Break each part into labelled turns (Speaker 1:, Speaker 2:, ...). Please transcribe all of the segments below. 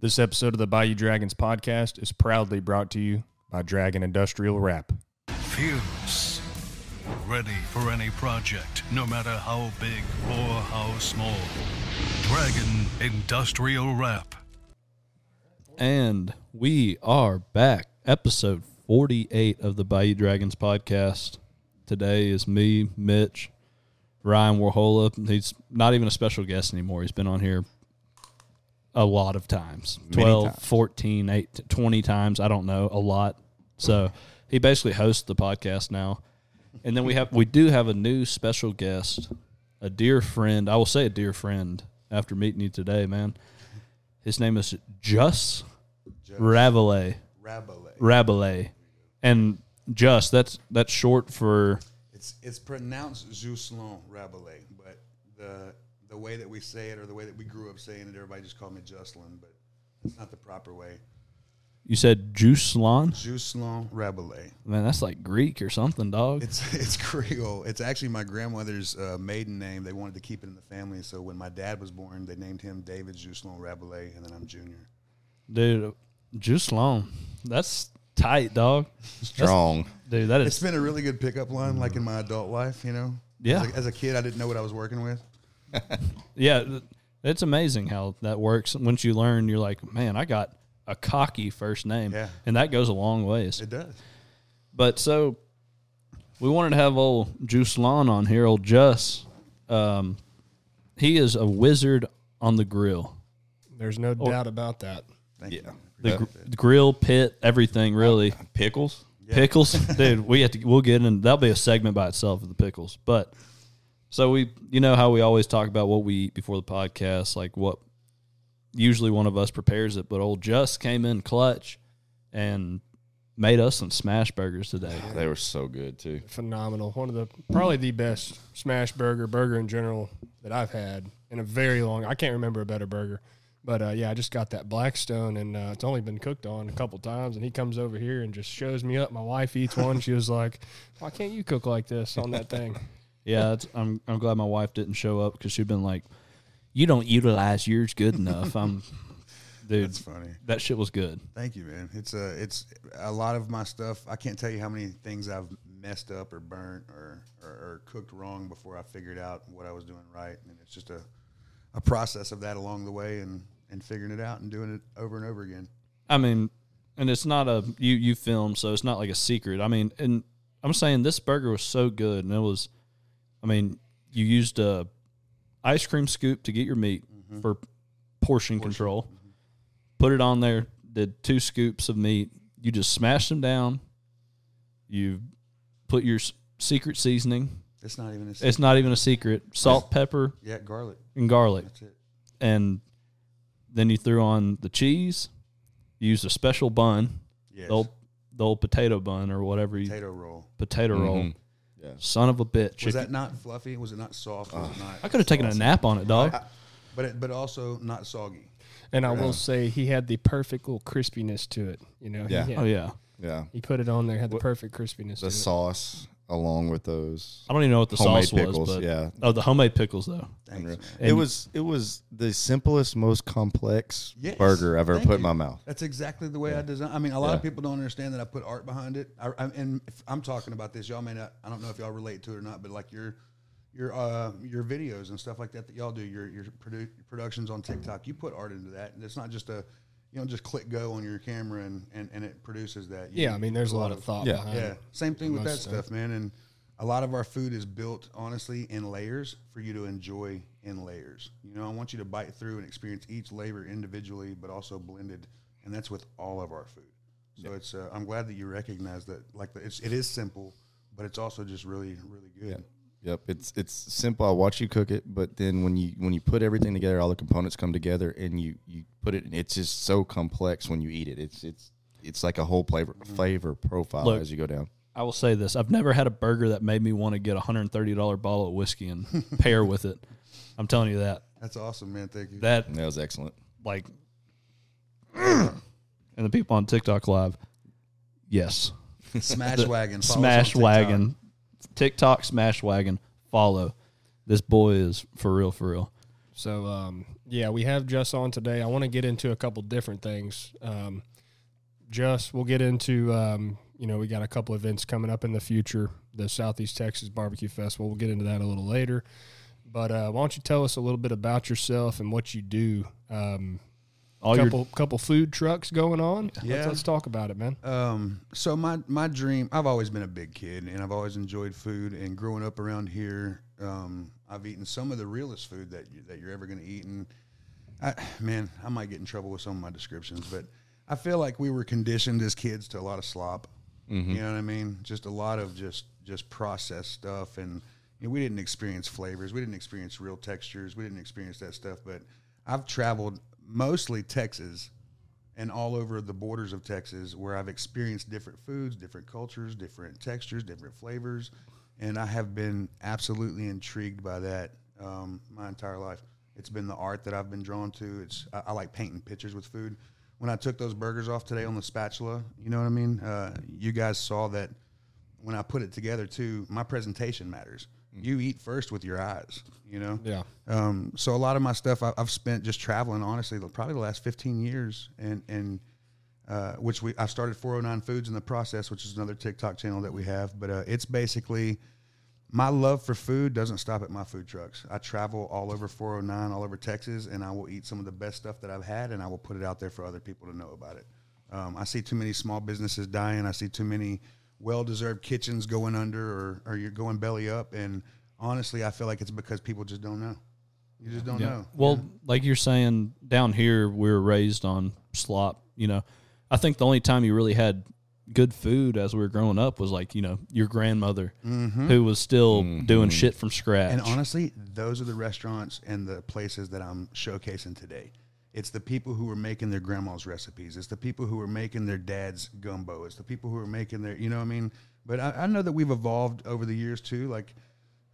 Speaker 1: This episode of the Bayou Dragons podcast is proudly brought to you by Dragon Industrial Wrap.
Speaker 2: Fierce. Ready for any project, no matter how big or how small. Dragon Industrial Wrap.
Speaker 3: And we are back. Episode 48 of the Bayou Dragons podcast. Today is me, Mitch, Ryan Warhola. He's not even a special guest anymore. He's been on here a lot of times 12,
Speaker 1: times.
Speaker 3: 14, 8, 20 times. I don't know, a lot. So he basically hosts the podcast now. And then we have we do have a new special guest, a dear friend. I will say a dear friend after meeting you today, man. His name is Jus Rabelais.
Speaker 4: Rabelais.
Speaker 3: Rabelais. And Just, that's that's short for
Speaker 4: It's it's pronounced Juslon Rabelais, but the the way that we say it or the way that we grew up saying it, everybody just called me Jocelyn, but it's not the proper way.
Speaker 3: you said Juslon?
Speaker 4: Juslon Rabelais.
Speaker 3: Man, that's like Greek or something, dog.
Speaker 4: It's it's Creole. It's actually my grandmother's uh, maiden name. They wanted to keep it in the family, so when my dad was born, they named him David Juslon Rabelais, and then I'm Junior.
Speaker 3: Dude, Juslon. That's tight, dog.
Speaker 5: strong.
Speaker 3: Dude, that
Speaker 4: It's
Speaker 3: is
Speaker 4: been a really good pickup line, like in my adult life, you know.
Speaker 3: Yeah.
Speaker 4: As a, as a kid, I didn't know what I was working with.
Speaker 3: yeah, th- it's amazing how that works. Once you learn, you're like, man, I got a cocky first name.
Speaker 4: Yeah.
Speaker 3: And that goes a long ways.
Speaker 4: It does.
Speaker 3: But so we wanted to have old Juice Lawn on here, old Jus. Um, he is a wizard on the grill.
Speaker 1: There's no doubt about that.
Speaker 4: Thank you.
Speaker 3: The gr- grill pit, everything really.
Speaker 5: Pickles.
Speaker 3: Pickles, dude. We have to. We'll get in. That'll be a segment by itself of the pickles. But so we, you know how we always talk about what we eat before the podcast, like what usually one of us prepares it. But old Just came in clutch and made us some smash burgers today.
Speaker 5: They were so good too.
Speaker 1: Phenomenal. One of the probably the best smash burger, burger in general that I've had in a very long. I can't remember a better burger. But uh, yeah, I just got that Blackstone, and uh, it's only been cooked on a couple times. And he comes over here and just shows me up. My wife eats one. She was like, "Why can't you cook like this on that thing?"
Speaker 3: Yeah, it's, I'm I'm glad my wife didn't show up because she'd been like, "You don't utilize yours good enough." I'm, dude,
Speaker 4: It's funny.
Speaker 3: that shit was good.
Speaker 4: Thank you, man. It's a it's a lot of my stuff. I can't tell you how many things I've messed up or burnt or or, or cooked wrong before I figured out what I was doing right, and it's just a a process of that along the way and and figuring it out and doing it over and over again.
Speaker 3: I mean, and it's not a you you film, so it's not like a secret. I mean, and I'm saying this burger was so good, and it was, I mean, you used a ice cream scoop to get your meat for portion, control. Put it on there. Did two scoops of meat. You just smashed them down. You put your s- secret seasoning
Speaker 4: It's not even a secret.
Speaker 3: It's not even a secret. Salt, pepper,
Speaker 4: yeah, garlic.
Speaker 3: and garlic.
Speaker 4: That's it.
Speaker 3: And then you threw on the cheese. You used a special bun,
Speaker 4: Yes.
Speaker 3: the, old, the old potato bun or whatever you potato,
Speaker 4: Potato roll.
Speaker 5: Mm-hmm.
Speaker 3: roll.
Speaker 5: Yeah.
Speaker 3: Son of a bitch. If
Speaker 4: Was that
Speaker 3: you-
Speaker 4: not fluffy? Was it not soft? Was it not?
Speaker 3: Uh, I could have taken a nap on it, dog.
Speaker 4: But it, but also not soggy.
Speaker 1: And I will say he had the perfect little crispiness to it. You know,
Speaker 5: Yeah.
Speaker 1: He, had-
Speaker 3: oh, yeah.
Speaker 5: Yeah.
Speaker 1: he put it on there, had the perfect crispiness. to
Speaker 5: The
Speaker 1: it.
Speaker 5: sauce along with those.
Speaker 3: I don't even know what the
Speaker 5: Homemade
Speaker 3: sauce
Speaker 5: pickles,
Speaker 3: was. But,
Speaker 5: yeah.
Speaker 3: Oh, the homemade pickles, though.
Speaker 4: Thanks.
Speaker 5: Unreal.
Speaker 4: man.
Speaker 5: It was it was the simplest, most complex
Speaker 4: Yes.
Speaker 5: burger I've ever
Speaker 4: Thank
Speaker 5: put in
Speaker 4: you.
Speaker 5: my mouth.
Speaker 4: That's exactly the way I design. I mean, a lot of
Speaker 5: Yeah.
Speaker 4: people don't understand that I put art behind it. I, I, and if I'm talking about this, y'all may not. I don't know if y'all relate to it or not, but like your your uh, your videos and stuff like that that y'all do, your your, produ- your productions on TikTok, you put art into that, and it's not just a you don't just click go on your camera and and, and it produces that. You-
Speaker 1: Yeah, I mean, there's a lot of thought
Speaker 5: Yeah.
Speaker 3: Um,
Speaker 1: behind
Speaker 4: yeah.
Speaker 1: it.
Speaker 4: Same thing with that
Speaker 1: Most
Speaker 4: stuff, man. And a lot of our food is built honestly in layers for you to enjoy in layers. You know, I want you to bite through and experience each layer individually, but also blended, and that's with all of our food. So it's. Uh, I'm glad that you recognize that. Like, the, it's it is simple, but it's also just really, really good.
Speaker 5: Yep. It's it's simple. I watch you cook it, but then when you when you put everything together, all the components come together and you you put it and it's just so complex when you eat it. It's it's it's like a whole flavor flavor profile
Speaker 3: Look.
Speaker 5: as you go down.
Speaker 3: I will say this: I've never had a burger that made me want to get a hundred and thirty dollar bottle of whiskey and pair with it. I'm telling you that
Speaker 4: That's awesome, man. Thank you.
Speaker 3: that
Speaker 5: And that was excellent.
Speaker 3: like and the people on TikTok live. Yes.
Speaker 4: Smash wagon. follow us on
Speaker 3: smash
Speaker 4: TikTok.
Speaker 3: wagon. TikTok smash wagon. Follow. This boy is for real for real.
Speaker 1: So um, Yeah, we have Jess on today. I want to get into a couple different things. Um, Jess, we'll get into, um, you know, we got a couple events coming up in the future. The Southeast Texas Barbecue Festival. We'll get into that a little later. But uh, why don't you tell us a little bit about yourself and what you do? Um,
Speaker 3: All
Speaker 1: couple couple food trucks going on.
Speaker 4: Yeah.
Speaker 1: Let's, let's talk about it, man.
Speaker 4: Um, so my my dream. I've always been a big kid, and I've always enjoyed food. And growing up around here, um, I've eaten some of the realest food that you, that you're ever going to eat. And I, man, I might get in trouble with some of my descriptions, but I feel like we were conditioned as kids to a lot of slop. You know what I mean? Just a lot of just just processed stuff, and you know, we didn't experience flavors, we didn't experience real textures, we didn't experience that stuff. But I've traveled mostly Texas and all over the borders of Texas where I've experienced different foods, different cultures, different textures, different flavors. And I have been absolutely intrigued by that um, my entire life. It's been the art that I've been drawn to. It's I, I like painting pictures with food. When I took those burgers off today on the spatula, you know what I mean? Uh, you guys saw that when I put it together too, my presentation matters. You eat first with your eyes, you know?
Speaker 1: Yeah.
Speaker 4: Um, so a lot of my stuff I, I've spent just traveling, honestly, the- probably the last 15 years. And, and, uh, which we, I started 409 foods in the process, which is another TikTok channel that we have, but, uh, it's basically my love for food doesn't stop at my food trucks. I travel all over 409, all over Texas, and I will eat some of the best stuff that I've had, and I will put it out there for other people to know about it. Um, I see too many small businesses dying. I see too many well-deserved kitchens going under or, or you're going belly up. And honestly, I feel like it's because people just don't know. You just don't know.
Speaker 3: Well, like you're saying, down here we were raised on slop. You know, I think the only time you really had good food as we were growing up was like you know your grandmother who was still doing shit from scratch.
Speaker 4: Mm-hmm. And honestly, those are the restaurants and the places that I'm showcasing today. It's the people who are making their grandma's recipes. It's the people who are making their dad's gumbo. It's the people who are making their, you know what I mean? But I, I know that we've evolved over the years too. Like,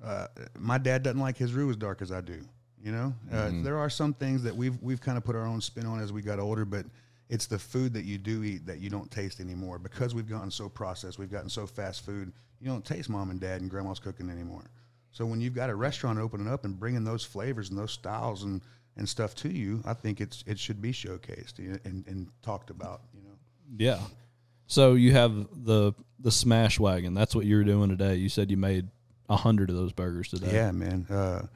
Speaker 4: uh, my dad doesn't like his roux as dark as I do. You know, uh, there are some things that we've we've kind of put our own spin on as we got older, but it's the food that you do eat that you don't taste anymore because we've gotten so processed, we've gotten so fast food. You don't taste mom and dad and grandma's cooking anymore. So when you've got a restaurant opening up and bringing those flavors and those styles and and stuff to you, I think it's it should be showcased you know, and and talked about. You know.
Speaker 3: yeah. So you have the the smash wagon. That's what you were doing today. You said you made a hundred of those burgers today.
Speaker 4: Yeah, man. Uh,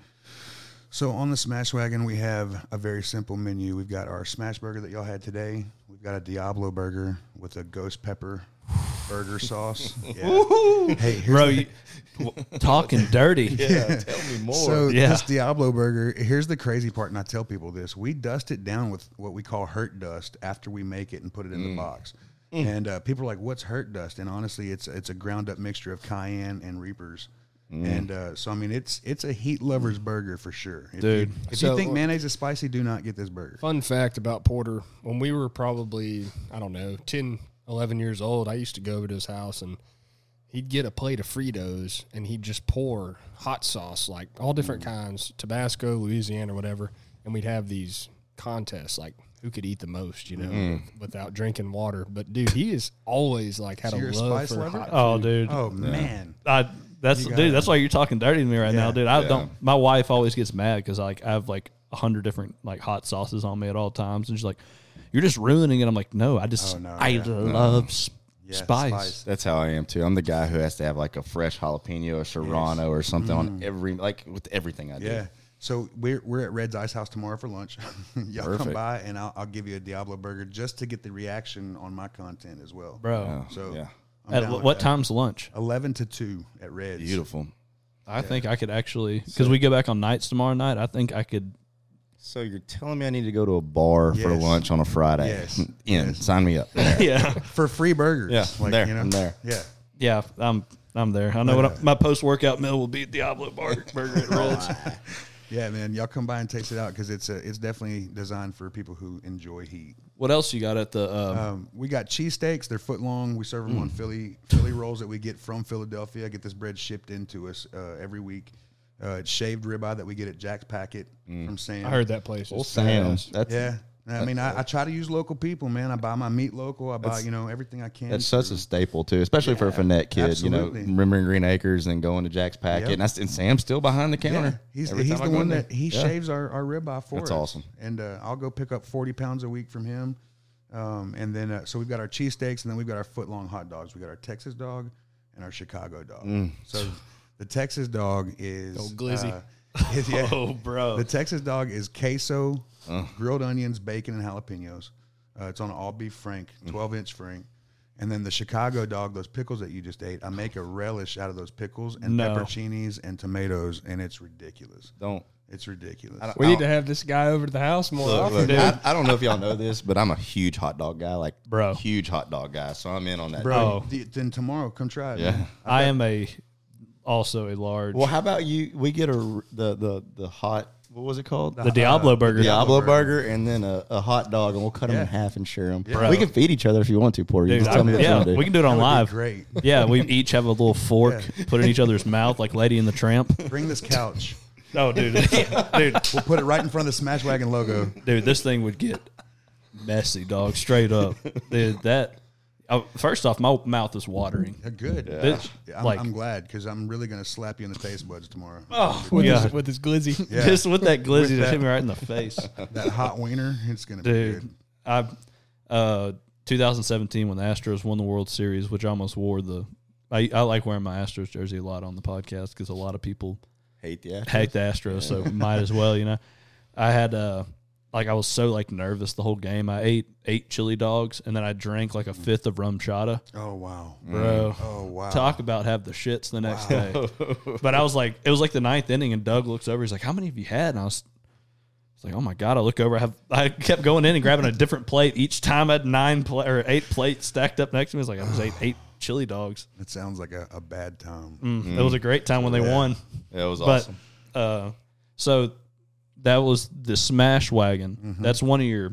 Speaker 4: so on the Smash Wagon, we have a very simple menu. We've got our Smash Burger that y'all had today. We've got a Diablo Burger with a ghost pepper burger sauce. Yeah. Hey, here's
Speaker 3: bro, you, w- talking dirty.
Speaker 5: Yeah, tell me more.
Speaker 4: So
Speaker 3: Yeah.
Speaker 4: this Diablo burger, here's the crazy part, and I tell people this: we dust it down with what we call hurt dust after we make it and put it in the box. And uh, people are like, "What's hurt dust?" And honestly, it's it's a ground up mixture of cayenne and reapers. And uh, so, I mean, it's it's a heat lover's burger for sure, If
Speaker 3: Dude.
Speaker 4: You, if
Speaker 1: So-
Speaker 4: you think mayonnaise is spicy, do not get this burger.
Speaker 1: Fun fact about Porter when we were probably, I don't know, 10, 11 years old, I used to go over to his house and he'd get a plate of Fritos and he'd just pour hot sauce, like all
Speaker 4: Mm.
Speaker 1: different kinds, Tabasco, Louisiana, whatever. And we'd have these contests, like who could eat the most, you know, without drinking water. But dude, he is always like had
Speaker 4: Mm. So
Speaker 1: a
Speaker 4: you're a
Speaker 1: love
Speaker 4: spice
Speaker 1: for
Speaker 4: lover?
Speaker 1: hot.
Speaker 3: Oh, dude.
Speaker 4: Oh man,
Speaker 3: I that's
Speaker 4: You gotta-
Speaker 3: dude. That's why you're talking dirty to me right now,
Speaker 4: Yeah.
Speaker 3: dude. I don't. My wife always gets mad because like I have like a hundred different like hot sauces on me at all times, and she's like, "You're just ruining it." I'm like, "No, I just
Speaker 4: Oh, no,
Speaker 3: I
Speaker 4: yeah.
Speaker 3: love s
Speaker 4: Yeah,
Speaker 3: spice.
Speaker 4: spice.
Speaker 5: That's how I am too. I'm the guy who has to have like a fresh jalapeno, a serrano, or something on every like with everything I do.
Speaker 4: yeah. So we're we're at Red's Ice House tomorrow for lunch. y'all come
Speaker 5: Perfect.
Speaker 4: by, and I'll, I'll give you a Diablo burger just to get the reaction on my content as well,
Speaker 3: bro."
Speaker 4: So
Speaker 5: Yeah.
Speaker 4: I'm
Speaker 3: At
Speaker 4: down
Speaker 3: l-
Speaker 4: with
Speaker 3: what
Speaker 4: that.
Speaker 3: time's lunch?
Speaker 4: 11 to 2 at Reds.
Speaker 5: beautiful.
Speaker 3: I think I could actually because we go back on nights tomorrow night. I think I could.
Speaker 5: So you're telling me I need to go to a bar for
Speaker 4: Yes.
Speaker 5: lunch on a Friday?
Speaker 4: Yes.
Speaker 5: In sign me up. There.
Speaker 3: Yeah,
Speaker 4: For free burgers.
Speaker 5: Yeah, I'm there, I'm there.
Speaker 4: Yeah.
Speaker 3: yeah. I'm I'm there. I know what I, my post workout meal will be: Diablo bar, burger at Reds.
Speaker 4: Yeah, man. Y'all come by and taste it out because it's, a- it's definitely designed for people who enjoy heat.
Speaker 3: what else you got at the? Uh,
Speaker 4: Um, we got cheesesteaks. They're foot long. We serve them
Speaker 5: Mm.
Speaker 4: on Philly Philly rolls that we get from Philadelphia. I get this bread shipped into us uh, every week.
Speaker 5: Mm.
Speaker 4: Uh, it's shaved ribeye that we get at Jack's Packet from Sam.
Speaker 1: I heard that place. is
Speaker 5: Sam, that's
Speaker 4: Yeah. I mean, I, I try to use local people, man. I buy my meat local. I buy, you know, everything I can.
Speaker 5: That's such a staple too, especially for a Finette kid.
Speaker 4: absolutely.
Speaker 5: You know, remembering Green Acres and going to Jack's Packet,
Speaker 4: Yep.
Speaker 5: and, I, and Sam's still behind the
Speaker 4: Yeah,
Speaker 5: counter.
Speaker 4: he's
Speaker 5: every
Speaker 4: he's
Speaker 5: time I
Speaker 4: the
Speaker 5: go in
Speaker 4: one
Speaker 5: there.
Speaker 4: that he
Speaker 5: Yeah.
Speaker 4: shaves our, our ribeye for
Speaker 5: That's
Speaker 4: us.
Speaker 5: awesome.
Speaker 4: And uh, I'll go pick up forty pounds a week from him. Um, and then uh, so we've got our cheesesteaks, and then we've got our foot long hot dogs. We got our Texas dog and our Chicago dog. So the Texas dog is
Speaker 1: Old glizzy.
Speaker 4: uh, is- yeah.
Speaker 3: Oh, bro.
Speaker 4: The Texas dog is queso, grilled onions, bacon, and jalapenos. Uh, it's on an all beef frank, twelve inch frank. And then the Chicago dog, those pickles that you just ate, I make a relish out of those pickles and
Speaker 3: No.
Speaker 4: pepperoncinis and tomatoes, and it's ridiculous.
Speaker 5: Don't.
Speaker 4: It's ridiculous.
Speaker 1: We need to have this guy over to the house more
Speaker 5: Look,
Speaker 1: often.
Speaker 5: look, I, I don't know if y'all know this, but I'm a huge hot dog guy, like
Speaker 3: Bro.
Speaker 5: huge hot dog guy. So I'm in on that.
Speaker 4: Bro,
Speaker 3: Oh.
Speaker 4: th- then tomorrow come try it.
Speaker 5: Yeah.
Speaker 4: man.
Speaker 3: I am a also a large
Speaker 5: Well, how about you? We get a the the the hot. What was it called?
Speaker 3: the Diablo burger.
Speaker 5: Diablo burger and then a, a hot dog, and we'll cut them in half and share them. We can feed each other if you want to, Porter. You
Speaker 3: Dude,
Speaker 5: just tell
Speaker 3: I'm-
Speaker 5: me what you
Speaker 3: yeah,
Speaker 5: want to do.
Speaker 3: we can do it on
Speaker 4: That would be
Speaker 3: live.
Speaker 4: great.
Speaker 3: Yeah, we each have a little fork, put it in each other's mouth like Lady in the Tramp.
Speaker 4: Bring this couch.
Speaker 3: No, dude, dude,
Speaker 4: We'll put it right in front of the Smash Wagon logo.
Speaker 3: dude, this thing would get messy, dog. Straight up, dude. That oh, first off, my mouth is watering.
Speaker 4: Yeah, Good.
Speaker 3: Bitch,
Speaker 4: Yeah, I'm,
Speaker 3: like
Speaker 4: I'm glad because I'm really going to slap you in the taste buds tomorrow.
Speaker 3: oh
Speaker 1: with,
Speaker 3: yeah,
Speaker 1: his, with his glizzy.
Speaker 4: Yeah.
Speaker 3: just with that glizzy that
Speaker 4: that-
Speaker 3: hit me right in the face,
Speaker 4: That hot wiener, it's going to be
Speaker 3: dude.
Speaker 4: good.
Speaker 3: I, uh, 2017 when the Astros won the World Series, which I almost wore the. I, I like wearing my Astros jersey a lot on the podcast because a lot of people
Speaker 5: Hate the ass.
Speaker 3: hate the Astros, so might as well, you know. I had uh like I was so like nervous the whole game. I ate eight chili dogs and then I drank like a fifth of rum chata.
Speaker 4: Oh, wow.
Speaker 3: Bro.
Speaker 4: Oh, wow.
Speaker 3: Talk about have the shits the next day. But I was like it was like the ninth inning and Doug looks over, he's like, How many have you had? And I was it's like, oh my god! I look over. I have I kept going in and grabbing a different plate each time. I had nine pla- or eight plates stacked up next to me. It's like I just ate eight chili dogs.
Speaker 4: That sounds like a, a bad time.
Speaker 3: It was a great time when they won.
Speaker 5: That was
Speaker 3: But
Speaker 5: awesome.
Speaker 3: uh, so that was the Smash Wagon. That's one of your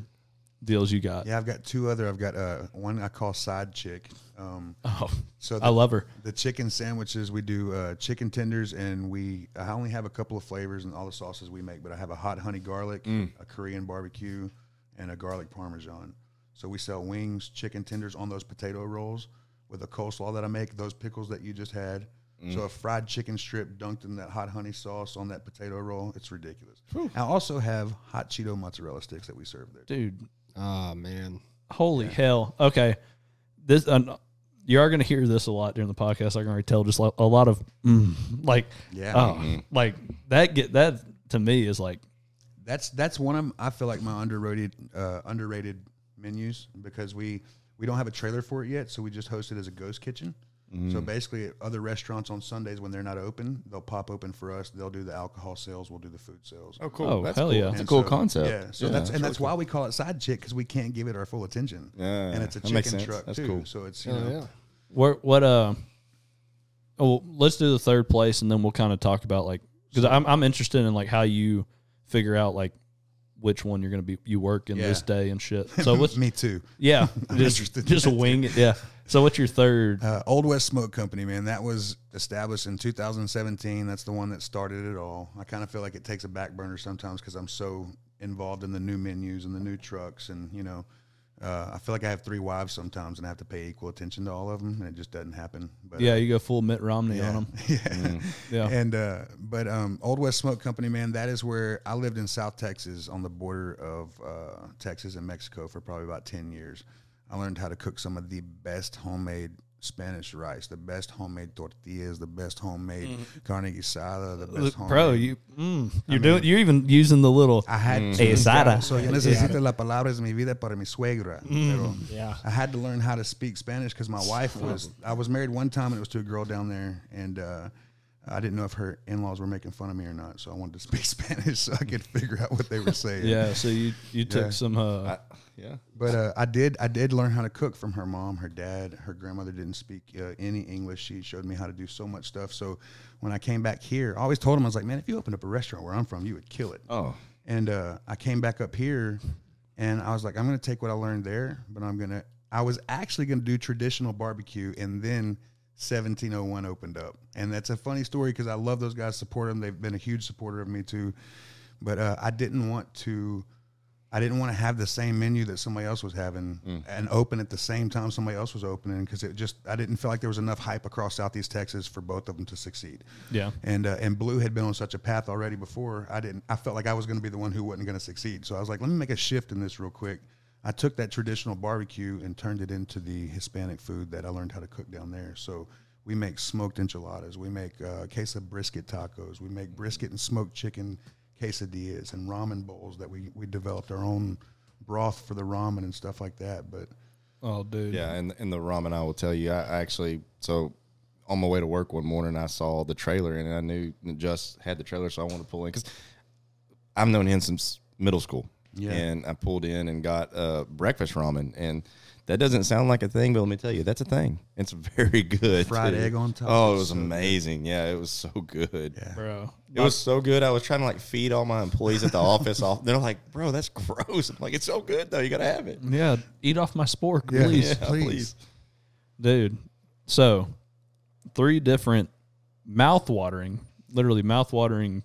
Speaker 3: deals you got.
Speaker 4: Yeah, I've got two other. I've got uh, one I call side chick. Um,
Speaker 3: Oh,
Speaker 4: so
Speaker 3: I love her.
Speaker 4: the chicken sandwiches. We do uh, chicken tenders, and we I only have a couple of flavors and all the sauces we make. But I have a hot honey garlic, a Korean barbecue, and a garlic parmesan. So we sell wings, chicken tenders on those potato rolls with a coleslaw that I make, those pickles that you just had. So a fried chicken strip dunked in that hot honey sauce on that potato roll. It's ridiculous. I also have hot Cheeto mozzarella sticks that we serve there.
Speaker 3: Dude,
Speaker 1: Ah man,
Speaker 3: holy hell. Okay. This uh, you are going to hear this a lot during the podcast. I can already tell just like, a lot of mm, like
Speaker 4: Yeah. Mm-hmm.
Speaker 3: oh, like that get that to me is like
Speaker 4: that's that's one of I feel like my underrated uh, underrated menus because we we don't have a trailer for it yet, so we just host it as a ghost kitchen. So
Speaker 5: Mm.
Speaker 4: basically, other restaurants on Sundays when they're not open, they'll pop open for us. They'll do the alcohol sales, we'll do the food sales.
Speaker 5: Oh, cool.
Speaker 3: Oh,
Speaker 5: that's
Speaker 3: hell
Speaker 5: cool.
Speaker 3: yeah.
Speaker 5: That's a
Speaker 4: And
Speaker 5: cool
Speaker 4: so-
Speaker 5: concept. Oh,
Speaker 4: Yeah, so that's and that's why we call it side chick because we can't give it our full attention.
Speaker 5: Yeah,
Speaker 4: and it's a
Speaker 5: that makes
Speaker 4: chicken
Speaker 5: sense.
Speaker 4: truck
Speaker 5: That's
Speaker 4: too.
Speaker 5: cool.
Speaker 4: So it's you
Speaker 1: oh,
Speaker 4: know
Speaker 1: yeah.
Speaker 3: What what uh oh let's do the third place and then we'll kind of talk about like because I'm I'm interested in like how you figure out like which one you're gonna be you work in
Speaker 4: Yeah.
Speaker 3: this day and shit. So what's
Speaker 4: me too.
Speaker 3: yeah just
Speaker 4: interested in
Speaker 3: just
Speaker 4: that
Speaker 3: wing it yeah. So what's your third?
Speaker 4: Uh, Old West Smoke Company, man, that was established in 2017. That's the one that started it all. I kind of feel like it takes a back burner sometimes because I'm so involved in the new menus and the new trucks, and you know, uh, I feel like I have three wives sometimes, and I have to pay equal attention to all of them, and it just doesn't happen. But
Speaker 3: Yeah, you go full Mitt Romney
Speaker 4: yeah.
Speaker 3: on them. Yeah.
Speaker 4: Yeah. And uh, but um, Old West Smoke Company, man, that is where I lived in South Texas on the border of uh, Texas and Mexico for probably about ten years. I learned how to cook some of the best homemade Spanish rice, the best homemade tortillas, the best homemade carne guisada, the best homemade.
Speaker 3: Mm. Bro, you mm, you're doing you're even using the little
Speaker 4: I had to.
Speaker 3: Asada.
Speaker 4: So yo necesito la palabra de mi vida para mi suegra. Pero
Speaker 1: Yeah.
Speaker 4: I had to learn how to speak Spanish because my wife was. I was married one time and it was to a girl down there, and uh, I didn't know if her in laws were making fun of me or not. So I wanted to speak Spanish so I could figure out what they were saying.
Speaker 3: yeah. So you you took
Speaker 4: Yeah.
Speaker 3: some uh
Speaker 5: yeah.
Speaker 4: But uh, I did. I did learn how to cook from her mom, her dad, her grandmother didn't speak uh, any English. She showed me how to do so much stuff. So when I came back here, I always told him I was like, man, if you opened up a restaurant where I'm from, you would kill it.
Speaker 5: Oh,
Speaker 4: And uh, I came back up here and I was like, I'm going to take what I learned there, but I'm going to, I was actually going to do traditional barbecue. And then 1701 opened up. And that's a funny story because I love those guys, support them. They've been a huge supporter of me too. But uh, I didn't want to, I I didn't want to have the same menu that somebody else was having and open at the same time somebody else was opening because it just I didn't feel like there was enough hype across Southeast Texas for both of them to succeed.
Speaker 3: Yeah.
Speaker 4: and uh, and Blue had been on such a path already before. I didn't. I felt like I was going to be the one who wasn't going to succeed. So I was like, let me make a shift in this real quick. I took that traditional barbecue and turned it into the Hispanic food that I learned how to cook down there. So we make smoked enchiladas. We make uh, queso brisket tacos. We make brisket and smoked chicken quesadillas and ramen bowls that we, we developed our own broth for the ramen and stuff like that. But
Speaker 3: Oh, dude.
Speaker 5: Yeah,
Speaker 4: Mm-hmm.
Speaker 5: and and the ramen, I will tell you, I, I actually so on my way to work one morning, I saw the trailer, and I knew just had the trailer, so I wanted to pull in because I've known him since middle school.
Speaker 4: Yeah.
Speaker 5: and I pulled in and got uh, breakfast ramen, and that doesn't sound like a thing, but let me tell you, that's a thing. It's very good.
Speaker 4: Fried egg on top
Speaker 5: Oh, it
Speaker 4: is
Speaker 5: was
Speaker 4: so good.
Speaker 5: amazing. Yeah, it was so good. Yeah.
Speaker 3: Bro.
Speaker 5: It was so good. I was trying to like feed all my employees at the office off. They're like, "Bro, that's gross." I'm like, "It's so good though. You gotta have
Speaker 4: Mm-hmm.
Speaker 5: it."
Speaker 3: Yeah. Eat off my spork, please.
Speaker 5: Yeah, please.
Speaker 3: Dude. So, three different mouth-watering, literally mouth-watering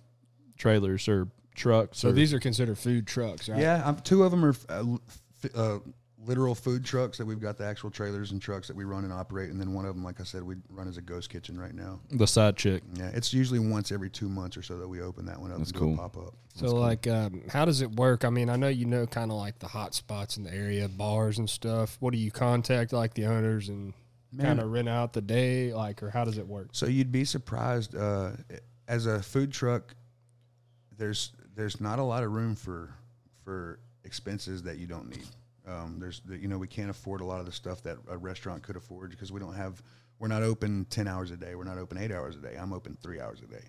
Speaker 3: trailers or trucks.
Speaker 1: So
Speaker 3: or,
Speaker 1: these are considered food trucks, right?
Speaker 4: Yeah, I'm, two of them are uh, l- f- uh, literal food trucks that we've got the actual trailers and trucks that we run and operate, and then one of them, like I said, we run as a ghost kitchen right now.
Speaker 3: the side chick.
Speaker 4: Yeah, it's usually once every two months or so that we open that one up. That's and
Speaker 5: cool.
Speaker 4: Pop up.
Speaker 1: So, like, um, how does it work? I mean, I know you know kind of like the hot spots in the area, bars and stuff. What do you contact like the owners and kind of rent out the day, like, or how does it work?
Speaker 4: So you'd be surprised. Uh, as a food truck, there's there's not a lot of room for for expenses that you don't need. Um, there's the, you know we can't afford a lot of the stuff that a restaurant could afford because we don't have we're not open ten hours a day. We're not open eight hours a day. I'm open three hours a day,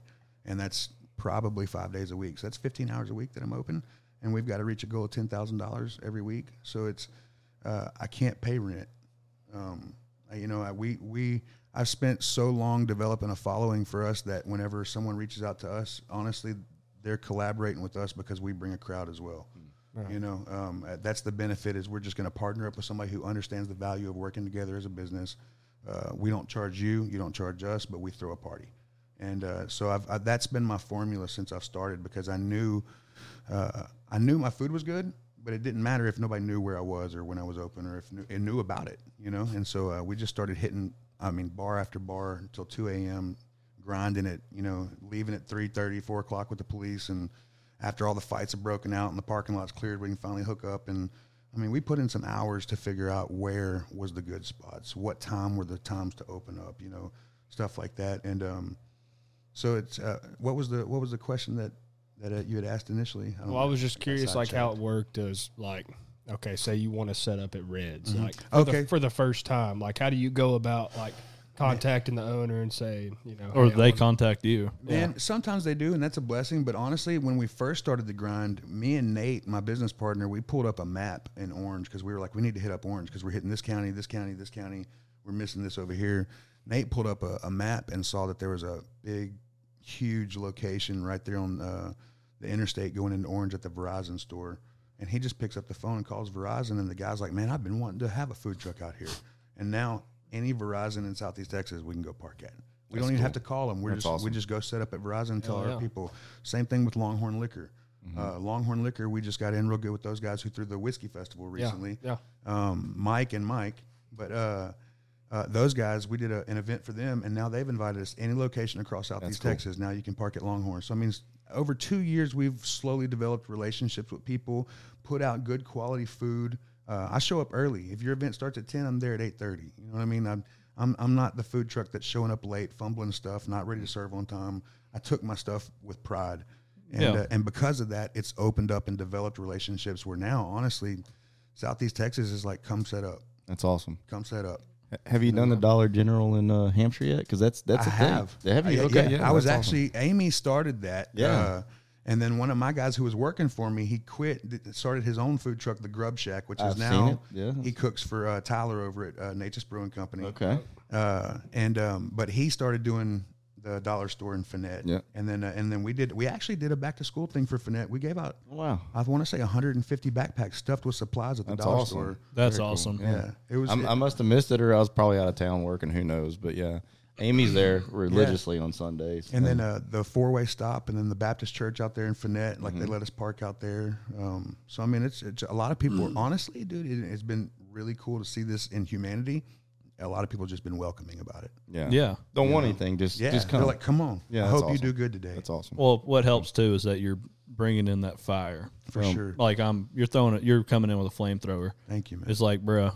Speaker 4: and that's probably five days a week. So that's fifteen hours a week that I'm open, and we've got to reach a goal of ten thousand dollars every week. So it's uh, I can't pay rent. Um, I- you know, I, we we I've spent so long developing a following for us that whenever someone reaches out to us, honestly, they're collaborating with us because we bring a crowd as well. You know, um, uh, that's the benefit is we're just going to partner up with somebody who understands the value of working together as a business. Uh, we don't charge you, you don't charge us, but we throw a party. And uh, so I've, I, that's been my formula since I've started because I knew uh, I knew my food was good, but it didn't matter if nobody knew where I was or when I was open or if knew, it knew about it, you know. And so uh, we just started hitting, I mean, bar after bar until two a.m., grinding it, you know, leaving at 3:30, 4 o'clock with the police, and after all the fights have broken out and the parking lot's cleared, we can finally hook up. And I mean, we put in some hours to figure out where was the good spots, what time were the times to open up, you know, stuff like that. And um, so it's uh, what was the what was the question that that uh, you had asked initially? I don't
Speaker 1: Well, I
Speaker 4: know.
Speaker 1: was just curious, like, how
Speaker 4: sidetracked.
Speaker 1: it worked is like, okay, say you want to set up at Reds, like, for
Speaker 4: Okay.
Speaker 1: the, for the first time, like, how do you go about like contacting the owner and say, you know,
Speaker 3: Or
Speaker 1: hey, I
Speaker 3: they
Speaker 1: wanna-
Speaker 3: contact you.
Speaker 4: Man, sometimes they do, and that's a blessing. But honestly, when we first started the grind, me and Nate, my business partner, we pulled up a map in Orange because we were like, we need to hit up Orange because we're hitting this county, this county, this county. We're missing this over here. Nate pulled up a, a map and saw that there was a big, huge location right there on uh, the interstate going into Orange at the Verizon store. And he just picks up the phone and calls Verizon, and the guy's like, man, I've been wanting to have a food truck out here. And now any Verizon in Southeast Texas, we can go park at. We don't even have to call them. We're just we just go set up at Verizon and tell our people. Same thing with Longhorn Liquor. Uh, Longhorn Liquor, we just got in real good with those guys who threw the whiskey festival recently.
Speaker 1: yeah.
Speaker 4: Um, Mike and Mike, but uh, uh, those guys, we did a, an event for them, and now they've invited us to any location across Southeast Texas. Now you can park at Longhorn. So I mean, s- over two years, we've slowly developed relationships with people, put out good quality food. Uh, I show up early. If your event starts at ten, I'm there at eight thirty. You know what I mean? I'm I'm I'm not the food truck that's showing up late, fumbling stuff, not ready to serve on time. I took my stuff with pride, and
Speaker 3: Yeah.
Speaker 4: uh, and because of that, it's opened up and developed relationships. Where now, honestly, Southeast Texas is like, come set up,
Speaker 5: That's awesome.
Speaker 4: come set up.
Speaker 5: Have you done the Dollar General in uh, Hampshire yet? Because that's that's a
Speaker 4: I have.
Speaker 5: thing. Have you?
Speaker 4: Yeah,
Speaker 5: okay,
Speaker 4: yeah.
Speaker 5: yeah.
Speaker 4: I was
Speaker 5: that's
Speaker 4: actually Amy started that. uh,
Speaker 5: Yeah.
Speaker 4: and then one of my guys who was working for me, he quit, th- started his own food truck, the Grub Shack, which is
Speaker 5: I've seen
Speaker 4: now
Speaker 5: it, yeah.
Speaker 4: he cooks for uh, Tyler over at uh, Nature's Brewing Company.
Speaker 5: awesome. okay.
Speaker 4: Uh, and um, but he started doing the dollar store in Finette.
Speaker 5: Yeah.
Speaker 4: And then uh, and then we did we actually did a back to school thing for Finette. We gave out
Speaker 5: Wow,
Speaker 4: I want to say 150 backpacks stuffed with supplies at the
Speaker 5: that's
Speaker 4: dollar
Speaker 5: awesome.
Speaker 4: store.
Speaker 3: That's awesome.
Speaker 4: Yeah. It was
Speaker 5: I'm, I must have missed it, or I was probably out of town working. Who knows? But yeah, Amy's there religiously on Sundays.
Speaker 4: And then uh, the four way stop, and then the Baptist church out there in Finette, like
Speaker 5: Mm-hmm.
Speaker 4: they let us park out there. Um, so I mean, it's, it's a lot of people.
Speaker 5: Mm.
Speaker 4: Honestly, dude, it, it's been really cool to see this in humanity. A lot of people just been welcoming about it.
Speaker 5: yeah,
Speaker 3: Yeah.
Speaker 5: don't want anything. Just
Speaker 4: Yeah,
Speaker 5: just come.
Speaker 4: they're like, come on.
Speaker 5: Yeah,
Speaker 4: I
Speaker 5: that's
Speaker 4: hope you
Speaker 5: awesome.
Speaker 4: do good today.
Speaker 5: That's awesome.
Speaker 3: Well, what helps too is that you're bringing in that fire.
Speaker 4: for sure.
Speaker 3: Like I'm, you're throwing it. You're coming in with a flamethrower.
Speaker 4: Thank you, man.
Speaker 3: It's like, bruh,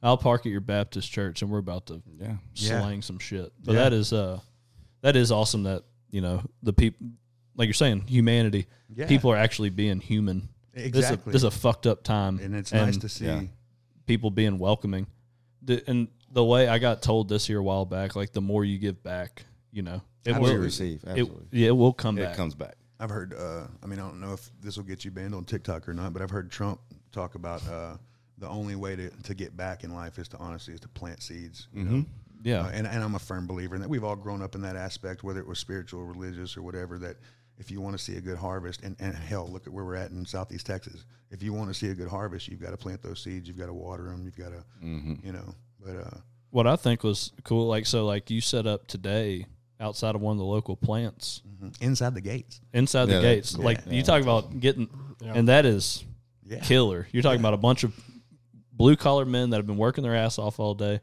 Speaker 3: I'll park at your Baptist church and we're about to
Speaker 5: yeah,
Speaker 4: Yeah.
Speaker 3: slang some shit. But that is uh that is awesome that, you know, the people like you're saying, humanity.
Speaker 4: Yeah.
Speaker 3: People are actually being human. This is, a,
Speaker 4: Exactly.
Speaker 3: this is a fucked up time.
Speaker 4: and it's nice to see.
Speaker 5: yeah.
Speaker 3: people being welcoming. The, and the way I got told this here a while back, like the more you give back, you know, it
Speaker 5: Absolutely.
Speaker 3: will
Speaker 5: Receive,
Speaker 3: It,
Speaker 5: absolutely.
Speaker 3: yeah, it will come
Speaker 5: it
Speaker 3: back.
Speaker 5: comes back.
Speaker 4: I've heard. Uh, I mean, I don't know if this will get you banned on TikTok or not, but I've heard Trump talk about uh, the only way to, to get back in life is to honestly is to plant seeds. You know?
Speaker 5: Mm-hmm.
Speaker 3: Yeah.
Speaker 4: Uh, and, and I'm a firm believer in that. We've all grown up in that aspect, whether it was spiritual, religious, or whatever. That if you want to see a good harvest, and, and hell, look at where we're at in Southeast Texas. If you want to see a good harvest, you've got to plant those seeds. You've got to water them. You've got to, you know. But uh,
Speaker 3: what I think was cool, like so like you set up today outside of one of the local plants.
Speaker 4: mm-hmm. inside the gates,
Speaker 3: inside
Speaker 5: Yeah,
Speaker 3: the
Speaker 5: that-
Speaker 3: gates.
Speaker 5: yeah,
Speaker 3: like you talk about getting, and that is
Speaker 4: Yeah.
Speaker 3: killer. You're talking about a bunch of blue collar men that have been working their ass off all day.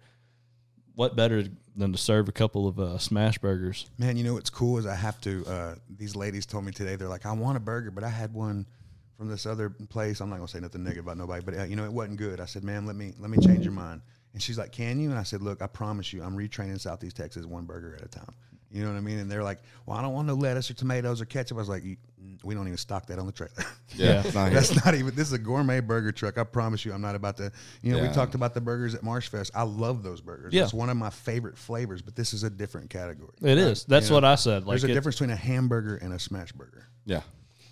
Speaker 3: What better than to serve a couple of uh, smash burgers?
Speaker 4: Man, you know what's cool is I have to. Uh, these ladies told me today they're like, I want a burger, but I had one from this other place. I'm not gonna say nothing negative about nobody, but uh, you know it wasn't good. I said, ma'am, let me let me change your mind. And she's like, Can you? And I said, Look, I promise you, I'm retraining Southeast Texas one burger at a time. You know what I mean? And they're like, Well, I don't want no lettuce or tomatoes or ketchup. I was like, "You- We don't even stock that on the trailer.
Speaker 5: Yeah, it's not here.
Speaker 4: That's not even. This is a gourmet burger truck. I promise you, I'm not about to. You know,
Speaker 5: Yeah.
Speaker 4: we talked about the burgers at Marsh Fest. I love those burgers.
Speaker 3: Yeah.
Speaker 4: It's one of my favorite flavors, but this is a different category.
Speaker 3: It is. That's what I said. Like
Speaker 4: There's a
Speaker 3: it-
Speaker 4: difference between a hamburger and a smash burger.
Speaker 5: yeah.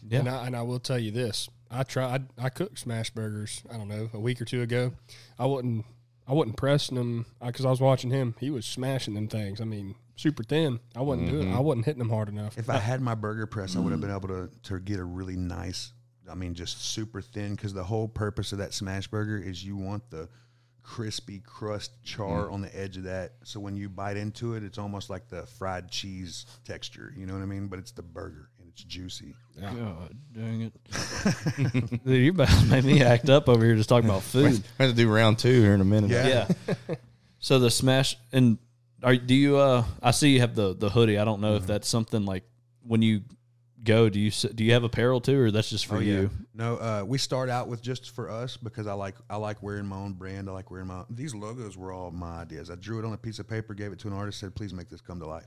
Speaker 3: Yeah.
Speaker 1: And I, and I will tell you this: I tried. I cooked smash burgers. I don't know a week or two ago. I wasn't. I wasn't pressing them because I, was watching him. He was smashing them things. I mean, super thin. I wasn't
Speaker 3: Mm-hmm.
Speaker 1: doing. I wasn't hitting them hard enough.
Speaker 4: If I had my burger press, I would have been able to to get a really nice. I mean, just super thin because the whole purpose of that smash burger is you want the crispy crust char on the edge of that. So when you bite into it, it's almost like the fried cheese texture. You know what I mean? But it's the burger and it's juicy.
Speaker 3: God dang it! Dude, you about to make me act up over here just talking about
Speaker 5: We
Speaker 3: food.
Speaker 5: have to do round two here in a minute.
Speaker 4: Yeah.
Speaker 3: Yeah. so the smash and are do you? uh I see you have the the hoodie. I don't know
Speaker 4: Mm-hmm.
Speaker 3: if that's something like when you go. Do you s- do you have apparel too, or that's just
Speaker 4: Oh,
Speaker 3: for you?
Speaker 4: No, uh, we start out with just for us because I like I like wearing my own brand. I like wearing my these logos were all my ideas. I drew it on a piece of paper, gave it to an artist, said, "Please make this come to life,"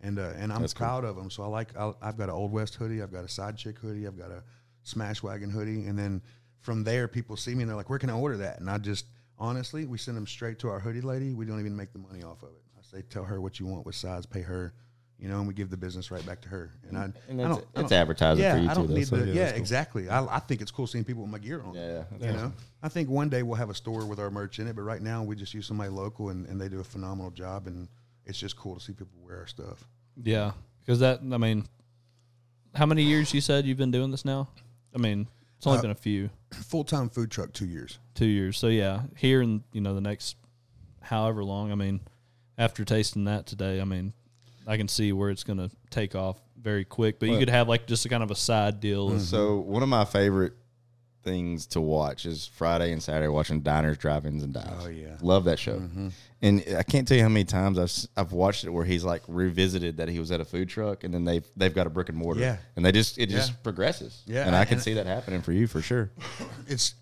Speaker 4: and uh, and I'm proud of them. So I like I, I've got an old west hoodie, I've got a side chick hoodie, I've got a smash wagon hoodie, and then from there people see me and they're like, "Where can I order that?" And I just honestly we send them straight to our hoodie lady. We don't even make the money off of it. I say, "Tell her what you want, what size, pay her." You know, and we give the business right back to her. And I,
Speaker 5: And
Speaker 4: I
Speaker 5: that's-
Speaker 4: don't, I
Speaker 5: it's
Speaker 4: don't-
Speaker 5: advertising
Speaker 4: yeah,
Speaker 5: for you
Speaker 4: I
Speaker 5: too,
Speaker 4: don't
Speaker 5: though,
Speaker 4: need
Speaker 5: so
Speaker 4: the,
Speaker 5: yeah,
Speaker 4: yeah,
Speaker 5: that's cool.
Speaker 4: exactly. I, I think it's cool seeing people with my gear on.
Speaker 5: Yeah,
Speaker 4: you know, I think one day we'll have a store with our merch in it, but right now we just use somebody local and, and they do a phenomenal job, and it's just cool to see people wear our stuff.
Speaker 3: Yeah, because that I mean, how many years you said you've been doing this now? I mean, it's only been a few,
Speaker 4: Full time food truck, two years.
Speaker 3: two years. So yeah, here in you know the next however long. I mean, after tasting that today, I mean, I can see where it's gonna take off very quick. But you could have like just a kind of a side deal.
Speaker 5: So one of my favorite things to watch is Friday and Saturday watching Diners, Drive-ins, and Dives. Oh yeah, love that show. And I can't tell you how many times I've s- I've watched it where he's like revisited that he was at a food truck, and then they've they've got a brick and mortar.
Speaker 4: Yeah.
Speaker 5: and they just it
Speaker 4: Yeah.
Speaker 5: just progresses.
Speaker 4: Yeah,
Speaker 5: and I can
Speaker 4: and-
Speaker 5: see that happening for you for sure.
Speaker 4: It's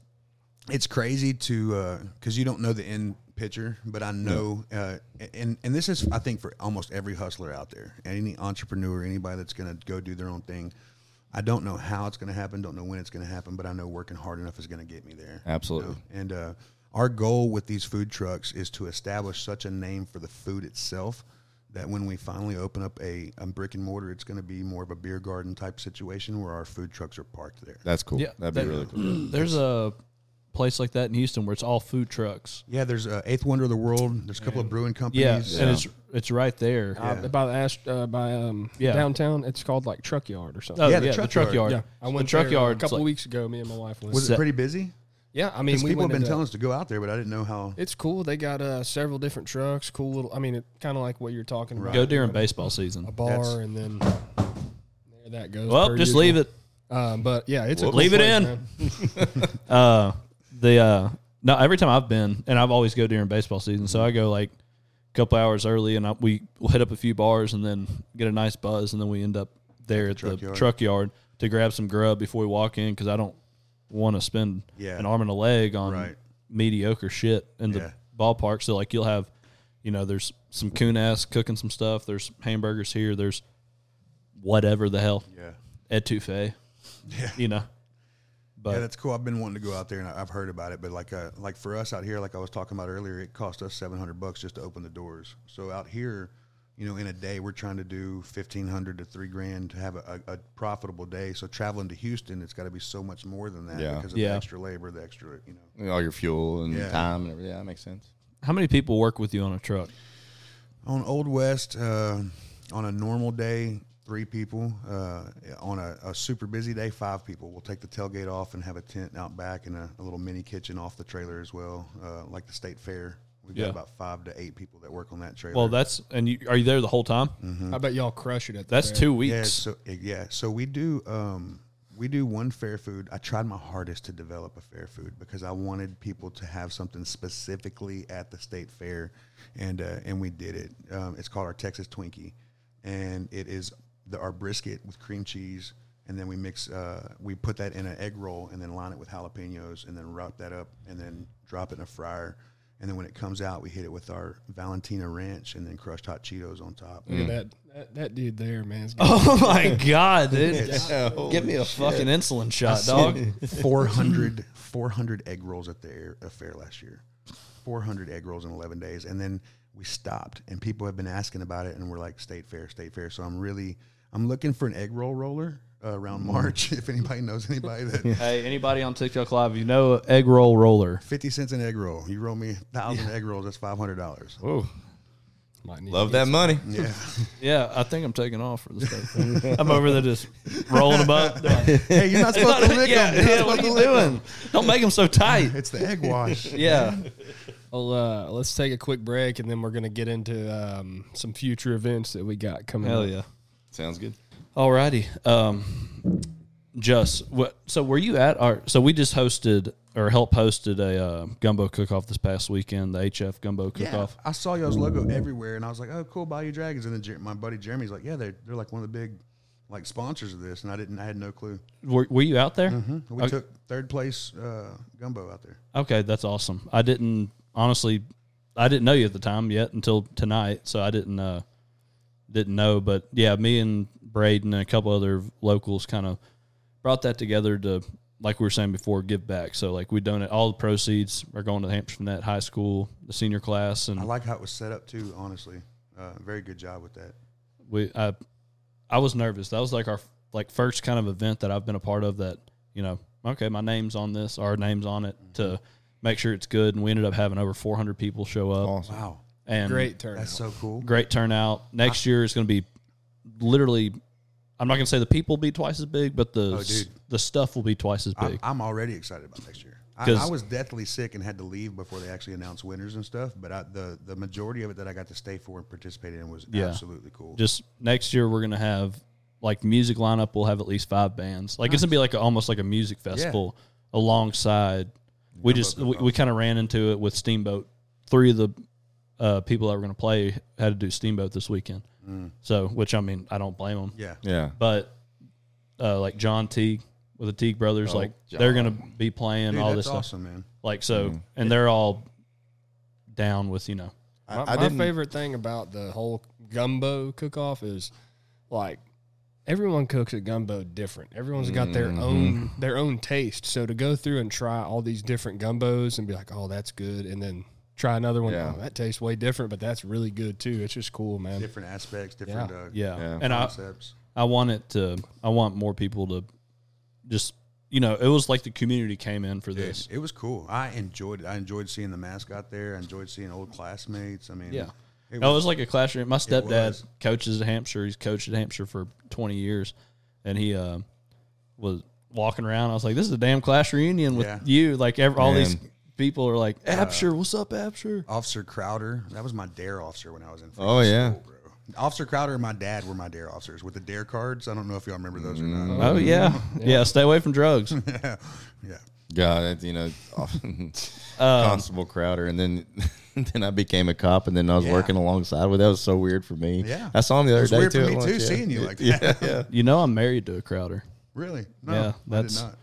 Speaker 4: it's crazy to because you don't know the end picture, but I know, uh, and and this is I think for almost every hustler out there, any entrepreneur, anybody that's going to go do their own thing. I don't know how it's going to happen, don't know when it's going to happen, but I know working hard enough is going to get me there.
Speaker 5: Absolutely.
Speaker 4: And uh, our goal with these food trucks is to establish such a name for the food itself that when we finally open up a, a brick and mortar, it's going to be more of a beer garden type situation where our food trucks are parked there.
Speaker 5: That's cool.
Speaker 3: Yeah,
Speaker 5: That'd be
Speaker 3: that-
Speaker 5: really cool.
Speaker 3: There's a place like that in Houston where it's all food trucks.
Speaker 4: Yeah, there's uh, Eighth Wonder of the World. There's a couple of brewing
Speaker 3: Yeah,
Speaker 4: companies.
Speaker 3: and it's it's right there.
Speaker 1: Uh, by the ast- uh, by um,
Speaker 3: Yeah.
Speaker 1: downtown, it's called like Truck Yard or something.
Speaker 3: Oh,
Speaker 4: Yeah,
Speaker 3: yeah,
Speaker 4: the
Speaker 3: the
Speaker 4: truck
Speaker 3: truck
Speaker 4: yard.
Speaker 3: yard.
Speaker 1: yeah, I went
Speaker 3: the truck
Speaker 1: there
Speaker 3: yard
Speaker 1: a couple
Speaker 3: like,
Speaker 1: weeks ago. Me and my wife went.
Speaker 4: Was it pretty busy?
Speaker 1: Yeah, I mean,
Speaker 4: Because
Speaker 1: we
Speaker 4: people have
Speaker 1: went
Speaker 4: been
Speaker 1: into-
Speaker 4: telling us to go out there, but I didn't know how.
Speaker 1: it's cool. They got uh, several different trucks. Cool little. I mean, it kind of like what you're talking about.
Speaker 3: Go during baseball season.
Speaker 1: a bar,
Speaker 4: That's-
Speaker 1: and then there that goes.
Speaker 3: Well,
Speaker 1: per
Speaker 3: just
Speaker 1: usual.
Speaker 3: leave it.
Speaker 1: Um, but yeah, it's a
Speaker 3: Leave
Speaker 1: cool
Speaker 3: it
Speaker 1: place,
Speaker 3: in.
Speaker 1: man.
Speaker 3: Uh, the uh, no, every time I've been, and I've always go during baseball season, so I go like a couple hours early, and I, we will hit up a few bars, and then get a nice buzz, and then we end up there at the
Speaker 4: Truck yard.
Speaker 3: truck yard to grab some grub before we walk in because I don't want to spend
Speaker 4: Yeah.
Speaker 3: an arm and a leg on
Speaker 4: Right.
Speaker 3: mediocre shit in
Speaker 4: Yeah.
Speaker 3: the ballpark. So like you'll have, you know, there's some coon ass cooking some stuff. There's hamburgers here. There's whatever the hell
Speaker 4: Yeah.
Speaker 3: etouffee.
Speaker 4: Yeah.
Speaker 3: You know. But
Speaker 4: yeah, that's cool. I've been wanting to go out there, and I- I've heard about it. But like, uh, like for us out here, like I was talking about earlier, it cost us seven hundred bucks just to open the doors. So out here, you know, in a day, we're trying to do fifteen hundred to three grand to have a, a, a profitable day. So traveling to Houston, it's got to be so much more than that
Speaker 5: Yeah.
Speaker 4: because of
Speaker 3: Yeah.
Speaker 4: the extra labor, the extra, you know.
Speaker 5: all your fuel and
Speaker 4: Yeah.
Speaker 5: time and everything. Yeah, that makes sense.
Speaker 3: How many people work with you on a truck?
Speaker 4: On Old West, uh, on a normal day, three people. Uh, on a, a super busy day, five people. We'll take the tailgate off and have a tent out back and a, a little mini kitchen off the trailer as well, uh, like the state fair. We've
Speaker 3: Yeah.
Speaker 4: got about five to eight people that work on that trailer.
Speaker 3: Well, that's and you are you there the whole time?
Speaker 1: I bet y'all crush it at the
Speaker 3: That's
Speaker 1: fair.
Speaker 3: two
Speaker 4: yeah,
Speaker 3: weeks.
Speaker 4: so eh, yeah, so we do um, we do one fair food. I tried my hardest to develop a fair food because I wanted people to have something specifically at the state fair, and uh, and we did it. Um, it's called our Texas Twinkie, and it is the, our brisket with cream cheese, and then we mix uh, we put that in an egg roll and then line it with jalapenos and then wrap that up and then drop it in a fryer. And then when it comes out, we hit it with our Valentina ranch and then crushed hot Cheetos on top.
Speaker 1: Look at that, that that dude there, man. is-
Speaker 3: Oh my god, dude! Give me a fucking insulin shot, dog.
Speaker 4: 400, 400 egg rolls at the air, uh, fair last year. 400 egg rolls in 11 days. And then we stopped, and people have been asking about it, and we're like, state fair, state fair. So I'm really, I'm looking for an egg roll roller uh,
Speaker 3: Mm.
Speaker 4: around March, if anybody knows anybody that.
Speaker 3: hey, anybody on TikTok Live, you know egg roll roller?
Speaker 4: 50 cents an egg roll. You roll me a 1,000 egg rolls, that's $500.
Speaker 5: Whoa,
Speaker 1: Might need
Speaker 5: love that money.
Speaker 4: Yeah.
Speaker 3: Yeah, I think I'm taking off for this. day. I'm over there just rolling them up. They're like,
Speaker 4: hey, you're not supposed to lick
Speaker 3: yeah,
Speaker 4: them. You're not
Speaker 3: yeah,
Speaker 4: supposed
Speaker 3: what are
Speaker 4: to
Speaker 3: you
Speaker 4: lick 'em.
Speaker 3: doing? Don't make them so tight.
Speaker 4: It's the egg wash.
Speaker 3: Yeah,
Speaker 1: Well, uh, let's take a quick break, and then we're gonna get into um, some future events that we got coming.
Speaker 3: hell
Speaker 1: up.
Speaker 3: yeah.
Speaker 5: Sounds good.
Speaker 3: Alrighty. Um, just what? So were you at our? So we just hosted or helped hosted a uh, gumbo cook off this past weekend. The HF gumbo cook
Speaker 4: Yeah,
Speaker 3: off.
Speaker 4: I saw y'all's logo everywhere, and I was like, "Oh, cool, Bayou Dragons." And then Jer- my buddy Jeremy's like, "Yeah, they're they're like one of the big like sponsors of this," and I didn't, I had no clue.
Speaker 3: Were, were you out there?
Speaker 4: We
Speaker 3: Okay.
Speaker 4: took third place uh, gumbo out there.
Speaker 3: Okay, that's awesome. I didn't honestly, I didn't know you at the time yet until tonight, so I didn't uh, didn't know. But yeah, me and Braden and a couple other locals kind of brought that together to, like we were saying before, give back. So like we donate all the proceeds are going to the Hampshire Net High School, the senior class, and
Speaker 4: I like how it was set up too. Honestly, uh, very good job with that.
Speaker 3: we I I was nervous. That was like our like first kind of event that I've been a part of that, you know, okay, my name's on this, our name's on it to
Speaker 4: Mm-hmm.
Speaker 3: make sure it's good and we ended up having over 400 people show up
Speaker 5: Awesome.
Speaker 4: Wow,
Speaker 3: and
Speaker 1: great turn.
Speaker 4: that's so cool.
Speaker 3: great turnout. Next year is going to be literally I'm not going to say the people be twice as big, but the
Speaker 4: Oh,
Speaker 3: s-
Speaker 4: dude.
Speaker 3: the stuff will be twice as
Speaker 4: I,
Speaker 3: big.
Speaker 4: I'm already excited about next year. I,
Speaker 3: 'Cause-
Speaker 4: I was deathly sick and had to leave before they actually announced winners and stuff. But I, the the majority of it that I got to stay for and participate in was
Speaker 3: Yeah.
Speaker 4: absolutely cool.
Speaker 3: Just next year we're going to have like music lineup we'll have at least 5 bands. Like it's going to be like a, almost like a music festival alongside we just we, we kind of ran into it with Steamboat. Three of the uh, people that were going to play had to do Steamboat this weekend.
Speaker 4: Mm.
Speaker 3: So, which I mean, I don't blame them.
Speaker 4: yeah,
Speaker 5: Yeah.
Speaker 3: but uh, like John Teague with the Teague brothers, like they're gonna be playing
Speaker 4: Oh, Dude,
Speaker 3: all
Speaker 4: that's
Speaker 3: this stuff.
Speaker 4: awesome, man.
Speaker 3: Like so, and they're all down with you know.
Speaker 5: I,
Speaker 1: My,
Speaker 5: I
Speaker 1: my
Speaker 5: didn't.
Speaker 1: favorite thing about the whole gumbo cook off is like everyone cooks a gumbo different. Everyone's got
Speaker 3: Mm-hmm.
Speaker 1: their own their own taste. So to go through and try all these different gumbos and be like, "Oh, that's good," and then try another one,
Speaker 5: Yeah.
Speaker 1: "Oh, that tastes way different, but that's really good too." It's just cool, man.
Speaker 4: Different aspects, different
Speaker 1: Yeah.
Speaker 4: uh,
Speaker 3: Yeah,
Speaker 5: Yeah.
Speaker 3: and I
Speaker 4: concepts.
Speaker 3: I want it to. I want more people to just you know. It was like the community came in for this.
Speaker 4: It was cool. I enjoyed it. I enjoyed seeing the mascot there. I enjoyed seeing old classmates. I mean,
Speaker 3: Yeah.
Speaker 4: it
Speaker 3: No, it
Speaker 4: was-
Speaker 3: was like a classroom. My stepdad
Speaker 4: was.
Speaker 3: coaches at Hampshire. He's coached at Hampshire for 20 years, and he uh, was walking around. I was like, this is a damn class reunion with
Speaker 4: Yeah.
Speaker 3: you. Like ev all these
Speaker 5: Man.
Speaker 3: people are like, Absher, what's up, Absher?
Speaker 4: Officer Crowder. That was my dare officer when I was in.
Speaker 5: Oh,
Speaker 4: freaking
Speaker 5: yeah.
Speaker 4: school, bro. Officer Crowder and my dad were my dare officers with the dare cards. I don't know if y'all remember those or
Speaker 5: Mm-hmm.
Speaker 4: not.
Speaker 3: Oh yeah. yeah, Stay away from drugs. Uh,
Speaker 4: Yeah,
Speaker 5: God, that's, you know,
Speaker 4: Um,
Speaker 5: Constable Crowder, and then then I became a cop, and then I was
Speaker 4: Yeah.
Speaker 5: working alongside with. That was so weird for me.
Speaker 4: Yeah.
Speaker 5: I saw him the
Speaker 4: it
Speaker 5: other
Speaker 4: was
Speaker 5: day
Speaker 4: weird
Speaker 5: too.
Speaker 4: for
Speaker 5: at
Speaker 4: me
Speaker 5: lunch,
Speaker 4: too
Speaker 5: yeah.
Speaker 4: seeing you like
Speaker 5: Yeah,
Speaker 4: that.
Speaker 5: yeah.
Speaker 3: you know, I'm married to a Crowder.
Speaker 4: Really? No,
Speaker 3: Yeah,
Speaker 4: I did
Speaker 3: that's-
Speaker 4: not.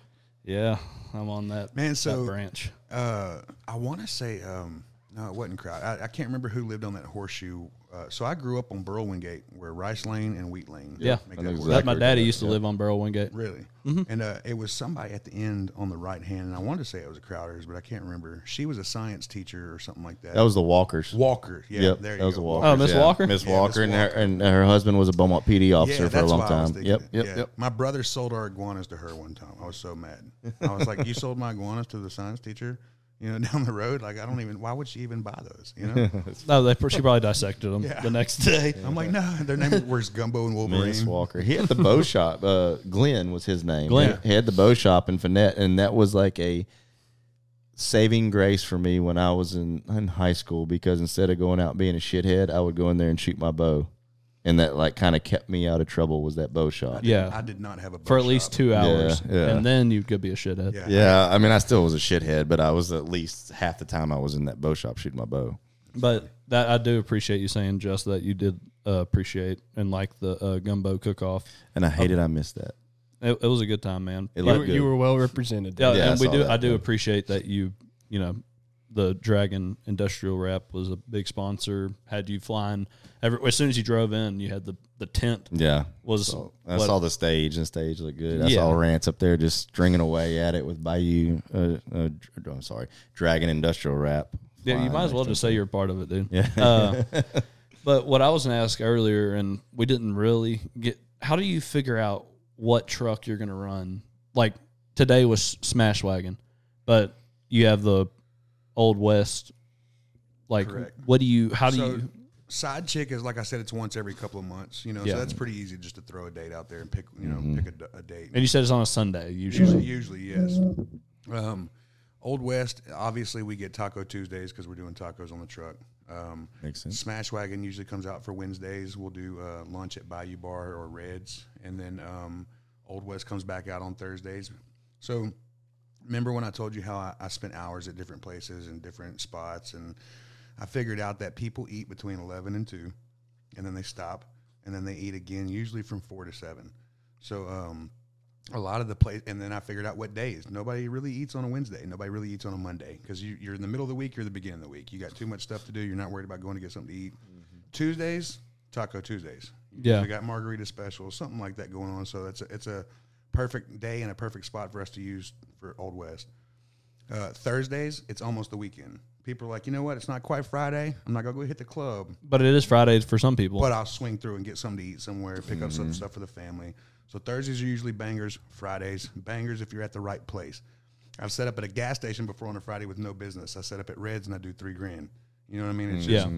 Speaker 3: Yeah, I'm on that
Speaker 4: Man, so-
Speaker 3: that branch.
Speaker 4: uh, I want to say, um, no, it wasn't Crowd. I, I can't remember who lived on that horseshoe. Uh, so I grew up on Burl Wingate, where Rice Lane and Wheat Lane.
Speaker 3: Yeah,
Speaker 4: make
Speaker 5: I
Speaker 4: that
Speaker 5: know
Speaker 4: work.
Speaker 5: exactly
Speaker 3: that my
Speaker 5: where
Speaker 3: daddy
Speaker 5: that-
Speaker 3: used to live on Burl Wingate.
Speaker 4: Really?
Speaker 5: Mm-hmm.
Speaker 4: And uh, it was somebody at the end on the right hand, and I wanted to say it was a Crowder's, but I can't remember. She was a science teacher or something like that.
Speaker 5: That was the Walkers.
Speaker 4: Walker. Yeah,
Speaker 5: yep,
Speaker 4: there you
Speaker 5: that was
Speaker 4: go.
Speaker 5: the Walkers.
Speaker 3: Oh, Miss
Speaker 5: yeah.
Speaker 3: Walker?
Speaker 5: Miss
Speaker 4: Yeah,
Speaker 5: Walker,
Speaker 4: Miss
Speaker 5: and her and her husband was a Beaumont PD officer for a
Speaker 4: that's
Speaker 5: long
Speaker 4: why I was
Speaker 5: time.
Speaker 4: thinking
Speaker 5: Yep,
Speaker 4: it.
Speaker 5: yep,
Speaker 4: Yeah.
Speaker 5: yep.
Speaker 4: My brother sold our iguanas to her one time. I was so mad. I was like, "You sold my iguanas to the science teacher, you know, down the road? Like, I don't even. Why would she even buy those? You know."
Speaker 3: No, they she probably dissected them the next day.
Speaker 4: I'm like, no, their name was Gumbo and
Speaker 5: Miss
Speaker 4: Wolverine.
Speaker 5: Walker. He had the bow shop. Uh, Glenn was his name.
Speaker 3: Glenn.
Speaker 5: He had the bow shop in Finette, and that was like a saving grace for me when I was in, in high school because instead of going out being a shithead, I would go in there and shoot my bow, and that like kind of kept me out of trouble. Was that bow shot?
Speaker 3: Yeah,
Speaker 4: I did not have a bow
Speaker 3: for at least
Speaker 4: shop.
Speaker 3: two hours,
Speaker 5: yeah.
Speaker 3: and then you could be a shithead.
Speaker 4: Yeah.
Speaker 5: Yeah, I mean, I still was a shithead, but I was at least half the time I was in that bow shop shooting my bow.
Speaker 3: But that I do appreciate you saying just that you did uh, appreciate and like the uh, gumbo cook off.
Speaker 5: And I hated I missed that.
Speaker 3: It, it was a good time, man.
Speaker 5: It
Speaker 1: You
Speaker 5: looked
Speaker 1: were,
Speaker 5: good.
Speaker 1: you were well represented.
Speaker 3: Yeah,
Speaker 1: there.
Speaker 5: Yeah, I
Speaker 3: and we
Speaker 5: saw
Speaker 3: do.
Speaker 5: that,
Speaker 3: I do
Speaker 5: yeah.
Speaker 3: appreciate that you. You know, the Dragon Industrial Wrap was a big sponsor. Had you flying every as soon as you drove in, you had the the tent
Speaker 5: yeah.
Speaker 3: was
Speaker 5: So I
Speaker 3: what-
Speaker 5: saw the stage, and the stage looked good. I
Speaker 3: Yeah.
Speaker 5: saw Rance up there just stringing away at it with Bayou. Uh, uh, dr- I'm sorry, Dragon Industrial Rap.
Speaker 3: Yeah, you
Speaker 5: flying
Speaker 3: might as well
Speaker 5: next
Speaker 3: just say you're a part of it, dude. Yeah. Uh, but what I was going to ask earlier, and we didn't really get, how do you figure out what truck you're going to run? Like today was Smash Wagon, but you have the Old West. Like,
Speaker 4: Correct.
Speaker 3: what do you, how do
Speaker 4: So
Speaker 3: you,
Speaker 4: side chick is like I said, it's once every couple of months. You know,
Speaker 3: Yeah. Mm-hmm.
Speaker 4: so that's pretty easy just to throw a date out there and pick. You know, pick a d- a, date.
Speaker 3: and you said it's on a Sunday usually.
Speaker 4: Usually, usually, yes. Um, Old West, obviously, we get Taco Tuesdays because we're doing tacos on the truck. Um,
Speaker 5: Makes sense.
Speaker 4: Smash Wagon usually comes out for Wednesdays. We'll do uh, lunch at Bayou Bar or Reds, and then um, Old West comes back out on Thursdays. So, remember when I told you how I, I spent hours at different places and different spots, and I figured out that people eat between eleven and two, and then they stop, and then they eat again, usually from four to seven. So, um, a lot of the place and then i figured out what days nobody really eats on a wednesday nobody really eats on a monday because you, you're in the middle of the week you're the beginning of the week you got too much stuff to do you're not worried about going to get something to eat tuesdays taco tuesdays
Speaker 3: Yeah.
Speaker 4: we got margarita specials something like that going on so that's a, it's a perfect day and a perfect spot for us to use for old west uh, thursdays it's almost the weekend people are like you know what it's not quite friday i'm not gonna go hit the club
Speaker 3: But it is Fridays for some people.
Speaker 4: but I'll swing through and get something to eat somewhere, pick up some stuff for the family. So Thursdays are usually bangers, Fridays, bangers if you're at the right place. I've set up at a gas station before on a Friday with no business. I set up at Reds and I do three grand. You know what I mean? It's
Speaker 3: yeah.
Speaker 4: just,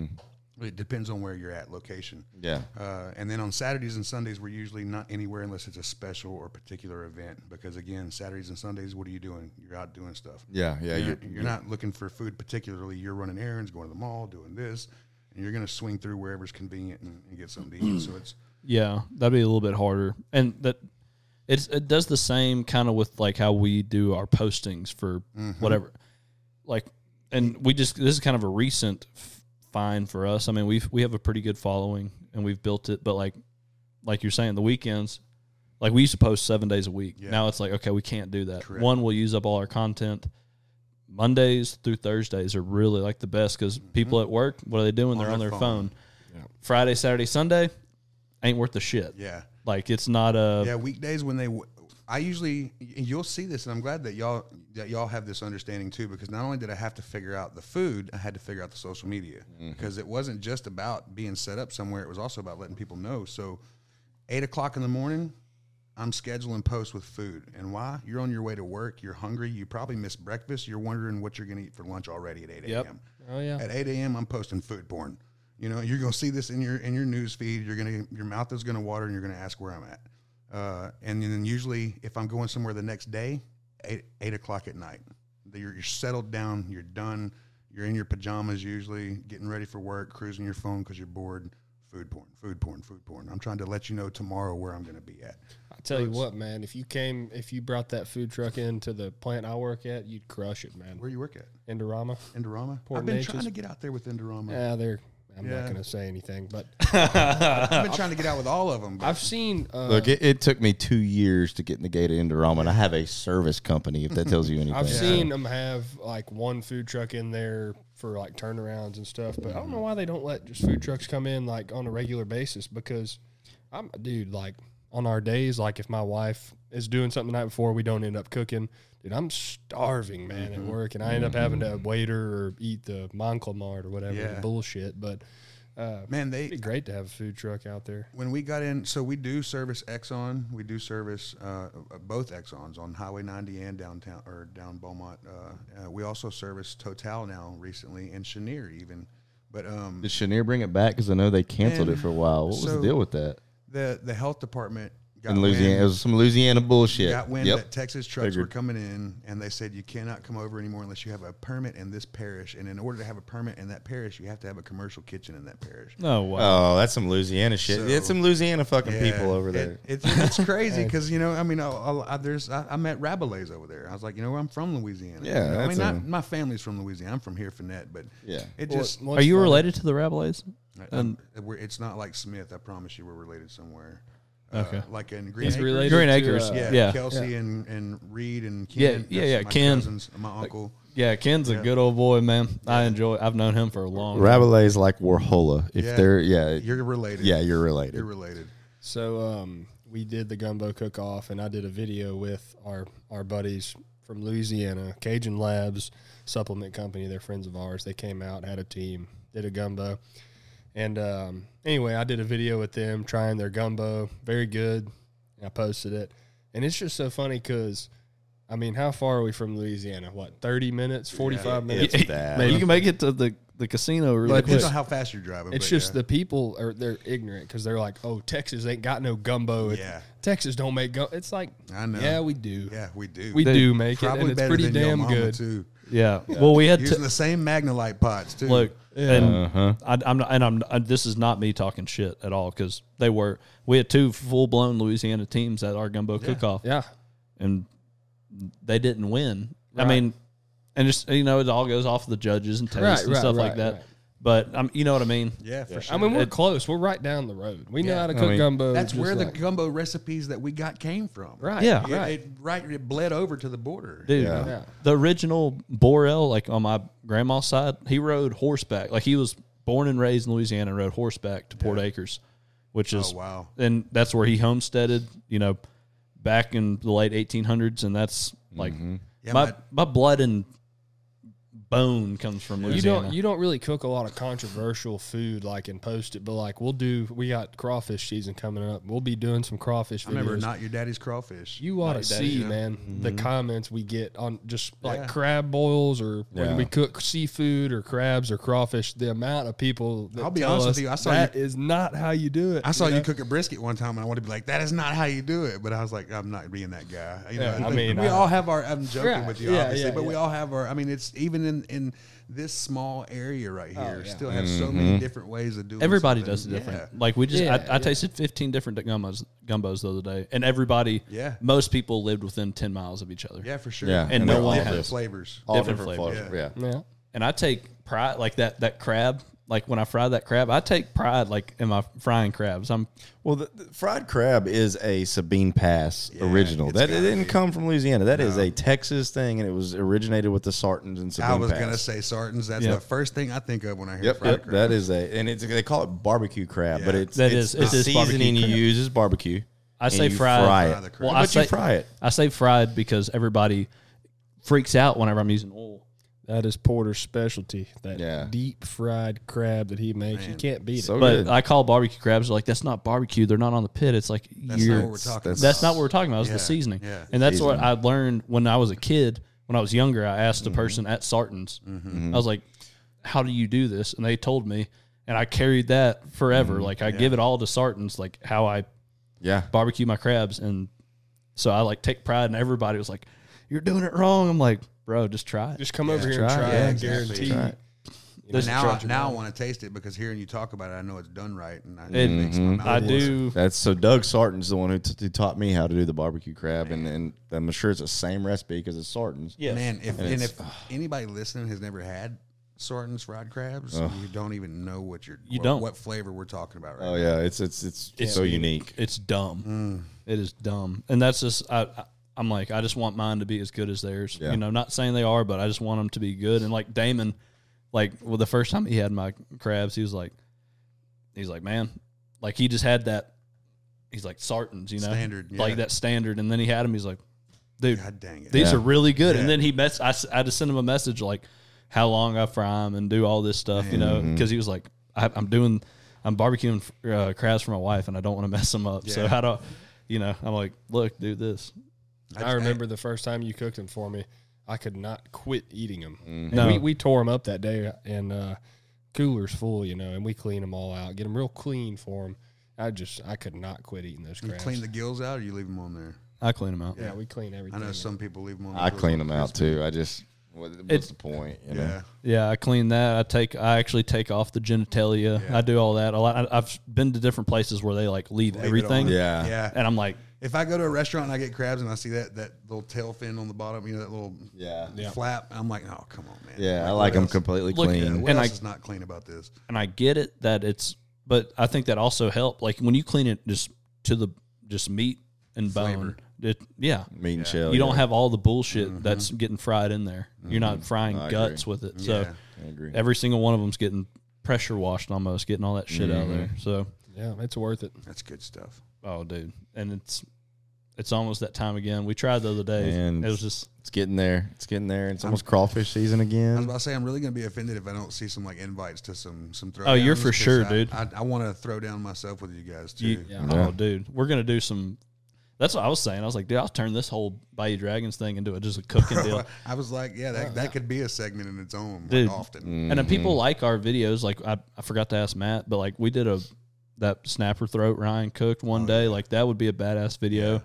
Speaker 4: it depends on where you're at, location.
Speaker 5: Yeah.
Speaker 4: Uh, and then on Saturdays and Sundays, we're usually not anywhere unless it's a special or particular event. Because again, Saturdays and Sundays, what are you doing? You're out doing stuff
Speaker 5: Yeah, yeah.
Speaker 4: you're,
Speaker 5: You're,
Speaker 4: you're not looking for food particularly. You're running errands, going to the mall, doing this, and you're going to swing through wherever's convenient and, and get something to eat. So it's
Speaker 3: Yeah, that'd be a little bit harder, and that it's it does the same kind of with like how we do our postings for
Speaker 4: Mm-hmm.
Speaker 3: whatever, like, and we just this is kind of a recent f- find for us. I mean, we've we have a pretty good following and we've built it, but like, like you're saying, the weekends, like we used to post seven days a week. Now it's like okay, we can't do that.
Speaker 4: Correct.
Speaker 3: One, we'll use up all our content. Mondays through Thursdays are really like the best because people at work, what are they doing? They're on
Speaker 4: Mm-hmm. their
Speaker 3: their
Speaker 4: phone.
Speaker 3: phone. Friday, Saturday, Sunday ain't worth the shit.
Speaker 4: yeah,
Speaker 3: Like it's not a
Speaker 4: yeah. Weekdays when they, w- I usually and you'll see this, and I'm glad that y'all that y'all have this understanding too. Because not only did I have to figure out the food, I had to figure out the social media
Speaker 1: Mm-hmm.
Speaker 4: because it wasn't just about being set up somewhere. It was also about letting people know. So eight o'clock in the morning, I'm scheduling posts with food. And why? You're on your way to work. You're hungry. You probably missed breakfast. You're wondering what you're going to eat for lunch already at 8
Speaker 3: Yep.
Speaker 4: a.m.
Speaker 1: Oh yeah.
Speaker 4: At 8 a.m., I'm posting food porn. You know, you're going to see this in your in your news feed. You're going to your mouth is going to water, and you're going to ask where I'm at. Uh, and then usually, if I'm going somewhere the next day, eight, eight o'clock at night, that you're, you're settled down, you're done, you're in your pajamas usually, getting ready for work, cruising your phone because you're bored. Food porn, food porn, food porn. I'm trying to let you know tomorrow where I'm going to be at.
Speaker 1: I tell you what, man, if you came, if you brought that food truck into the plant I work at, you'd crush it, man.
Speaker 4: Where you work at?
Speaker 1: Indorama.
Speaker 4: Indorama.
Speaker 1: Porn
Speaker 4: I've been
Speaker 1: Nature's-
Speaker 4: trying to get out there with Indorama.
Speaker 1: Yeah, they're. I'm
Speaker 4: Yeah.
Speaker 1: not gonna say anything, but
Speaker 4: I've been trying to get out with all of them. But
Speaker 1: I've seen. Uh,
Speaker 5: Look, it, it took me two years to get in the gate of Indorama, and I have a service company. If that tells you anything,
Speaker 1: I've seen them have like one food truck in there for like turnarounds and stuff, but I don't know why they don't let just food trucks come in like on a regular basis because I'm dude like on our days like if my wife is doing something the night before we don't end up cooking, dude I'm starving man at work and I end up having to waiter or eat the Monclamart or whatever the
Speaker 4: Yeah.
Speaker 1: bullshit, but uh,
Speaker 4: man, they
Speaker 1: it'd be great to have a food truck out there.
Speaker 4: when we got in, so we do service Exxon, we do service uh, uh, both Exxons on Highway 90 and downtown or down Beaumont. Uh, uh, we also service Total now recently and Chenier even. But um,
Speaker 5: Did Chenier bring it back? Because I know they canceled
Speaker 4: Man,
Speaker 5: it for a while. What was
Speaker 4: so-
Speaker 5: the deal with that?
Speaker 4: the the health department got
Speaker 5: In Louisiana,
Speaker 4: wind-
Speaker 5: it was some Louisiana bullshit.
Speaker 4: got wind
Speaker 5: yep.
Speaker 4: that Texas trucks were
Speaker 5: Figured.
Speaker 4: coming in, and they said you cannot come over anymore unless you have a permit in this parish. And in order to have a permit in that parish, you have to have a commercial kitchen in that parish.
Speaker 3: No way.
Speaker 5: Oh, that's some Louisiana shit.
Speaker 4: So-
Speaker 5: it's some Louisiana fucking
Speaker 4: Yeah.
Speaker 5: people over
Speaker 4: It-
Speaker 5: there.
Speaker 4: it's- it's crazy because you know, I mean, I, I, I- there's I, I met Rabelais over there. I was like, you know, I'm from Louisiana.
Speaker 5: Yeah,
Speaker 4: You know, I mean,
Speaker 5: that's a-
Speaker 4: not, my family's from Louisiana. I'm from here, Finette, but
Speaker 5: Yeah.
Speaker 4: it
Speaker 1: Well,
Speaker 4: just
Speaker 1: what's
Speaker 3: Are you
Speaker 1: funny-
Speaker 3: related to the Rabelais?
Speaker 4: I- I'm- we're, it's not like Smith. I promise you, we're related somewhere.
Speaker 3: Okay.
Speaker 4: uh, like in Green
Speaker 3: He's
Speaker 4: Acres.
Speaker 3: related Green to, Acres, uh,
Speaker 4: Yeah,
Speaker 3: yeah.
Speaker 4: Kelsey And, and Reed and Ken.
Speaker 3: Yeah,
Speaker 4: That's
Speaker 3: yeah, yeah,
Speaker 4: My
Speaker 3: Ken.
Speaker 4: cousins, and my uncle.
Speaker 3: Yeah, Ken's a good old boy, man. I enjoy. I've known him for a long. time.
Speaker 5: Rabelais is like Warhola. If
Speaker 4: Yeah.
Speaker 5: they're yeah,
Speaker 4: You're related.
Speaker 5: yeah, you're related.
Speaker 4: You're related.
Speaker 1: So um, we did the gumbo cook off, and I did a video with our our buddies from Louisiana, Cajun Labs supplement company. They're friends of ours. They came out, had a team, did a gumbo, and um, anyway, I did a video with them trying their gumbo. Very good. And I posted it, and it's just so funny because. I mean, how far are we from Louisiana? What, 30 minutes, 45 minutes?
Speaker 5: It's that.
Speaker 3: Man, you can make it to the the casino really
Speaker 1: But
Speaker 3: quick.
Speaker 4: Depends on how fast you're driving.
Speaker 1: It's
Speaker 4: but
Speaker 1: just
Speaker 4: yeah.
Speaker 1: the people are they're ignorant because they're like, oh, Texas ain't got no gumbo. It-
Speaker 4: Yeah.
Speaker 1: Texas don't make gumbo. It's like,
Speaker 4: I know.
Speaker 1: Yeah, we do.
Speaker 4: Yeah, we do.
Speaker 1: We
Speaker 3: They-
Speaker 1: do make it,
Speaker 4: Probably
Speaker 1: and it's
Speaker 4: better
Speaker 1: pretty
Speaker 4: than your
Speaker 1: damn
Speaker 4: mama,
Speaker 1: good.
Speaker 4: too.
Speaker 3: Yeah. Well, we had to
Speaker 4: Using the same Magnolite pots too.
Speaker 3: look, and
Speaker 5: Uh-huh.
Speaker 3: I, I'm not, and I'm I, this is not me talking shit at all because they were we had two full blown Louisiana teams at our gumbo cook off,
Speaker 1: Yeah,
Speaker 3: and they didn't win. I
Speaker 1: Right.
Speaker 3: mean, and just you know, it all goes off the judges and taste
Speaker 1: Right,
Speaker 3: and
Speaker 1: right,
Speaker 3: stuff like
Speaker 1: right,
Speaker 3: that.
Speaker 1: right.
Speaker 3: But um, you know what I mean?
Speaker 4: yeah, for sure.
Speaker 1: I mean we're close. We're right down the road. We know
Speaker 4: Yeah.
Speaker 1: how to
Speaker 5: I
Speaker 1: cook
Speaker 5: mean,
Speaker 1: gumbo.
Speaker 4: That's
Speaker 1: just
Speaker 4: where the
Speaker 1: like-
Speaker 4: gumbo recipes that we got came from.
Speaker 1: right.
Speaker 3: Yeah.
Speaker 4: Yeah,
Speaker 1: right.
Speaker 4: It, right. It bled over to the border.
Speaker 3: dude.
Speaker 5: Yeah.
Speaker 1: Yeah.
Speaker 3: The original Borel, like on my grandma's side, he rode horseback. Like he was born and raised in Louisiana and rode horseback to Port Acres, which is
Speaker 4: Oh, wow.
Speaker 3: And that's where he homesteaded, you know, back in the late 1800s. And that's like
Speaker 4: Mm-hmm. Yeah,
Speaker 3: my,
Speaker 4: my-
Speaker 3: my blood and bone comes from
Speaker 1: You
Speaker 3: Louisiana.
Speaker 1: don't you don't really cook a lot of controversial food like and post it, but like we'll do. We got crawfish season coming up. We'll be doing some crawfish.
Speaker 4: I remember
Speaker 1: videos.
Speaker 4: not your daddy's crawfish.
Speaker 1: You ought to
Speaker 3: that,
Speaker 1: see,
Speaker 3: yeah.
Speaker 1: man, the comments we get on just like
Speaker 4: Mm-hmm. Yeah.
Speaker 1: crab boils or
Speaker 5: Yeah.
Speaker 1: when we cook seafood or crabs or crawfish. The amount of people that
Speaker 4: I'll be
Speaker 1: tell
Speaker 4: honest with
Speaker 1: us
Speaker 4: you, I saw
Speaker 1: that
Speaker 4: you-
Speaker 1: is not how you do it.
Speaker 4: I saw you,
Speaker 1: know?
Speaker 4: cook a brisket one time, and I wanted to be like, "That is not how you do it." But I was like, "I'm not being that guy." You know,
Speaker 1: Yeah, I
Speaker 4: like,
Speaker 1: mean,
Speaker 4: we
Speaker 1: I-
Speaker 4: all have our. I'm joking
Speaker 1: Yeah,
Speaker 4: with you,
Speaker 1: yeah,
Speaker 4: obviously,
Speaker 1: yeah,
Speaker 4: but we
Speaker 1: yeah.
Speaker 4: all have our. I mean, it's even in in this small area right here. Still have so many different ways of doing.
Speaker 3: Everybody
Speaker 4: something.
Speaker 3: does it different.
Speaker 4: Yeah.
Speaker 3: Like we just, I,
Speaker 1: Yeah,
Speaker 3: I tasted 15 different gumbos, gumbos the other day, and everybody,
Speaker 4: Yeah.
Speaker 3: most people lived within 10 miles of each other.
Speaker 4: Yeah, for sure.
Speaker 5: Yeah,
Speaker 3: and no
Speaker 5: they're all
Speaker 3: one
Speaker 4: different
Speaker 5: has.
Speaker 4: flavors.
Speaker 5: all
Speaker 3: different
Speaker 5: different,
Speaker 3: flavors.
Speaker 5: flavors. Yeah.
Speaker 1: Yeah.
Speaker 3: and I take pride like that that crab. Like when I fry that crab, I take pride like in my frying crabs. I'm
Speaker 5: Well, the, the fried crab is a Sabine Pass original.
Speaker 4: it's
Speaker 5: That it
Speaker 4: gotta
Speaker 5: didn't
Speaker 4: be.
Speaker 5: come from Louisiana. That is a Texas thing, and it was originated with the Sartans and Sabine
Speaker 4: I was
Speaker 5: Pass.
Speaker 4: gonna say sartans. That's
Speaker 3: Yeah.
Speaker 4: the first thing I think of when I hear
Speaker 5: Yep,
Speaker 4: fried
Speaker 5: yep,
Speaker 4: crab.
Speaker 5: that is a, and it's they call it barbecue crab, but
Speaker 4: Yeah.
Speaker 5: it's
Speaker 3: That
Speaker 5: it's
Speaker 3: is- it
Speaker 5: the
Speaker 3: is barbecue
Speaker 5: seasoning you
Speaker 3: crab.
Speaker 5: use is barbecue.
Speaker 3: I
Speaker 5: and
Speaker 3: say
Speaker 5: you
Speaker 3: fried.
Speaker 5: fry
Speaker 4: Fry the
Speaker 5: it.
Speaker 4: crab. Well,
Speaker 5: but
Speaker 3: I
Speaker 5: you
Speaker 3: say-
Speaker 5: fry it.
Speaker 3: I say fried because everybody freaks out whenever I'm using oil.
Speaker 1: That is Porter's specialty. That
Speaker 5: Yeah.
Speaker 1: deep fried crab that he makes. You can't beat
Speaker 5: So
Speaker 1: it.
Speaker 3: But
Speaker 5: Oh, good.
Speaker 3: I call barbecue crabs like that's not barbecue. They're not on the pit. It's like
Speaker 4: That's
Speaker 3: you're-
Speaker 4: not what we're talking
Speaker 5: that's-
Speaker 4: about.
Speaker 3: that's not what we're talking about. It's
Speaker 4: Yeah,
Speaker 3: the seasoning.
Speaker 4: yeah.
Speaker 3: And that's what I learned when I was a kid. When I was younger, I asked a
Speaker 4: Mm-hmm.
Speaker 3: person at Sartans, I was like, how do you do this?
Speaker 4: Mm-hmm.
Speaker 3: And they told me, and I carried that forever. Like I give it all to Sartans, like how I
Speaker 5: Yeah.
Speaker 3: barbecue my crabs. And so I like take pride, and everybody was like, "You're doing it wrong." I'm like, "Bro, just try it."
Speaker 1: Just come over here
Speaker 5: Try
Speaker 1: and
Speaker 5: it.
Speaker 1: try.
Speaker 5: Yeah,
Speaker 1: I
Speaker 5: exactly.
Speaker 1: guarantee.
Speaker 5: Try it.
Speaker 3: There's a
Speaker 4: now, I,
Speaker 3: charge
Speaker 4: now I want to taste it because hearing you talk about it, I know it's done right, and I,
Speaker 3: It-
Speaker 4: it makes my
Speaker 5: Mm-hmm.
Speaker 4: mouth
Speaker 3: I
Speaker 4: water.
Speaker 3: do.
Speaker 5: That's so Doug Sarton's the one who, t- who taught me how to do the barbecue crab, and, and I'm sure it's the same recipe because it's Sarton's.
Speaker 3: Yes.
Speaker 4: Man, if and,
Speaker 5: it's-
Speaker 4: if anybody listening has never had Sarton's fried crabs, you don't even know what you're
Speaker 3: You
Speaker 4: what,
Speaker 3: don't.
Speaker 4: what flavor we're talking about right
Speaker 5: Oh yeah, it's it's it's, so unique.
Speaker 3: It's dumb.
Speaker 4: Mm.
Speaker 3: It is dumb, and that's just I, I. I'm like, I just want mine to be as good as theirs.
Speaker 5: Yeah.
Speaker 3: You know, not saying they are, but I just want them to be good. And like Damon, like well, the first time he had my crabs, he was like, he's like, man, like he just had that. He's like sartans, you know,
Speaker 4: Standard, yeah.
Speaker 3: like that standard. And then he had them. He's like, dude,
Speaker 4: now. God dang it!
Speaker 3: these
Speaker 5: Yeah.
Speaker 3: are really good.
Speaker 4: Yeah.
Speaker 3: And then he mess. I, s- I just sent him a message like how long I fry them and do all this stuff, you know,
Speaker 4: Mm-hmm.
Speaker 3: because he was like, I, I'm doing, I'm barbecuing uh, crabs for my wife, and I don't want to mess them up. So
Speaker 4: Yeah.
Speaker 3: how do, I, you know, I'm like, look, do this.
Speaker 1: I remember the first time you cooked them for me. I could not quit eating them.
Speaker 3: No.
Speaker 1: We, we tore them up that day, and uh, coolers full, you know, and we clean them all out, get them real clean for them. I just I could not quit eating those
Speaker 4: you
Speaker 1: crabs.
Speaker 4: clean the gills out, or you leave them on there.
Speaker 3: I clean them out.
Speaker 1: yeah, we clean
Speaker 4: I
Speaker 1: everything.
Speaker 4: know some people leave them on. The
Speaker 5: I
Speaker 4: gills
Speaker 5: clean
Speaker 4: on
Speaker 5: them out
Speaker 4: Christmas.
Speaker 5: too. I just what, what's
Speaker 3: It's-
Speaker 5: the point? You know?
Speaker 4: Yeah,
Speaker 3: Yeah, I clean that. I take, I actually take off the genitalia.
Speaker 4: Yeah.
Speaker 3: I do all that. A lot. I, I've been to different places where they like leave,
Speaker 4: Leave it
Speaker 3: everything.
Speaker 4: on.
Speaker 5: Yeah.
Speaker 4: yeah.
Speaker 3: and I'm like,
Speaker 4: If I go to a restaurant and I get crabs and I see that that little tail fin on the bottom, you know that little
Speaker 5: yeah, yeah.
Speaker 4: flap, I'm like, oh come on, man.
Speaker 5: I
Speaker 4: what
Speaker 5: like them
Speaker 4: else-
Speaker 5: completely
Speaker 3: Look,
Speaker 5: clean.
Speaker 4: What
Speaker 3: And
Speaker 4: else
Speaker 3: I-
Speaker 4: is not clean about this?
Speaker 3: and I get it that it's, but I think that also helped. Like when you clean it just to the just meat and bone, it, yeah,
Speaker 5: Meat and shell.
Speaker 3: you don't
Speaker 5: yeah. Mm-hmm.
Speaker 3: have all the bullshit that's getting fried in there. You're not frying
Speaker 5: I
Speaker 3: guts with it. So
Speaker 4: Yeah.
Speaker 5: I agree.
Speaker 3: every single one of them's getting pressure washed almost, getting all that shit out of there.
Speaker 5: Mm-hmm.
Speaker 3: So
Speaker 1: yeah, it's worth it.
Speaker 4: That's good stuff.
Speaker 3: oh dude. And it's it's almost that time again. We tried the other day.
Speaker 5: And-
Speaker 3: it was just
Speaker 5: It's getting there. It's getting there. It's almost crawfish season again.
Speaker 4: I was about to say I'm really gonna be offended if I don't see some like invites to some some throw.
Speaker 3: Oh, you're for sure,
Speaker 4: I,
Speaker 3: dude.
Speaker 4: I, I want to throw down myself with you guys too.
Speaker 3: you,
Speaker 5: Yeah.
Speaker 3: oh dude. We're gonna do some that's what I was saying. I was like, dude, I'll turn this whole Bayou Dragons thing into a, just a cooking deal.
Speaker 4: I was like, yeah, that, that could be a segment in its own.
Speaker 3: Dude.
Speaker 4: Like often,
Speaker 5: Mm-hmm.
Speaker 3: And then people like our videos. Like I, I forgot to ask Matt, but like we did a that snapper throat Ryan cooked
Speaker 5: Oh,
Speaker 3: one day. Like that would be a badass video.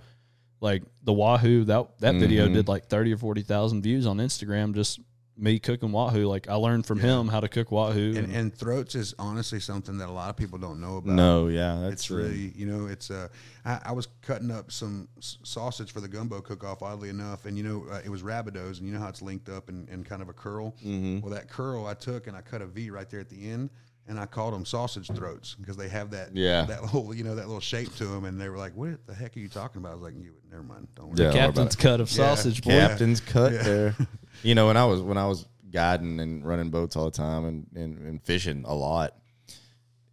Speaker 3: Like the Wahoo that that video
Speaker 5: Mm-hmm.
Speaker 3: did like thirty or forty thousand views on Instagram. Just me cooking Wahoo. Like I learned from him how to cook Wahoo.
Speaker 4: and and throats is honestly something that a lot of people don't know about.
Speaker 5: no, yeah, that's
Speaker 4: Mm-hmm. it's really you know it's uh I, I was cutting up some s- sausage for the gumbo cook off oddly enough and you know uh, it was rabidos and you know how it's linked up and, and kind of a curl
Speaker 5: Mm-hmm.
Speaker 4: well that curl i took and i cut a v right there at the end and i called them sausage throats because they have that
Speaker 5: Yeah.
Speaker 4: that little you know that little shape to them and they were like what the heck are you talking about i was like you never mind don't worry
Speaker 5: Yeah. don't worry about
Speaker 3: Captain's
Speaker 5: it.
Speaker 3: cut of sausage, boy.
Speaker 5: captain's cut there. You know, when I was when I was guiding and running boats all the time and and, and fishing a lot,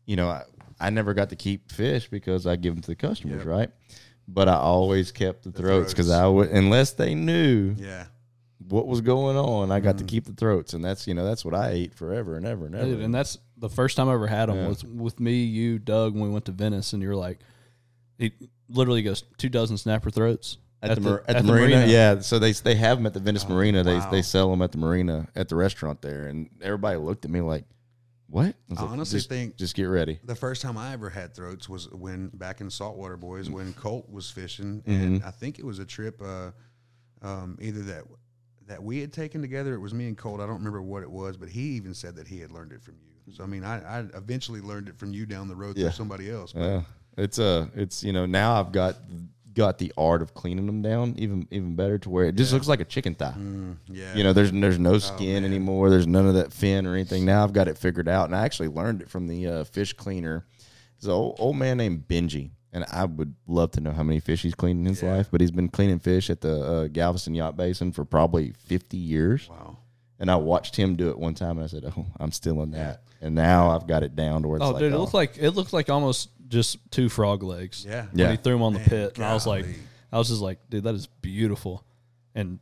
Speaker 5: you know, I, I never got to keep fish because I give them to the customers, right? But I always kept the, throats because I would unless they knew
Speaker 4: yeah Mm.
Speaker 5: what was going on, I got to keep the throats, and that's you know that's what I ate forever and ever and ever.
Speaker 3: Dude, and that's the first time I ever had them was with me, you, Doug, when we went to Venice, and you were like, he literally goes two dozen snapper throats
Speaker 5: at, the, mar- at the marina. Yeah, so they they have them at the
Speaker 4: Oh,
Speaker 5: Venice Marina. They they sell them at the marina at the restaurant there, and everybody looked at me like, "What?" I, was
Speaker 4: I
Speaker 5: like,
Speaker 4: honestly
Speaker 5: just,
Speaker 4: think-
Speaker 5: just get ready.
Speaker 4: the first time I ever had throats was when back in Saltwater Boys
Speaker 5: Mm.
Speaker 4: when Colt was fishing,
Speaker 5: Mm-hmm.
Speaker 4: and I think it was a trip uh, um, either that that we had taken together. It was me and Colt. I don't remember what it was, but he even said that he had learned it from you. So I mean, I, I eventually learned it from you down the road
Speaker 5: Yeah.
Speaker 4: through somebody else. But
Speaker 5: Yeah, it's uh, it's you know now I've got got the art of cleaning them down even even better to where it just looks like a chicken thigh.
Speaker 4: yeah,
Speaker 5: You know, there's there's no skin anymore. There's none of that fin or anything. Now I've got it figured out, and I actually learned it from the uh, fish cleaner. It's an old, old man named Benji, and I would love to know how many fish he's cleaned in his life. But he's been cleaning fish at the uh, Galveston Yacht Basin for probably 50 years.
Speaker 4: wow,
Speaker 5: And I watched him do it one time, and I said, "Oh, I'm still in that." And now I've got it down to where it's
Speaker 3: Oh,
Speaker 5: like,
Speaker 3: dude, it
Speaker 5: oh,
Speaker 3: looked like it looked like almost just two frog legs.
Speaker 4: yeah,
Speaker 5: Yeah.
Speaker 3: when he threw him on the
Speaker 4: Man,
Speaker 3: pit, and I was like,
Speaker 4: golly.
Speaker 3: I was just like, dude, that is beautiful. And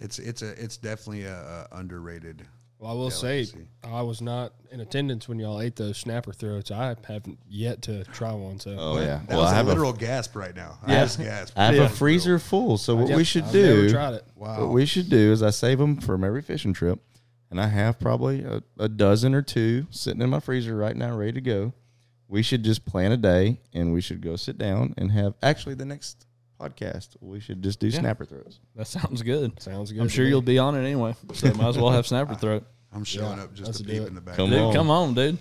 Speaker 4: It's it's a it's definitely a, a underrated.
Speaker 1: Well, I will say,
Speaker 4: Delicacy.
Speaker 1: I was not in attendance when y'all ate those snapper throats. I haven't yet to try one. So
Speaker 5: "Oh yeah."
Speaker 4: That
Speaker 5: Well,
Speaker 4: was
Speaker 5: I
Speaker 4: a
Speaker 5: have
Speaker 4: literal
Speaker 5: a
Speaker 4: gasp right now. I
Speaker 3: Yeah.
Speaker 4: just gasped.
Speaker 5: I have
Speaker 3: Yeah.
Speaker 5: a freezer full. So what we
Speaker 1: Yep,
Speaker 5: should
Speaker 1: I've
Speaker 5: do?
Speaker 1: Never tried it.
Speaker 5: What we should do is I save them from every fishing trip, and I have probably a, a dozen or two sitting in my freezer right now, ready to go. We should just plan a day and we should go sit down and have actually the next podcast. We should just do snapper throws.
Speaker 3: That sounds good.
Speaker 1: Sounds good.
Speaker 3: I'm
Speaker 1: to
Speaker 3: sure
Speaker 1: me.
Speaker 3: you'll be on it anyway, so might as well have snapper throat.
Speaker 4: I'm showing up just
Speaker 1: let's
Speaker 4: to
Speaker 1: do
Speaker 4: peep
Speaker 1: it.
Speaker 4: in the back.
Speaker 5: Come
Speaker 3: Dude,
Speaker 5: on.
Speaker 3: come on, dude.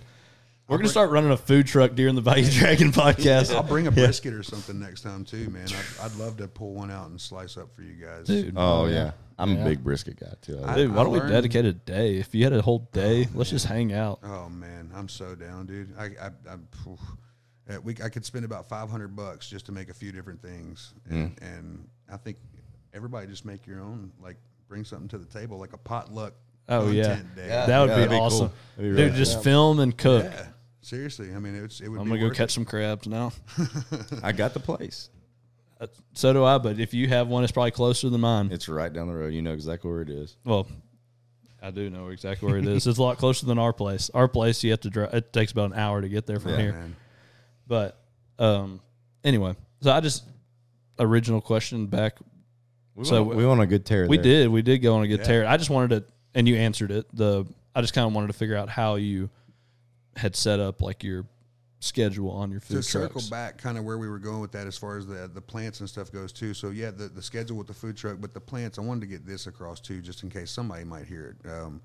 Speaker 3: We're gonna start running a food truck during the Bayou Dragon podcast.
Speaker 4: I'll bring a brisket or something next time too, man. I'd, I'd love to pull one out and slice up for you guys.
Speaker 3: Dude,
Speaker 5: Oh yeah. I'm a big brisket guy too. I-
Speaker 3: dude, why
Speaker 4: I
Speaker 3: don't we
Speaker 4: learned-
Speaker 3: dedicate a day? If you had a whole day, let's just hang out.
Speaker 4: Oh man, I'm so down, dude. I I, I'm, phew. Uh, we I could spend about 500 bucks just to make a few different things, and,
Speaker 3: Mm.
Speaker 4: and I think everybody just make your own. Like bring something to the table, like a potluck.
Speaker 3: Oh yeah,
Speaker 4: content day.
Speaker 3: that would
Speaker 5: Yeah,
Speaker 3: be,
Speaker 5: that'd be
Speaker 3: awesome,
Speaker 5: cool. That'd be
Speaker 3: dude.
Speaker 5: rad.
Speaker 3: Just film and cook.
Speaker 4: Yeah. Seriously, I mean it's it would.
Speaker 3: I'm
Speaker 4: be
Speaker 3: gonna go
Speaker 4: worth
Speaker 3: catch some crabs now.
Speaker 5: I got the place.
Speaker 3: So do I. But if you have one, it's probably closer than mine.
Speaker 5: It's right down the road. You know exactly where it is.
Speaker 3: well, I do know exactly where it is. It's a lot closer than our place. Our place, you have to drive. It takes about an hour to get there from
Speaker 4: it.
Speaker 3: here.
Speaker 4: Man.
Speaker 3: But um, anyway, so I just original question back.
Speaker 5: We
Speaker 3: So-
Speaker 5: so we want a good tear.
Speaker 3: We
Speaker 5: there.
Speaker 3: did, we did go on a good tear. I just wanted to, and you answered it. The I just kind of wanted to figure out how you had set up like your schedule on your
Speaker 4: to
Speaker 3: food
Speaker 4: circle
Speaker 3: trucks.
Speaker 4: back kind of where we were going with that as far as the the plants and stuff goes too so yeah the, the schedule with the food truck but the plants i wanted to get this across too just in case somebody might hear it um,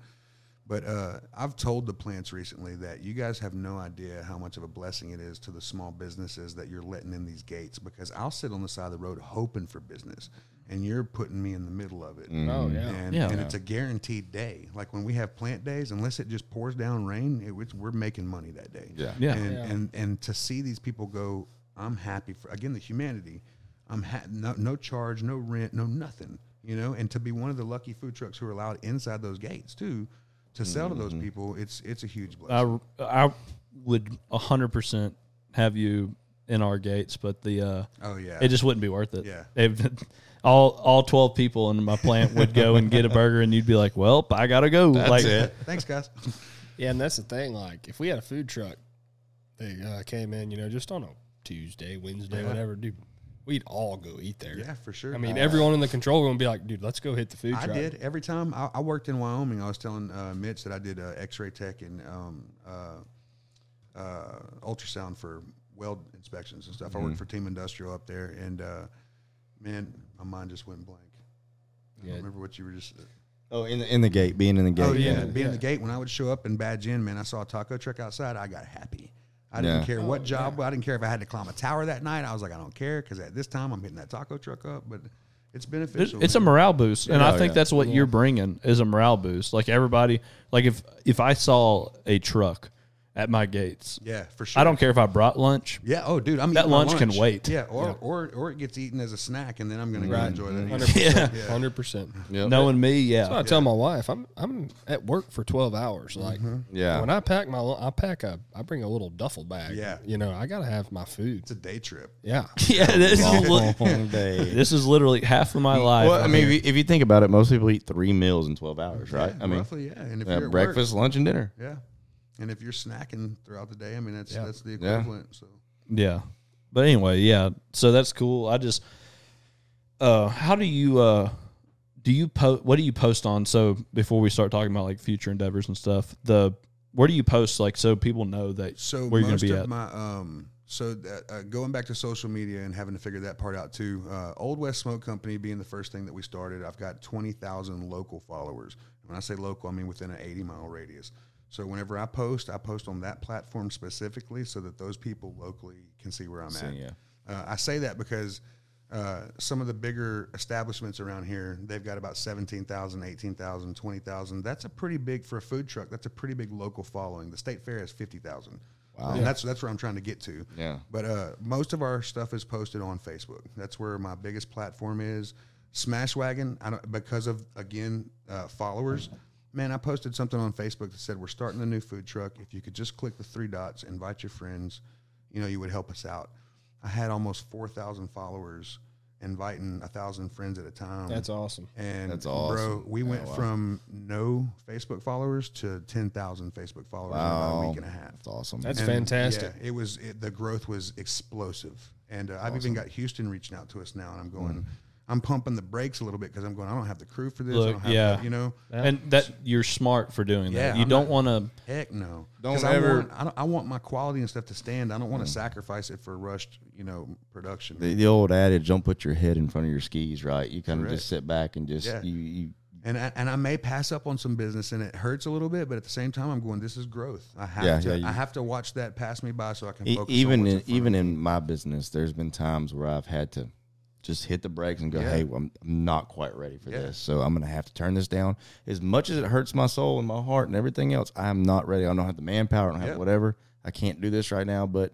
Speaker 4: but uh, i've told the plants recently that you guys have no idea how much of a blessing it is to the small businesses that you're letting in these gates because i'll sit on the side of the road hoping for business and you're putting me in the middle of it
Speaker 1: Oh yeah.
Speaker 4: and,
Speaker 3: Yeah.
Speaker 4: and it's a guaranteed day. Like when we have plant days, unless it just pours down rain, it, it's, we're making money that day.
Speaker 5: Yeah.
Speaker 3: Yeah.
Speaker 4: And, and and to see these people go, I'm happy for again the humanity. I'm ha- no, no charge, no rent, no nothing. You know, and to be one of the lucky food trucks who are allowed inside those gates too, to sell to those people, it's it's a huge blessing.
Speaker 3: I I would hundred percent have you in our gates, but the uh,
Speaker 4: oh yeah,
Speaker 3: it just wouldn't be worth it.
Speaker 4: Yeah.
Speaker 3: If- all all twelve people in my plant would go and get a burger, and you'd be like, "Well, I gotta go." like,
Speaker 4: thanks guys.
Speaker 1: Yeah, and that's the thing. Like, if we had a food truck that uh, came in, you know, just on a Tuesday, Wednesday, whatever, dude, we'd all go eat there.
Speaker 4: yeah, for sure.
Speaker 1: I mean, everyone in the control room would be like, dude, let's go hit the food
Speaker 4: I
Speaker 1: truck.
Speaker 4: did every time I, I worked in Wyoming. I was telling uh, Mitch that I did uh, X-ray tech and um, uh, uh, ultrasound for weld inspections and stuff. I worked for Team Industrial up there, and uh, man, my mind just went blank. I
Speaker 1: Yeah.
Speaker 4: don't remember what you were just. uh,
Speaker 5: Oh, in the, in the gate, being in the gate.
Speaker 4: oh yeah,
Speaker 5: yeah.
Speaker 4: being the gate when I would show up and badge in, man, I saw a taco truck outside. I got happy. I didn't
Speaker 5: Yeah.
Speaker 4: care what job. I didn't care if I had to climb a tower that night. I was like, I don't care because at this time I'm hitting that taco truck up. But it's
Speaker 3: It's,
Speaker 4: beneficial.
Speaker 3: it's a
Speaker 4: man.
Speaker 3: morale boost, and I
Speaker 5: Oh,
Speaker 3: think
Speaker 5: yeah.
Speaker 3: that's what you're bringing is a morale boost. Like everybody, like if if I saw a truck at my gates,
Speaker 4: yeah for sure.
Speaker 3: I don't care if I brought lunch.
Speaker 4: Yeah. Oh, dude, I'm
Speaker 3: That
Speaker 4: eating my
Speaker 3: lunch can wait.
Speaker 4: Yeah. Or or or it gets eaten as a snack, and then I'm gonna go enjoy that.
Speaker 1: 100%.
Speaker 3: Yeah.
Speaker 1: 100%.
Speaker 5: Yep.
Speaker 3: Knowing me, yeah,
Speaker 1: So I tell my wife, I'm I'm at work for 12 hours. Like,
Speaker 4: Mm-hmm.
Speaker 5: Yeah.
Speaker 1: When I pack my, lu- I pack a, I bring a little duffel bag.
Speaker 4: Yeah.
Speaker 1: You know, I got to have my food.
Speaker 4: It's a day trip.
Speaker 1: Yeah.
Speaker 3: yeah. This is, li-
Speaker 5: Long day.
Speaker 3: this is literally half of my life.
Speaker 5: Well, I mean, if you, if you think about it, most people eat three meals in twelve hours, right?
Speaker 4: Yeah,
Speaker 5: I mean,
Speaker 4: roughly, yeah. And if
Speaker 5: uh,
Speaker 4: you're at
Speaker 5: breakfast, lunch, and dinner.
Speaker 4: work, yeah. And if you're snacking throughout the day, I mean, that's that's the
Speaker 5: Yeah.
Speaker 4: equivalent. So
Speaker 3: yeah. But anyway, yeah. So that's cool. I just, uh, how do you, uh, do you post? What do you post on? So before we start talking about like future endeavors and stuff, the where do you post? Like so people know that
Speaker 4: so
Speaker 3: where you're gonna
Speaker 4: most
Speaker 3: be
Speaker 4: of
Speaker 3: at.
Speaker 4: my um so that, uh, going back to social media and having to figure that part out too. Uh, Old West Smoke Company being the first thing that we started, I've got twenty thousand local followers. When I say local, I mean within an eighty mile radius. So whenever I post, I post on that platform specifically, so that those people locally can see where I'm at.
Speaker 5: yeah.
Speaker 4: Uh, I say that because uh, some of the bigger establishments around here, they've got about 17,000, 18,000, 20,000. That's a pretty big for a food truck. That's a pretty big local following. The state fair has 50,000. Wow. And that's that's where I'm trying to get to.
Speaker 5: Yeah.
Speaker 4: But uh, most of our stuff is posted on Facebook. That's where my biggest platform is. Smashwagon, I don't, because of again uh, followers. Man, I posted something on Facebook that said we're starting a new food truck. If you could just click the three dots, invite your friends, you know, you would help us out. I had almost four thousand followers, inviting a thousand friends at a time.
Speaker 1: That's awesome.
Speaker 4: And
Speaker 5: That's
Speaker 4: bro,
Speaker 5: awesome.
Speaker 4: we went from no Facebook followers to ten thousand Facebook followers in about a
Speaker 5: Wow.
Speaker 4: week and a half.
Speaker 5: That's awesome.
Speaker 1: That's
Speaker 4: And,
Speaker 1: fantastic.
Speaker 4: Yeah, it
Speaker 5: Mm.
Speaker 4: was it, the growth was explosive, and uh, I've even got Houston reaching out to us now, and I'm going. I'm pumping the brakes a little bit because I'm going. I don't have the crew for this. I
Speaker 3: Look,
Speaker 4: don't have
Speaker 3: yeah.
Speaker 4: that, you know.
Speaker 3: And that you're smart for doing
Speaker 4: Yeah,
Speaker 3: that. You
Speaker 4: I'm
Speaker 3: don't want to.
Speaker 4: Heck no.
Speaker 5: Don't
Speaker 4: 'Cause I
Speaker 5: ever- Mm.
Speaker 4: want, I, don't, I want my quality and stuff to stand. I don't want to sacrifice it for rushed, you know, production.
Speaker 5: The, the old adage, don't put your head in front of your skis, right? You kind of
Speaker 4: Correct.
Speaker 5: just sit back and just
Speaker 4: Yeah.
Speaker 5: you, you
Speaker 4: and I, and I may pass up on some business, and it hurts a little bit. But at the same time, I'm going. This is growth. I have
Speaker 5: Yeah,
Speaker 4: to.
Speaker 5: yeah, you-
Speaker 4: I have to watch that pass me by so I can
Speaker 5: E-
Speaker 4: focus. on
Speaker 5: even
Speaker 4: what's in
Speaker 5: in,
Speaker 4: front of
Speaker 5: even
Speaker 4: me.
Speaker 5: in my business, there's been times where I've had to just hit the brakes and go,
Speaker 4: Yeah.
Speaker 5: "Hey, well, I'm, I'm not quite ready for
Speaker 4: Yeah.
Speaker 5: this, so I'm gonna have to turn this down." As much as it hurts my soul and my heart and everything else, I'm not ready. I don't have the manpower. I don't have
Speaker 4: Yeah.
Speaker 5: whatever. I can't do this right now. But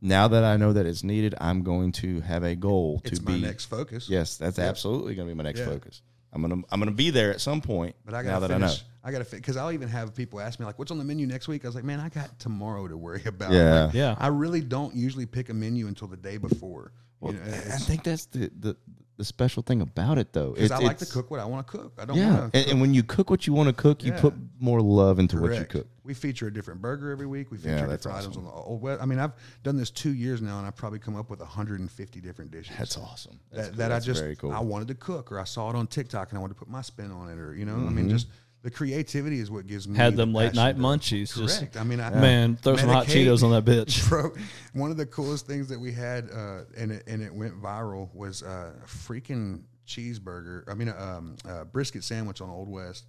Speaker 5: now that I know that it's needed, I'm going to have a goal
Speaker 4: it's
Speaker 5: to
Speaker 4: my
Speaker 5: be.
Speaker 4: next focus.
Speaker 5: Yes, that's absolutely gonna be my next
Speaker 4: Yeah.
Speaker 5: focus. I'm gonna I'm gonna be there at some point.
Speaker 4: But I gotta
Speaker 5: now that I know.
Speaker 4: finish. I, gotta fit because I'll even have people ask me like, "What's on the menu next week?" I was like, "Man, I got tomorrow to worry about."
Speaker 5: Yeah.
Speaker 4: Like,
Speaker 3: Yeah.
Speaker 4: I really don't usually pick a menu until the day before.
Speaker 5: Well,
Speaker 4: you know,
Speaker 5: I I
Speaker 4: it's-
Speaker 5: think that's the, the the special thing about it, though.
Speaker 4: because I like to
Speaker 5: it's-
Speaker 4: cook what I want to cook.
Speaker 3: Oh,
Speaker 4: I don't.
Speaker 5: Yeah,
Speaker 4: want to
Speaker 5: and, and when you cook what you want to cook, you
Speaker 4: Yeah.
Speaker 5: put more love into what you cook.
Speaker 4: We feature a different burger every week. We feature
Speaker 5: Yeah, that's
Speaker 4: different items on the old web. I mean, I've done this two years now, and I've probably come up with 150 different dishes.
Speaker 5: awesome.
Speaker 4: that, that I just
Speaker 5: very cool.
Speaker 4: I wanted to cook, or I saw it on TikTok and I wanted to put my spin on it, or you know, I
Speaker 5: Mm-hmm.
Speaker 4: mean, just the creativity is what gives me
Speaker 3: Had
Speaker 4: the
Speaker 3: them late
Speaker 4: passion
Speaker 3: night
Speaker 4: to-
Speaker 3: munchies, just-
Speaker 4: Correct. I mean, I,
Speaker 3: Man, throw some hot
Speaker 4: Medicaid-
Speaker 3: Cheetos on that bitch.
Speaker 4: Bro, one of the coolest things that we had, uh, and it and it went viral, was uh, a freaking cheeseburger. I mean, um, a brisket sandwich on Old West.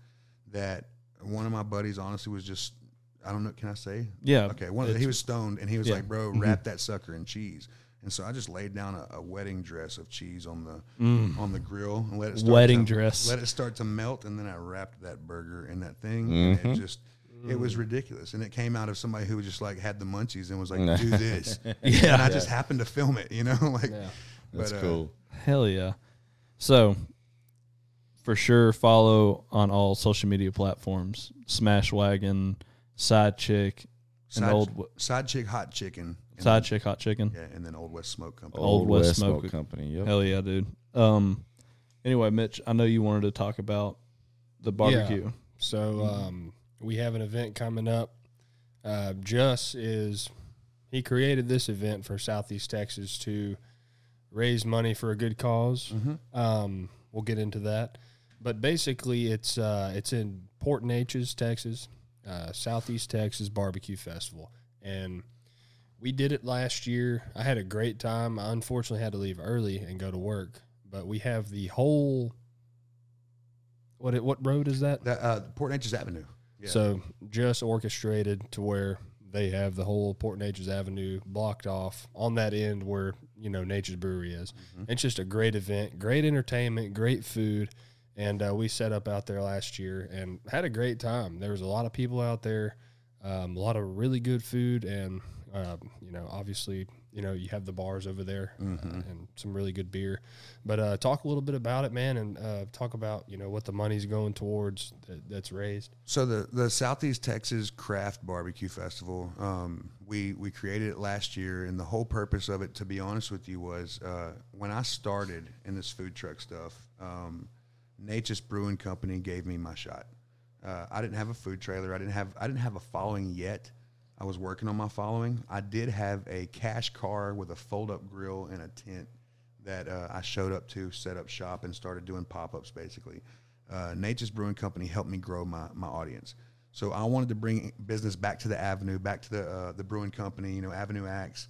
Speaker 4: That one of my buddies, honestly, was just. I don't know. Can I say?
Speaker 3: Yeah,
Speaker 4: Okay. One of the, he was stoned, and he was
Speaker 3: yeah. Mm-hmm.
Speaker 4: like, "Bro, wrap that sucker in cheese." And so I just laid down a, a wedding dress of cheese on the on the grill and let it start
Speaker 3: Mm. Wedding
Speaker 4: to-
Speaker 3: dress.
Speaker 4: Let it start to melt, and then I wrapped that burger in that thing, and it just it was ridiculous. And it came out of somebody who just like had the munchies and was like, "Do this," yeah. And I just happened to film it, you know, like
Speaker 5: That's
Speaker 4: but, uh,
Speaker 5: cool.
Speaker 3: Hell yeah. So for sure follow on all social media platforms. Smash Wagon, Side Chick, and
Speaker 4: side,
Speaker 3: old w-
Speaker 4: side chick hot chicken, and
Speaker 3: Side Chick Hot Chicken.
Speaker 4: yeah, and then Old West Smoke Company.
Speaker 3: Old West Smoke Co-
Speaker 5: Company. Yep.
Speaker 3: Hell yeah, dude. Um anyway, Mitch, I know you wanted to talk about the barbecue.
Speaker 1: So um, we have an event coming up. Uh, Jus is he created this event for Southeast Texas to raise money for a good because Um, we'll get into that, but basically it's uh, it's in Port Neches, Texas, uh, Southeast Texas Barbecue Festival, and we did it last year. I had a great time. I unfortunately had to leave early and go to work, but we have the whole. What it, what road is that?
Speaker 4: That, uh, Port Natchez Avenue. Yeah.
Speaker 1: So just orchestrated to where they have the whole Port Nature's Avenue blocked off on that end where, you know, Nature's Brewery is.
Speaker 4: Mm-hmm.
Speaker 1: It's just a great event, great entertainment, great food. And uh, we set up out there last year and had a great time. There was a lot of people out there, um, a lot of really good food. And, um, you know, obviously, you know, you have the bars over there uh,
Speaker 4: Mm-hmm.
Speaker 1: and some really good beer. But uh, talk a little bit about it, man, and uh, talk about, you know, what the money's going towards that, that's raised.
Speaker 4: So the the Southeast Texas Craft Barbecue Festival, um, we we created it last year, and the whole purpose of it, to be honest with you, was uh, when I started in this food truck stuff, um, Nature's Brewing Company gave me my shot. Uh, I didn't have a food trailer. I didn't have I didn't have a following yet. I was working on my following. I did have a cash car with a fold up grill and a tent that uh, I showed up to, set up shop, and started doing pop ups basically. Uh, Nature's Brewing Company helped me grow my, my audience. So I wanted to bring business back to the Avenue, back to the, uh, the Brewing Company, you know, Avenue Acts.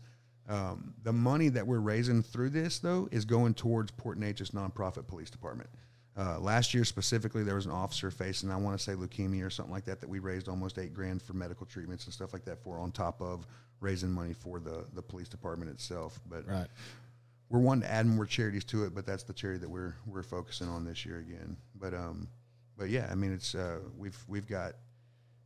Speaker 4: Um, the money that we're raising through this, though, is going towards Port Nature's nonprofit police department. Uh, last year specifically, there was an officer facing, I want to say leukemia or something like that, that we raised almost eight grand for medical treatments and stuff like that for, on top of raising money for the, the police department itself. But
Speaker 1: Right.
Speaker 4: we're wanting to add more charities to it, but that's the charity that we're we're focusing on this year again. But um, but yeah, I mean it's uh, we've we've got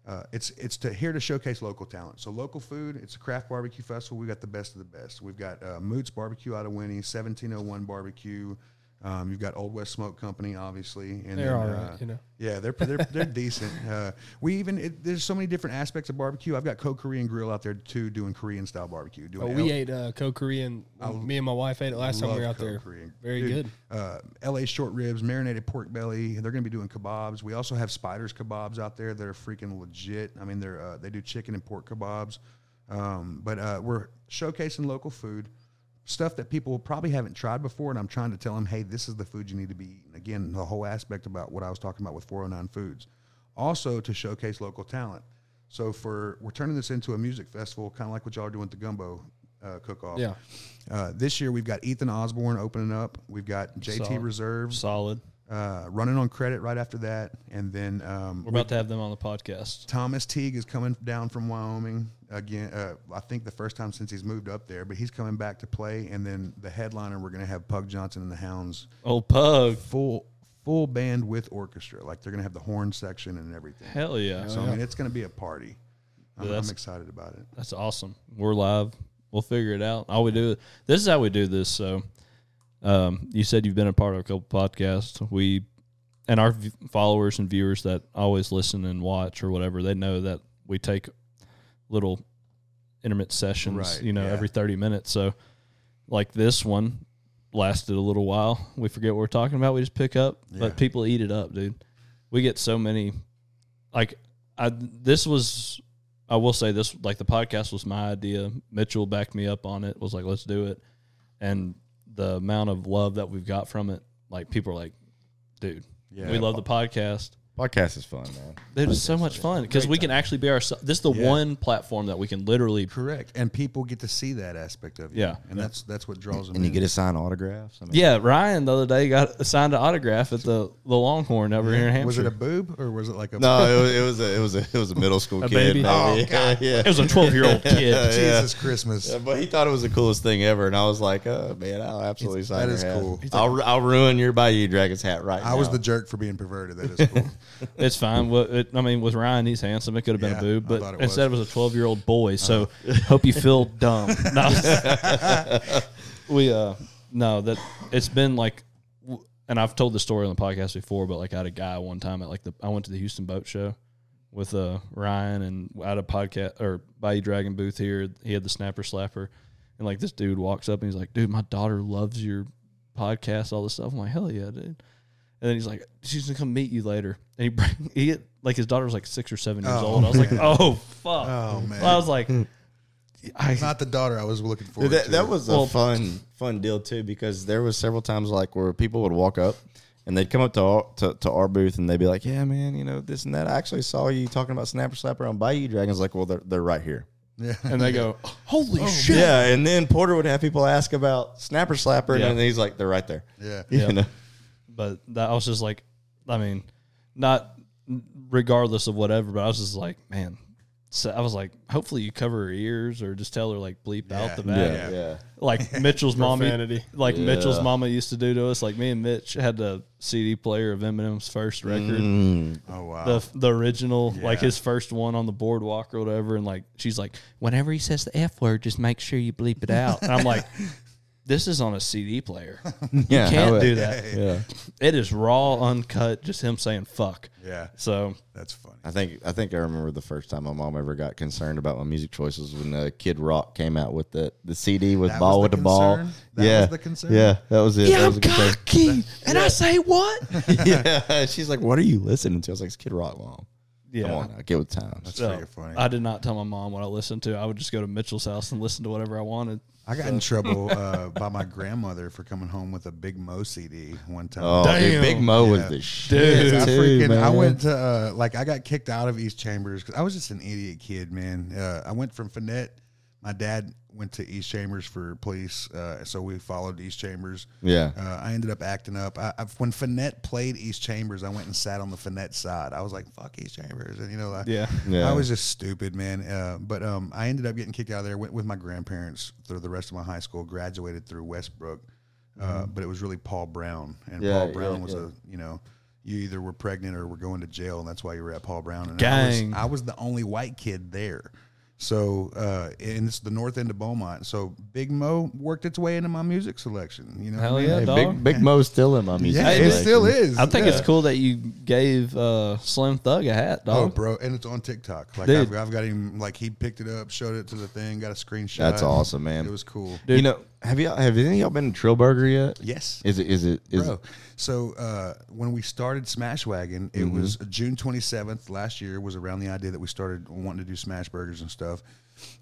Speaker 4: uh, it's it's to here to showcase local talent. So local food. It's a craft barbecue festival. We got the best of the best. We've got uh, Moots Barbecue out of Winnie, seventeen oh one Barbecue. Um, you've got Old West Smoke Company, obviously, and
Speaker 1: They're
Speaker 4: then,
Speaker 1: all right,
Speaker 4: uh,
Speaker 1: you know.
Speaker 4: yeah, they're they're, they're decent. Uh, we even it, there's so many different aspects of barbecue. I've got Co Korean Grill out there too, doing Korean style barbecue. Doing
Speaker 1: Oh,
Speaker 4: elk-
Speaker 1: we ate uh, co Korean. Me and my wife ate it last time we were
Speaker 4: Love
Speaker 1: out there.
Speaker 4: Korean.
Speaker 1: Very
Speaker 4: Dude,
Speaker 1: good.
Speaker 4: Uh, LA short ribs, marinated pork belly. They're going to be doing kebabs. We also have spiders kebabs out there that are freaking legit. I mean, they're uh, they do chicken and pork kebabs. Um, but uh, we're showcasing local food, stuff that people probably haven't tried before, and I'm trying to tell them, hey, this is the food you need to be eating. Again, the whole aspect about what I was talking about with 409 Foods. Also to showcase local talent. So for we're turning this into a music festival, kind of like what y'all are doing with the Gumbo uh, cook-off.
Speaker 1: Yeah.
Speaker 4: Uh, this year we've got Ethan Osborne opening up. We've got JT
Speaker 3: Solid.
Speaker 4: Reserve
Speaker 3: Solid.
Speaker 4: uh, running on credit right after that, and then um,
Speaker 3: We're about to have them on the podcast.
Speaker 4: Thomas Teague is coming down from Wyoming again. Uh, I think the first time since he's moved up there, but he's coming back to play. And then the headliner, we're going to have Pug Johnson and the Hounds,
Speaker 3: Oh, Pug.
Speaker 4: full full band with orchestra. Like they're going to have the horn section and everything.
Speaker 3: Hell yeah.
Speaker 4: So I mean, it's going to be a party. I'm, I'm
Speaker 3: That's-
Speaker 4: excited about it.
Speaker 3: That's awesome. We're live. We'll figure it out. All we do, this is how we do this. So, um, you said you've been a part of a couple podcasts. We, and our v- followers and viewers that always listen and watch or whatever, they know that we take little intermittent sessions,
Speaker 4: Right,
Speaker 3: you know,
Speaker 4: yeah.
Speaker 3: every 30 minutes. So, like this one lasted a little while. We forget what we're talking about. We just pick up,
Speaker 4: Yeah.
Speaker 3: but people eat it up, dude. We get so many, like, I, this was I will say this: like the podcast was my idea. Mitchell backed me up on it. Was like, let's do it. And the amount of love that we've got from it, like people are like, dude,
Speaker 4: Yeah.
Speaker 3: we love the podcast.
Speaker 5: Podcast is fun, man.
Speaker 3: Dude, it's so much fun because we can actually be ourselves. This is the
Speaker 4: Yeah.
Speaker 3: one platform that we can literally.
Speaker 4: Correct. And people get to see that aspect of you.
Speaker 3: Yeah.
Speaker 4: And that's that's what draws them.
Speaker 5: And you
Speaker 4: in.
Speaker 5: get to sign autographs. I mean,
Speaker 3: Yeah, Ryan the other day got signed an autograph at the the Longhorn over here in Hampshire.
Speaker 4: Was it a boob or was it like a?
Speaker 5: No, it was, it was a it was a it was a middle school kid.
Speaker 3: baby?
Speaker 5: Baby.
Speaker 4: Oh,
Speaker 5: yeah, yeah.
Speaker 3: It was a twelve year old kid.
Speaker 4: Jesus Christmas.
Speaker 5: Yeah, but he thought it was the coolest thing ever, and I was like, "Oh man, I'll absolutely
Speaker 4: It's- that
Speaker 5: sign her
Speaker 4: is
Speaker 5: hat.
Speaker 4: cool. He's
Speaker 5: I'll, I'll ruin your Bayou Dragons hat right now."
Speaker 4: I was the jerk for being perverted. That is cool.
Speaker 3: It's fine. Well, it, I mean, with Ryan, he's handsome. It could have been
Speaker 4: Yeah,
Speaker 3: a boob,
Speaker 4: I
Speaker 3: but
Speaker 4: thought it Uh-huh.
Speaker 3: instead it was a 12 year old boy. So hope you feel dumb. No, we uh, no, that it's been like, w- and I've told the story on the podcast before, but like I had a guy one time at like the I went to the Houston Boat Show with uh Ryan and I had a podcast or Bayou Dragon booth here. He had the snapper slapper, and like this dude walks up and he's like, "Dude, my daughter loves your podcast, all this stuff." I'm like, "Hell yeah, dude." And then he's like, she's gonna come meet you later. And he bring he had- like his daughter was like six or seven years
Speaker 4: Oh,
Speaker 3: old. I was
Speaker 4: man.
Speaker 3: like, oh fuck.
Speaker 4: Oh, man.
Speaker 3: I was like, I
Speaker 4: Not the daughter I was looking for.
Speaker 5: Dude, that, that was a
Speaker 3: Well-
Speaker 5: fun fun deal too because there was several times like where people would walk up and they'd come up to our, to, to our booth and they'd be like, "Yeah, man, you know this and that." I actually saw you talking about Snapper Slapper on Bayou Dragons. Like, well, they're they're right here.
Speaker 4: yeah.
Speaker 3: and they go,
Speaker 4: Oh,
Speaker 3: holy shit.
Speaker 5: Yeah, and then Porter would have people ask about Snapper Slapper,
Speaker 3: Yeah.
Speaker 5: and then he's like, "They're right there."
Speaker 4: Yeah.
Speaker 5: You know?
Speaker 3: But that I was just like, I mean, not regardless of whatever, but I was just like, man. So I was like, hopefully you cover her ears or just tell her like bleep out the back.
Speaker 5: yeah. yeah.
Speaker 3: like Mitchell's mama,
Speaker 1: Profanity.
Speaker 3: like Mitchell's
Speaker 5: Yeah.
Speaker 3: mama used to do to us. Like me and Mitch had the CD player of Eminem's first
Speaker 5: Mm.
Speaker 3: record,
Speaker 4: Oh wow.
Speaker 3: the the original, like
Speaker 4: Yeah.
Speaker 3: his first one on the boardwalk or whatever. And like she's like, whenever he says the f word, just make sure you bleep it out. And I'm like, this is on a CD player. You
Speaker 5: Yeah,
Speaker 3: can't
Speaker 5: how-
Speaker 3: do that.
Speaker 5: Yeah.
Speaker 3: It is raw, uncut, just him saying fuck.
Speaker 4: yeah.
Speaker 3: So
Speaker 4: That's funny.
Speaker 5: I think I think I remember the first time my mom ever got concerned about my music choices when uh, Kid Rock came out with the, the CD with
Speaker 4: That
Speaker 5: ball
Speaker 4: was
Speaker 5: with
Speaker 4: the
Speaker 5: the ball.
Speaker 4: concern? That
Speaker 5: yeah,
Speaker 4: was the concern?
Speaker 5: Yeah, that was it. that was the concern.
Speaker 3: and I say what?
Speaker 5: yeah, she's like, "What are you listening to?" I was like, "It's Kid Rock, mom.
Speaker 3: Yeah.
Speaker 5: Come on, now, get with times."
Speaker 4: That's
Speaker 3: So,
Speaker 4: pretty funny.
Speaker 3: I did not tell my mom what I listened to. I would just go to Mitchell's house and listen to whatever I wanted.
Speaker 4: I got in trouble uh, by my grandmother for coming home with a Big Mo CD one time.
Speaker 5: Oh, dude, Big Mo was the shit.
Speaker 4: I
Speaker 5: too,
Speaker 4: freaking I
Speaker 5: man.
Speaker 4: went to uh, like I got kicked out of East Chambers because I was just an idiot kid, man. Uh, I went from Finette. My dad went to East Chambers for police, uh, so we followed East Chambers.
Speaker 5: Yeah.
Speaker 4: uh, I ended up acting up. I, I, when Finette played East Chambers, I went and sat on the Finette side. I was like, "Fuck East Chambers," and you know, I,
Speaker 3: Yeah.
Speaker 5: Yeah.
Speaker 4: I was just stupid, man. Uh, but um, I ended up getting kicked out of there. Went with my grandparents through the rest of my high school. Graduated through Westbrook, uh, but it was really Paul Brown, and
Speaker 5: Mm-hmm. Yeah,
Speaker 4: Paul Brown
Speaker 5: yeah,
Speaker 4: was
Speaker 5: yeah.
Speaker 4: a you know. You either were pregnant or were going to jail, and that's why you were at Paul Brown. And
Speaker 3: Gang.
Speaker 4: I was, I was the only white kid there. So, uh, and it's the north end of Beaumont. So, Big Mo worked its way into my music selection. You know, what I
Speaker 3: Hell
Speaker 4: mean?
Speaker 3: yeah,
Speaker 5: Hey,
Speaker 3: dog.
Speaker 5: Big Big Mo's still in my music.
Speaker 4: Yeah, it
Speaker 5: collection.
Speaker 4: still is.
Speaker 3: I think
Speaker 4: Yeah.
Speaker 3: it's cool that you gave uh, Slim Thug a hat,
Speaker 4: Oh,
Speaker 3: dog.
Speaker 4: bro, and it's on TikTok. Like
Speaker 3: Dude.
Speaker 4: I've, I've got him. Like he picked it up, showed it to the thing, got a screenshot.
Speaker 5: That's awesome, man.
Speaker 4: It was cool.
Speaker 5: You know, Have you have any of y'all been to Trill Burger yet?
Speaker 4: Yes.
Speaker 5: Is it is it is
Speaker 4: Bro, so uh, when we started Smash Wagon, it
Speaker 5: Mm-hmm.
Speaker 4: was uh, June 27th last year. Was around the idea that we started wanting to do smash burgers and stuff.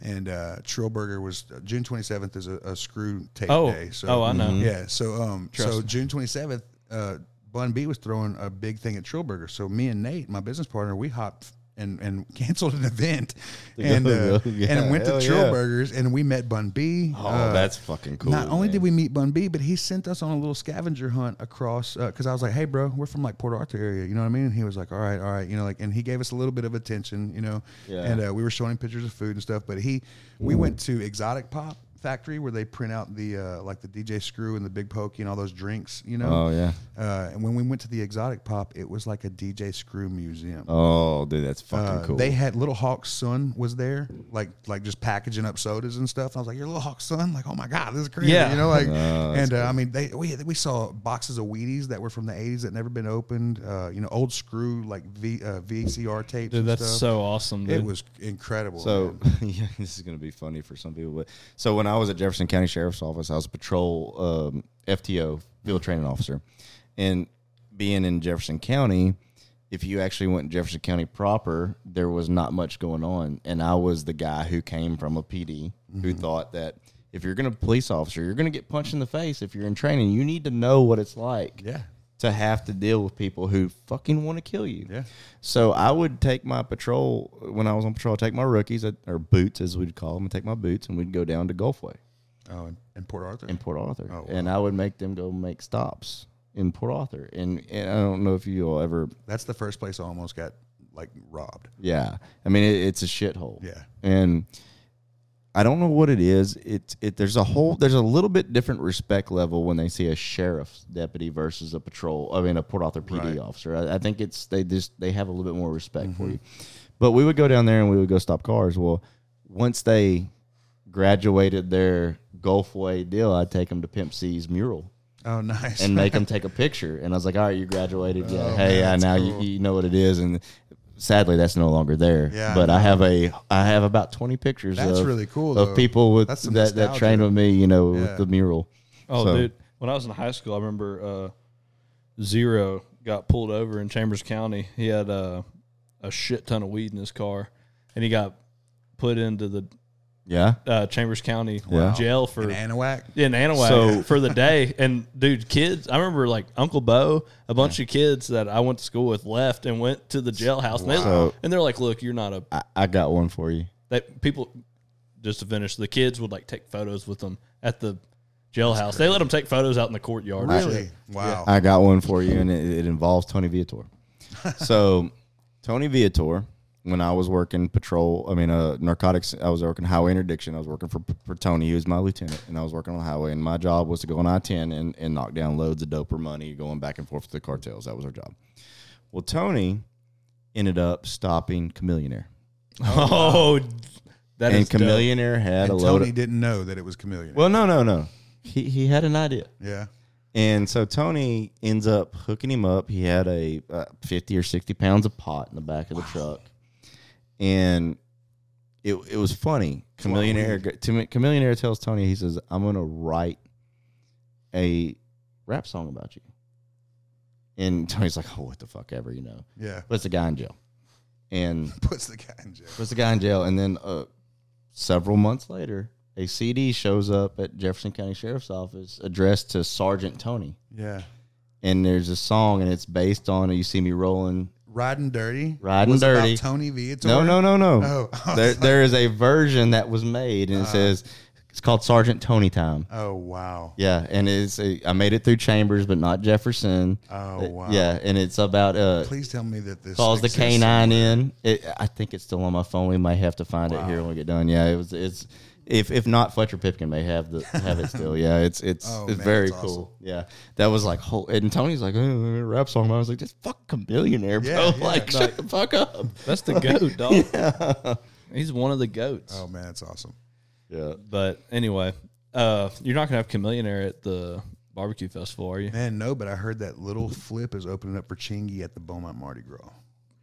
Speaker 4: And uh, Trill Burger was uh, June 27th is a, a screw tape
Speaker 3: Oh.
Speaker 4: day. So
Speaker 3: Oh, I know.
Speaker 5: Mm-hmm.
Speaker 3: Mhm.
Speaker 4: Yeah, so um, so June 27th, uh, Bun B was throwing a big thing at Trill Burger. So me and Nate, my business partner, we hopped. And, and canceled an event, and
Speaker 5: go,
Speaker 4: uh,
Speaker 5: go. Yeah,
Speaker 4: and went to
Speaker 5: hell
Speaker 4: Trill
Speaker 5: yeah.
Speaker 4: Burgers, and we met Bun B.
Speaker 5: Oh,
Speaker 4: uh,
Speaker 5: that's fucking cool.
Speaker 4: not only did
Speaker 5: man.
Speaker 4: we meet Bun B, but he sent us on a little scavenger hunt across. Because I was like, "Hey, bro, we're from like Port Arthur area, you know what I mean?" And he was like, "All right, all right," you know, like, and he gave us a little bit of attention, you know.
Speaker 5: Yeah.
Speaker 4: And uh, we were showing him pictures of food and stuff. But he, we went to Exotic Pop Factory where they print out the uh, like the DJ Screw and the Big Pokey and all those drinks, you know.
Speaker 5: Oh yeah.
Speaker 4: Uh, and when we went to the Exotic Pop, it was like a DJ Screw museum.
Speaker 5: Oh, dude, that's
Speaker 4: Uh,
Speaker 5: fucking cool.
Speaker 4: They had Little Hawk's son was there, like like just packaging up sodas and stuff. I was like, "Your Little Hawk's son, like, oh my god, this is crazy,"
Speaker 3: Yeah.
Speaker 4: you know, like,
Speaker 5: Oh, that's
Speaker 4: and uh, I mean, they we we saw boxes of Wheaties that were from the '80s that never been opened, uh, you know, old screw like v, uh, VCR tapes.
Speaker 3: Dude,
Speaker 4: and
Speaker 3: that's
Speaker 4: stuff.
Speaker 3: so awesome. Dude.
Speaker 4: It was incredible.
Speaker 5: So
Speaker 4: man.
Speaker 5: yeah, this is gonna be funny for some people. But so when I was at Jefferson County Sheriff's Office, I was a patrol um, FTO field training officer, and being in Jefferson County, if you actually went Jefferson County proper, there was not much going on, and I was the guy who came from a PD who
Speaker 4: Mm-hmm.
Speaker 5: thought that. If you're gonna police officer, you're gonna get punched in the face. If you're in training, you need to know what it's like
Speaker 4: yeah,
Speaker 5: to have to deal with people who fucking want to kill you.
Speaker 4: Yeah.
Speaker 5: So I would take my patrol when I was on patrol. I'd take my rookies I'd- or boots, as we'd call them, and take my boots, and we'd go down to Gulfway
Speaker 4: oh, and, and Port Arthur.
Speaker 5: in Port Arthur,
Speaker 4: Oh, wow.
Speaker 5: and I would make them go make stops in Port Arthur. And, and I don't know if you'll ever,
Speaker 4: that's the first place I almost got like robbed.
Speaker 5: yeah. I mean, it, it's a shithole.
Speaker 4: Yeah.
Speaker 5: and I don't know what it is. It's it. There's a whole. There's a little bit different respect level when they see a sheriff's deputy versus a patrol. I mean, a Port Arthur PD
Speaker 4: Right.
Speaker 5: officer. I, I think it's they just they have a little bit more respect for you. But we would go down there and we would go stop cars. Well, once they graduated their Gulfway deal, I'd take them to Pimp C's mural
Speaker 4: Oh, nice.
Speaker 5: and make them take a picture. And I was like, all right, you graduated. Yeah. hey, I,
Speaker 4: Oh, that's
Speaker 5: now
Speaker 4: cool.
Speaker 5: you, you know what it is. And sadly, that's no longer there.
Speaker 4: Yeah, I
Speaker 5: But I have a, I have about 20 pictures
Speaker 4: That's
Speaker 5: of,
Speaker 4: really cool,
Speaker 5: of
Speaker 4: though.
Speaker 5: people with
Speaker 4: That's some
Speaker 5: that, that
Speaker 4: nostalgia.
Speaker 5: trained with me, you know,
Speaker 4: Yeah.
Speaker 5: with the mural.
Speaker 3: Oh,
Speaker 5: So-
Speaker 3: dude. When I was in high school, I remember uh, Zero got pulled over in Chambers County. He had uh, a shit ton of weed in his car, and he got put into the
Speaker 5: Yeah.
Speaker 3: uh, Chambers County
Speaker 5: Yeah.
Speaker 3: jail for
Speaker 4: in Anahuac.
Speaker 3: in Anahuac
Speaker 5: So-
Speaker 3: for the day. And dude, kids, I remember like Uncle Bo, a bunch of kids that I went to school with left and went to the jailhouse, and, they,
Speaker 5: Wow.
Speaker 3: and they're like, "Look, you're not a
Speaker 5: I, I got one for you.
Speaker 3: that people." Just to finish, the kids would like take photos with them at the jailhouse. They let them take photos out in the courtyard. and shit.
Speaker 4: Really? Wow.
Speaker 5: I got one for you, and it, it involves Tony Viator. so, Tony Viator, when I was working patrol, I mean, uh, narcotics, I was working highway interdiction. I was working for, for Tony, he was my lieutenant, and I was working on the highway. And my job was to go on I 10 and, and knock down loads of dope or money going back and forth to the cartels. That was our job. Well, Tony ended up stopping Chameleonaire.
Speaker 3: Oh, that
Speaker 5: And
Speaker 3: is dope.
Speaker 5: Chameleonaire had
Speaker 4: and
Speaker 5: a load
Speaker 4: Tony
Speaker 5: of.
Speaker 4: didn't know that it was chameleon.
Speaker 5: Well, no, no, no. He, he had an idea.
Speaker 4: yeah.
Speaker 5: And so Tony ends up hooking him up. He had a uh, 50 or 60 pounds of pot in the back of the truck. And it, it was funny. Chameleon Air, Tim- Chameleon Air tells Tony, he says, I'm going to write a rap song about you. And Tony's like, oh, what the fuck ever, you know.
Speaker 4: Yeah.
Speaker 5: Puts the guy in jail. And
Speaker 4: Puts the guy in jail.
Speaker 5: puts the guy in jail. And then uh, several months later, a CD shows up at Jefferson County Sheriff's Office addressed to Sergeant Tony
Speaker 4: Yeah.
Speaker 5: and there's a song and it's based on you see me rolling
Speaker 4: Riding Dirty.
Speaker 5: Riding
Speaker 4: was
Speaker 5: Dirty.
Speaker 4: About Tony Viator.
Speaker 5: no no no no
Speaker 4: Oh. Uh.
Speaker 5: there, there is a version that was made and it says it's called sergeant tony time
Speaker 4: Oh wow.
Speaker 5: yeah and it's a, i made it through chambers but not jefferson Uh,
Speaker 4: Oh wow.
Speaker 5: yeah and it's about uh
Speaker 4: Please tell me that this
Speaker 5: calls the
Speaker 4: exists.
Speaker 5: canine in it, i think it's still on my phone we might have to find it here when we get done yeah it was it's if, if not Fletcher Pipkin may have the have it still yeah it's it's
Speaker 4: Oh,
Speaker 5: it's
Speaker 4: man,
Speaker 5: very
Speaker 4: that's awesome.
Speaker 5: cool yeah that was like whole and Tony's like "Oh, rap song I was like just fucking billionaire bro
Speaker 4: Yeah, yeah.
Speaker 5: like shut the fuck up
Speaker 3: That's the goat, dog. He's one of the goats.
Speaker 4: Oh man, that's awesome.
Speaker 5: yeah
Speaker 3: But anyway, uh, you're not gonna have Chameleonaire at the barbecue festival, are you?
Speaker 4: Man, no, but I heard that little flip is opening up for Chingy at the Beaumont Mardi Gras.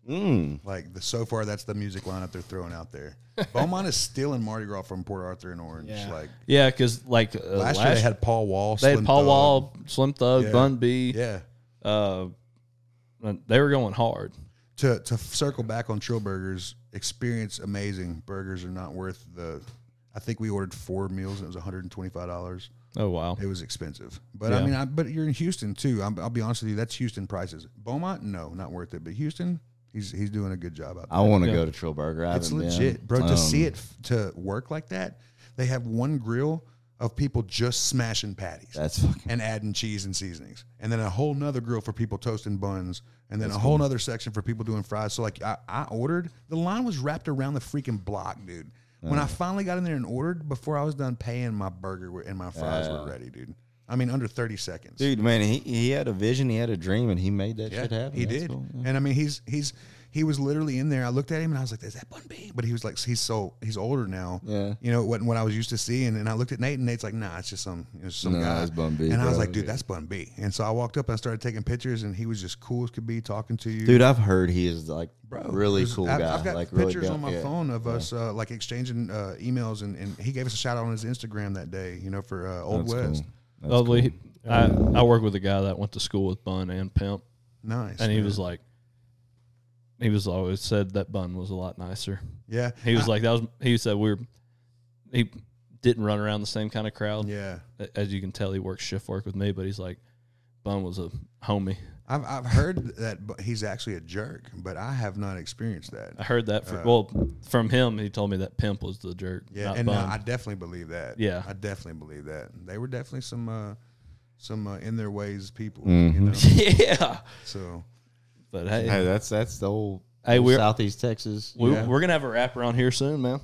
Speaker 5: Hmm,
Speaker 4: Like the so far, that's the music lineup they're throwing out there. Beaumont is stealing Mardi Gras from Port Arthur and Orange.
Speaker 1: Yeah.
Speaker 4: Like
Speaker 3: Yeah, because like uh,
Speaker 4: last, year, they had Paul Wall.
Speaker 3: they had
Speaker 4: Slim
Speaker 3: Paul
Speaker 4: Thug.
Speaker 3: Wall, Slim Thug,
Speaker 4: Yeah.
Speaker 3: Bun B.
Speaker 4: Yeah.
Speaker 3: Uh, they were going hard.
Speaker 4: to to circle back on Trill Burgers, experience amazing. Burgers are not worth the. I think we ordered four meals and it was one hundred and twenty five dollars.
Speaker 3: Oh wow.
Speaker 4: It was expensive, but I
Speaker 3: Yeah.
Speaker 4: mean, I, but you're in Houston too. I'm, I'll be honest with you, that's Houston prices. Beaumont, no, not worth it. But Houston, he's he's doing a good job out there.
Speaker 5: I want to
Speaker 3: Yeah.
Speaker 5: go to Trill Burger. I
Speaker 4: It's
Speaker 5: haven't been.
Speaker 4: legit, bro. to see
Speaker 5: Um,
Speaker 4: it f- to work like that, they have one grill of people just smashing patties
Speaker 5: That's fucking.
Speaker 4: and adding cheese and seasonings, and then a whole nother grill for people toasting buns, and then a whole nother section for people doing fries. So like I, I ordered, the line was wrapped around the freaking block, dude. When I finally got in there and ordered, before I was done paying, my burger were- and my fries were ready, dude. I mean, under thirty seconds.
Speaker 5: Dude, man, he, he had a vision, he had a dream, and he made that shit happen.
Speaker 4: He
Speaker 5: That's
Speaker 4: did,
Speaker 5: cool.
Speaker 4: and I mean, he's he's he was literally in there. I looked at him and I was like, "Is that Bun B?" But he was like, "He's so he's older now."
Speaker 5: Yeah.
Speaker 4: you know what what I was used to seeing. And I looked at Nate and Nate's like, "Nah, it's just some it's just some
Speaker 5: Nah,
Speaker 4: guy."
Speaker 5: it's Bun B,
Speaker 4: and I was
Speaker 5: bro.
Speaker 4: like, "Dude, that's Bun B." And so I walked up and I started taking pictures, and he was just cool as could be, talking to you.
Speaker 5: Dude, I've heard he is like
Speaker 4: Bro,
Speaker 5: really
Speaker 4: there's-
Speaker 5: cool
Speaker 4: I've,
Speaker 5: guy.
Speaker 4: I've got
Speaker 5: like really
Speaker 4: pictures
Speaker 5: good-
Speaker 4: on my
Speaker 5: yeah.
Speaker 4: phone of us uh, like exchanging uh, emails, and, and he gave us a shout out on his Instagram that day. You know, for uh, Old
Speaker 5: That's cool.
Speaker 4: West.
Speaker 5: That's
Speaker 3: Oh, we- I, I work with a guy that went to school with Bun and Pimp,
Speaker 4: Nice.
Speaker 3: and he
Speaker 4: man.
Speaker 3: was like, he was always said that Bun was a lot nicer.
Speaker 4: yeah,
Speaker 3: He was like that was he said we are he didn't run around the same kind of crowd.
Speaker 4: yeah.
Speaker 3: A- As you can tell, he works shift work with me, but he's like Bun was a homie.
Speaker 4: I've, I've heard that bu- he's actually a jerk, but I have not experienced
Speaker 3: I
Speaker 4: that.
Speaker 3: heard that fr- well from him. He told me that Pimp was the jerk.
Speaker 4: Yeah,
Speaker 3: not
Speaker 4: and uh,
Speaker 3: Bun.
Speaker 4: I definitely believe that.
Speaker 3: Yeah.
Speaker 4: I definitely believe that. They were definitely some uh, some uh, in their ways people. You
Speaker 5: Mm-hmm.
Speaker 4: know,
Speaker 3: yeah,
Speaker 4: so
Speaker 3: but hey,
Speaker 5: Hey, that's that's the old
Speaker 3: Hey, we're-
Speaker 5: Southeast Texas.
Speaker 3: we, we're gonna have a wrap around here soon, man.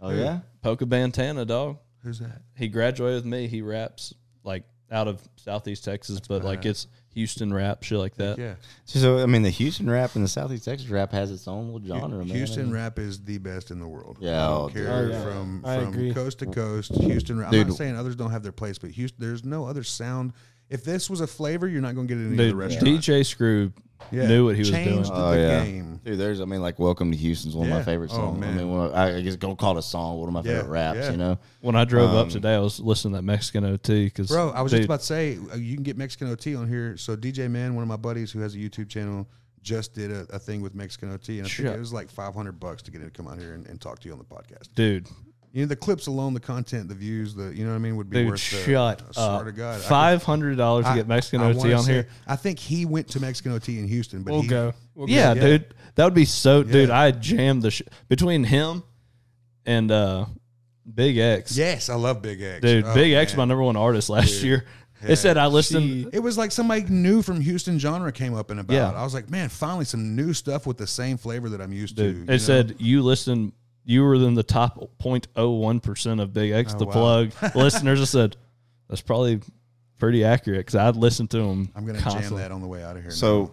Speaker 5: oh yeah,
Speaker 3: Polka Bantana, dog.
Speaker 4: who's that?
Speaker 3: he graduated with me. He raps like out of Southeast Texas, but like it's Houston rap, shit like that.
Speaker 4: Yeah,
Speaker 5: so I mean the Houston rap and the Southeast Texas rap has its own little genre. man.
Speaker 4: Houston
Speaker 5: I mean,
Speaker 4: rap is the best in the world.
Speaker 5: Yeah,
Speaker 4: I
Speaker 5: oh,
Speaker 4: don't
Speaker 5: dude.
Speaker 4: care
Speaker 1: yeah.
Speaker 4: from
Speaker 1: I
Speaker 4: from
Speaker 1: agree.
Speaker 4: coast to coast. Houston rap. I'm
Speaker 5: Dude.
Speaker 4: not saying others don't have their place, but Houston, there's no other sound. If this was a flavor, you're not going to get it in any
Speaker 3: Dude,
Speaker 4: other restaurant.
Speaker 3: DJ Screw
Speaker 4: Yeah.
Speaker 3: knew what he was doing.
Speaker 4: Changed
Speaker 5: Oh
Speaker 4: the
Speaker 5: yeah,
Speaker 4: game.
Speaker 5: dude. There's, I mean, like "Welcome to Houston's" one of
Speaker 4: Yeah.
Speaker 5: my favorite
Speaker 4: Oh,
Speaker 5: songs. I
Speaker 4: man.
Speaker 5: mean, one of- I guess go call it a song. One of my
Speaker 4: Yeah,
Speaker 5: favorite raps.
Speaker 4: yeah.
Speaker 5: You know,
Speaker 3: when I drove up today, I was listening to that Mexican OT because
Speaker 4: Um, Bro, I was just about to say uh, you can get Mexican OT on here. So DJ Man, one of my buddies who has a YouTube channel, just did a, a thing with Mexican OT, and I think
Speaker 3: Shut-
Speaker 4: it was like five hundred bucks to get him to come out here and, and talk to you on the podcast.
Speaker 3: dude,
Speaker 4: You know, the clips alone, the content, the views, the you know what I mean, would be
Speaker 3: dude,
Speaker 4: worth. the-
Speaker 3: shut
Speaker 4: I
Speaker 3: up.
Speaker 4: swear to God, I could-
Speaker 3: Five hundred dollars to
Speaker 4: I-
Speaker 3: get Mexican
Speaker 4: I
Speaker 3: OT
Speaker 4: wanna
Speaker 3: on
Speaker 4: say-
Speaker 3: here.
Speaker 4: I think he went to Mexican OT in Houston, but
Speaker 1: We'll
Speaker 4: he,
Speaker 1: go. We'll
Speaker 3: Yeah,
Speaker 1: go.
Speaker 3: dude, that would be so. Dude,
Speaker 4: Yeah.
Speaker 3: I jammed the sh- between him and uh Big X.
Speaker 4: Yes, I love Big X,
Speaker 3: dude,
Speaker 4: Oh,
Speaker 3: Big X,
Speaker 4: man.
Speaker 3: my number one artist last year. It said I listened.
Speaker 4: It was like somebody new from Houston genre came up and about.
Speaker 3: Yeah.
Speaker 4: I was like, man, finally some new stuff with the same flavor that I'm used to.
Speaker 3: Dude,
Speaker 4: you know?
Speaker 3: it said you listen. You were in the top 0.01 percent of Big X, the
Speaker 4: Oh, wow.
Speaker 3: plug listeners. I said that's probably pretty accurate because I'd listen to him.
Speaker 4: I'm gonna
Speaker 3: constantly.
Speaker 4: jam that on the way out of here.
Speaker 5: so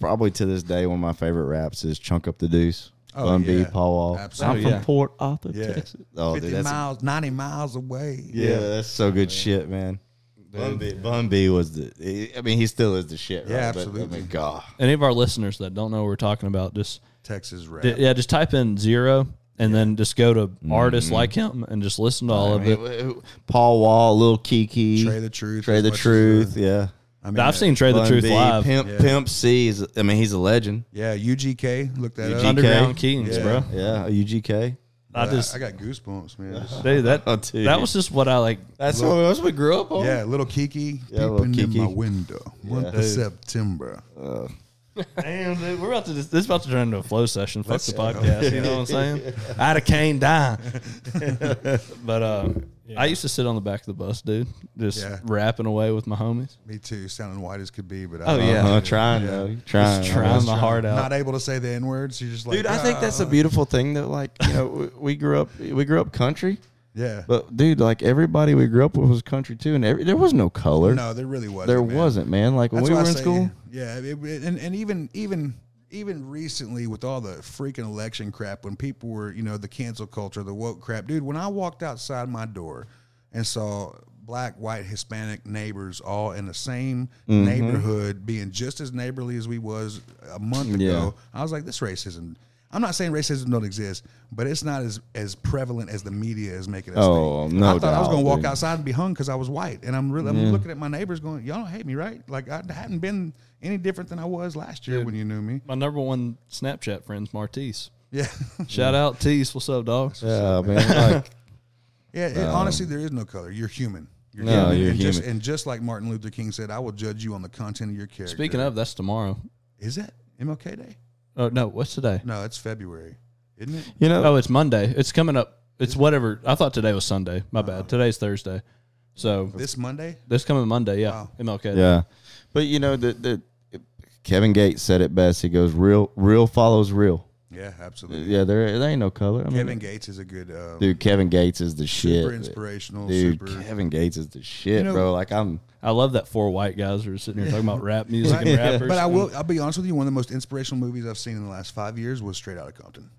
Speaker 5: probably to this day, one of my favorite raps is "Chunk Up the Deuce."
Speaker 4: Oh,
Speaker 5: Bun B,
Speaker 4: yeah.
Speaker 5: Paul Wall.
Speaker 4: Absolutely.
Speaker 5: I'm
Speaker 3: Oh,
Speaker 5: from
Speaker 3: yeah.
Speaker 5: Port Arthur,
Speaker 4: Yeah.
Speaker 5: Texas. Oh, dude,
Speaker 4: 50
Speaker 5: that's
Speaker 4: miles, 90 miles away.
Speaker 5: yeah, that's so good shit, man. Bun B, Bun B was the. I mean, he still is the shit.
Speaker 4: Yeah,
Speaker 5: right? But, I
Speaker 4: absolutely.
Speaker 5: mean, God.
Speaker 3: Any of our listeners that don't know what we're talking about, just
Speaker 4: Texas rap.
Speaker 3: d- yeah, just type in zero and then just go to
Speaker 5: Mm-hmm.
Speaker 3: artists like him and just listen to all of it.
Speaker 5: Paul Wall, Lil Kiki,
Speaker 4: Trey the Truth
Speaker 5: Trey
Speaker 4: as
Speaker 5: the
Speaker 4: much as,
Speaker 5: Truth.
Speaker 4: uh,
Speaker 5: yeah,
Speaker 4: I mean,
Speaker 3: I've seen Trey the
Speaker 5: Bun
Speaker 3: Truth
Speaker 5: B,
Speaker 3: live.
Speaker 5: Pimp Pimp C is. I mean, he's a legend.
Speaker 4: Yeah, UGK. Look that
Speaker 5: UGK.
Speaker 4: up.
Speaker 3: Underground Kings,
Speaker 4: Yeah.
Speaker 3: bro.
Speaker 5: Yeah, a UGK.
Speaker 3: I just
Speaker 4: I got goosebumps, man. Just-
Speaker 3: dude, that
Speaker 5: Oh, dude.
Speaker 3: that was just what I like.
Speaker 5: That's what, that's what we grew up on.
Speaker 4: yeah, little Kiki
Speaker 5: Yeah, little
Speaker 4: peeping in
Speaker 5: Kiki.
Speaker 4: my window. Month of September.
Speaker 3: Damn, dude, we're about to this, this about to turn into a flow session. Fuck
Speaker 4: Let's
Speaker 3: the
Speaker 4: go.
Speaker 3: podcast. You know what I'm saying? I'd have came down. but uh, I used to sit on the back of the bus, dude, just
Speaker 4: Yeah.
Speaker 3: rapping away with my homies.
Speaker 4: Me too. Sounding white as could be, but
Speaker 3: Oh,
Speaker 4: I,
Speaker 3: yeah.
Speaker 5: Uh-huh, trying though, trying,
Speaker 3: Trying my heart out.
Speaker 4: not able to say the N words. You're just like, "Oh."
Speaker 5: Dude, I think that's a beautiful thing that like you know we, we grew up we grew up country,
Speaker 4: yeah.
Speaker 5: but dude, like everybody we grew up with was country too, and every, there was no color.
Speaker 4: no, there really wasn't.
Speaker 5: there
Speaker 4: man.
Speaker 5: wasn't, man. Like when
Speaker 4: That's
Speaker 5: we
Speaker 4: why
Speaker 5: were
Speaker 4: I
Speaker 5: in
Speaker 4: say,
Speaker 5: school,
Speaker 4: Yeah, it- it- and and even even even recently with all the freaking election crap, when people were you know the cancel culture, the woke crap, dude. When I walked outside my door and saw black, white, Hispanic neighbors all in the same
Speaker 5: Mm-hmm.
Speaker 4: neighborhood, being just as neighborly as we was a month ago.
Speaker 5: Yeah.
Speaker 4: I was like, this racism. I'm not saying racism don't exist, but it's not as as prevalent as the media is making us.
Speaker 5: Oh,
Speaker 4: think.
Speaker 5: no
Speaker 4: I thought I was
Speaker 5: doubt,
Speaker 4: gonna walk
Speaker 5: dude.
Speaker 4: outside and be hung because I was white, and I'm really I'm looking at my neighbors going, y'all don't hate me, right? Like I hadn't been any different than I was last year when you knew me.
Speaker 3: My number one Snapchat friend's Martise.
Speaker 4: Yeah,
Speaker 3: Shout out Tease. What's up, dog?
Speaker 5: Yeah, man. Like,
Speaker 4: yeah. It, honestly, there is no color. You're human. You're
Speaker 5: No, you're
Speaker 4: and Just,
Speaker 5: human.
Speaker 4: and just like Martin Luther King said, I will judge you on the content of your character.
Speaker 3: Speaking of, that's tomorrow.
Speaker 4: is that MLK Day?
Speaker 3: Oh no, what's today?
Speaker 4: No, it's February, isn't it?
Speaker 5: you know,
Speaker 3: Oh, it's Monday. It's coming up. It's whatever. I thought today was Sunday. My bad. Today's Thursday. So
Speaker 4: This Monday.
Speaker 3: this coming Monday. Yeah, MLK. Day.
Speaker 5: yeah. But you know the the Kevin Gates said it best. He goes, "Real, real follows real."
Speaker 4: Yeah, absolutely.
Speaker 5: Yeah, there, there ain't no color. I mean,
Speaker 4: Kevin Gates is a good uh,
Speaker 5: dude, Kevin Gates is the shit.
Speaker 4: super inspirational.
Speaker 5: Dude,
Speaker 4: super.
Speaker 5: Kevin Gates is the shit,
Speaker 4: know-
Speaker 5: bro. Like I'm,
Speaker 3: I love that four white guys are sitting here talking about rap music and
Speaker 5: Yeah.
Speaker 3: rappers.
Speaker 4: But I will. I'll be honest with you. One of the most inspirational movies I've seen in the last five years was Straight Outta Compton. I-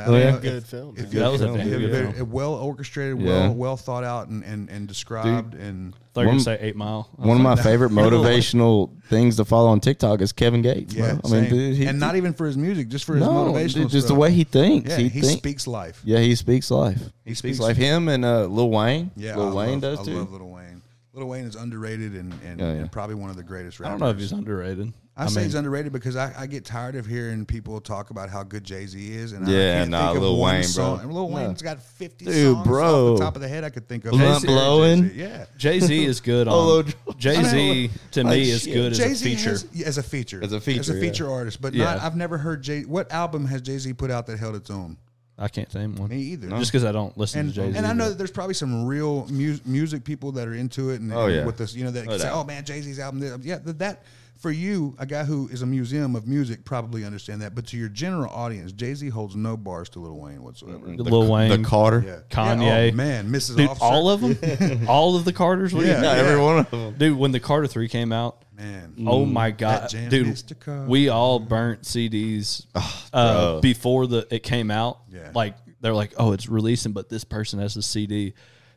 Speaker 4: I
Speaker 5: Oh,
Speaker 4: don't
Speaker 5: yeah?
Speaker 4: know if-
Speaker 1: Good film.
Speaker 4: if
Speaker 1: man.
Speaker 4: you-
Speaker 3: That was a damn
Speaker 4: if-
Speaker 3: good
Speaker 4: if-
Speaker 3: film.
Speaker 4: if well orchestrated,
Speaker 5: Yeah.
Speaker 4: well well thought out, and and, and described, and
Speaker 3: They're gonna
Speaker 5: One-
Speaker 3: say Eight Mile. I
Speaker 5: one of
Speaker 3: was
Speaker 5: my
Speaker 3: like,
Speaker 5: favorite motivational things to follow on TikTok is Kevin Gates.
Speaker 4: yeah,
Speaker 5: bro. I mean,
Speaker 4: same.
Speaker 5: dude, he,
Speaker 4: and not even for his music, just for his
Speaker 5: no,
Speaker 4: motivational.
Speaker 5: dude, just the
Speaker 4: stuff.
Speaker 5: way he thinks.
Speaker 4: yeah,
Speaker 5: he,
Speaker 4: he,
Speaker 5: think-
Speaker 4: speaks life.
Speaker 5: Yeah, he speaks life.
Speaker 4: He
Speaker 5: He speaks
Speaker 4: speaks-
Speaker 5: life. Him and uh, Lil Wayne.
Speaker 4: Yeah,
Speaker 5: Lil
Speaker 4: I love,
Speaker 5: Wayne does
Speaker 4: I
Speaker 5: too.
Speaker 4: love Lil Wayne. Lil Wayne is underrated and and,
Speaker 5: Oh, yeah.
Speaker 4: and probably one of the greatest
Speaker 3: I
Speaker 4: rappers.
Speaker 3: don't know if he's underrated.
Speaker 4: I, say he's underrated because I, I get tired of hearing people talk about how good Jay Z is, and
Speaker 5: Yeah,
Speaker 4: I can't
Speaker 5: nah,
Speaker 4: think of
Speaker 5: Lil
Speaker 4: one
Speaker 5: Wayne, bro.
Speaker 4: song. And Lil
Speaker 5: No.
Speaker 4: Wayne's got fifty
Speaker 5: Dude,
Speaker 4: songs
Speaker 5: bro.
Speaker 4: off the top of the head I could think of.
Speaker 5: Blunt blowing.
Speaker 4: yeah.
Speaker 3: Jay Z is good on Jay Z to me
Speaker 5: Like,
Speaker 3: is
Speaker 5: shit.
Speaker 3: good as a
Speaker 4: Jay-Z
Speaker 3: feature.
Speaker 4: has- yeah, as a feature,
Speaker 5: As a
Speaker 4: as
Speaker 5: feature,
Speaker 4: a
Speaker 5: yeah.
Speaker 4: feature artist, but not.
Speaker 3: Yeah.
Speaker 4: I've never heard Jay. What album has Jay Z put out that held its own?
Speaker 3: I can't name one.
Speaker 4: Me either.
Speaker 3: Just because I don't listen
Speaker 4: and,
Speaker 3: to Jay Z.
Speaker 4: and I know that there's probably some real mu- music people that are into it and,
Speaker 5: Oh,
Speaker 4: and
Speaker 5: yeah.
Speaker 4: with this, you know, that say,
Speaker 5: doubt.
Speaker 4: "Oh man, Jay Z's album." This. Yeah, that, that for you, a guy who is a museum of music, probably understand that. But to your general audience, Jay Z holds no bars to Lil Wayne whatsoever.
Speaker 3: Lil Wayne,
Speaker 5: the Carter.
Speaker 4: Yeah,
Speaker 3: Kanye.
Speaker 4: oh, man, Mrs.
Speaker 3: Dude,
Speaker 4: Officer,
Speaker 3: all of them, all of the Carters. What do you
Speaker 4: Yeah.
Speaker 5: No, every one of them.
Speaker 3: Dude, when the Carter Three came out,
Speaker 4: man.
Speaker 3: oh my god,
Speaker 4: Mm. jam,
Speaker 3: dude,
Speaker 4: Mr. Carter.
Speaker 3: we all burnt CDs uh, before the it came out.
Speaker 4: Ah, Yeah.
Speaker 3: Like they're like, oh, it's releasing, but this person has a CD.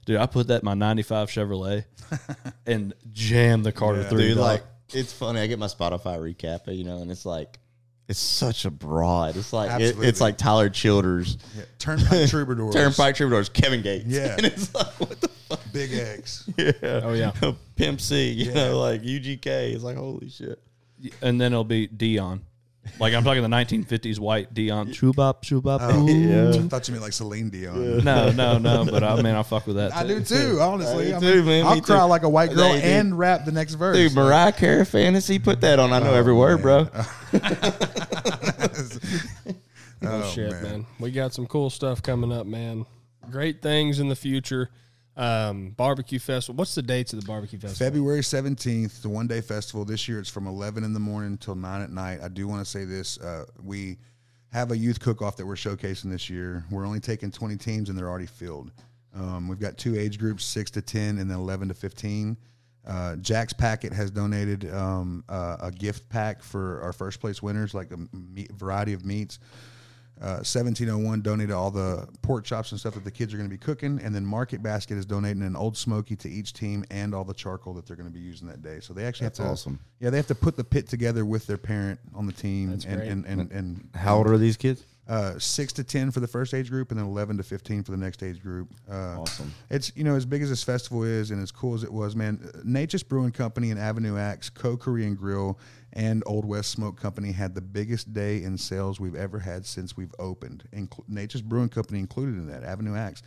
Speaker 3: Dude, I put that in my '95 Chevrolet and jammed the Carter Three.
Speaker 5: Dude,
Speaker 3: dog.
Speaker 5: like it's funny. I get my Spotify recap, you know, and it's like it's such a broad. It's like it,
Speaker 4: Absolutely.
Speaker 5: it's like Tyler Childers,
Speaker 4: Yeah, Turnpike Troubadours,
Speaker 5: Turnpike Troubadours, Kevin Gates.
Speaker 4: Yeah.
Speaker 5: and it's like what the fuck,
Speaker 4: Big X.
Speaker 3: oh yeah,
Speaker 5: Pimp C, you know, like UGK. It's like holy shit.
Speaker 3: and then it'll be Dion. Like I'm talking the 1950s white Dion. Chubop, chubop.
Speaker 4: Um, I thought you meant like Celine Dion.
Speaker 3: No, no, no. But I mean, I fuck with that.
Speaker 4: I
Speaker 3: too.
Speaker 4: do too, honestly.
Speaker 5: I
Speaker 4: I
Speaker 5: do too, man,
Speaker 4: will
Speaker 5: me
Speaker 4: cry
Speaker 5: too.
Speaker 4: like a white
Speaker 5: I
Speaker 4: girl
Speaker 5: think, dude.
Speaker 4: and rap the next verse.
Speaker 5: Dude, Mariah Carey fantasy. Put that on. I know every word, bro.
Speaker 1: Oh, shit, man. We got some cool stuff coming up, man. Great things in the future. Um, barbecue festival. What's the dates of the barbecue festival?
Speaker 4: February 17th, the one day festival. This year it's from 11 in the morning till 9 at night. I do want to say this. Uh, we have a youth cook off that we're showcasing this year. We're only taking 20 teams and they're already filled. Um, we've got two age groups, 6 to 10 and then 11 to 15. Uh, Jack's Packet has donated um, uh, a gift pack for our first place winners, like a meat, variety of meats. Uh, 1701 donated all the pork chops and stuff that the kids are going to be cooking. And then Market Basket is donating an old smoky to each team and all the charcoal that they're going to be using that day. So they actually have to.
Speaker 5: awesome.
Speaker 4: Yeah, they have to put the pit together with their parent on the team. and, and, and, and
Speaker 5: How old are these kids?
Speaker 4: uh, six to ten for the first age group, and then eleven to fifteen for the next age group. Uh, awesome. It's you know as big as this festival is, and as cool as it was, man. uh, Nature's Brewing Company and Avenue Axe, Co Korean Grill, and Old West Smoke Company had the biggest day in sales we've ever had since we've opened. Inclu- Nature's Brewing Company included in that. Avenue Axe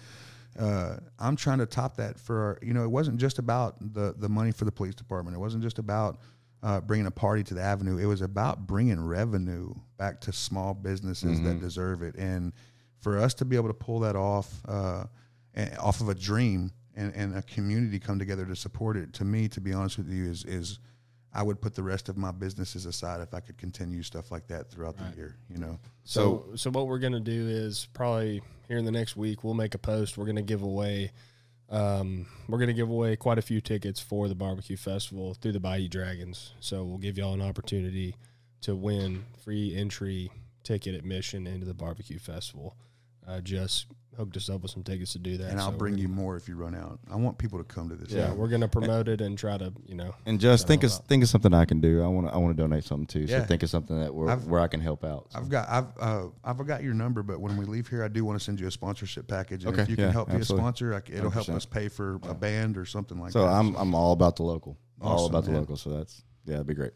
Speaker 4: uh, I'm trying to top that for our, you know it wasn't just about the the money for the police department. It wasn't just about uh, bringing a party to the avenue. It was about bringing revenue back to small businesses
Speaker 1: Mm-hmm.
Speaker 4: that deserve it. And for us to be able to pull that off uh, and, off of a dream and, and a community come together to support it, to me, to be honest with you, is is I would put the rest of my businesses aside if I could continue stuff like that throughout the year. You know.
Speaker 1: So, so what we're gonna do is probably here in the next week we'll make a post. We're gonna give away, um, we're gonna give away quite a few tickets for the barbecue festival through the Bayou Dragons. So we'll give y'all an opportunity to win free entry ticket admission into the barbecue festival. I just hooked us up with some tickets to do that.
Speaker 4: and I'll
Speaker 1: so
Speaker 4: bring
Speaker 1: we're
Speaker 4: you
Speaker 1: gonna-
Speaker 4: more if you run out. I want people to come to this.
Speaker 1: Yeah, we're gonna promote it and try to, you know.
Speaker 5: And just
Speaker 1: I
Speaker 5: think
Speaker 1: don't
Speaker 5: of
Speaker 1: know about-
Speaker 5: think of something I can do. I want to I want to donate something too. So
Speaker 4: Yeah.
Speaker 5: think of something that where,
Speaker 4: I've-
Speaker 5: where I can help out.
Speaker 4: I've got I've uh, I've got your number, but when we leave here, I do want to send you a sponsorship package. And if
Speaker 5: Okay,
Speaker 4: you can
Speaker 5: yeah,
Speaker 4: help be a
Speaker 5: absolutely.
Speaker 4: sponsor, I c it'll help
Speaker 5: 100%.
Speaker 4: us pay for a band or something like
Speaker 5: so
Speaker 4: that.
Speaker 5: I'm I'm all about the local. all
Speaker 4: Awesome,
Speaker 5: about the
Speaker 4: man.
Speaker 5: local. So that's yeah, that'd be great.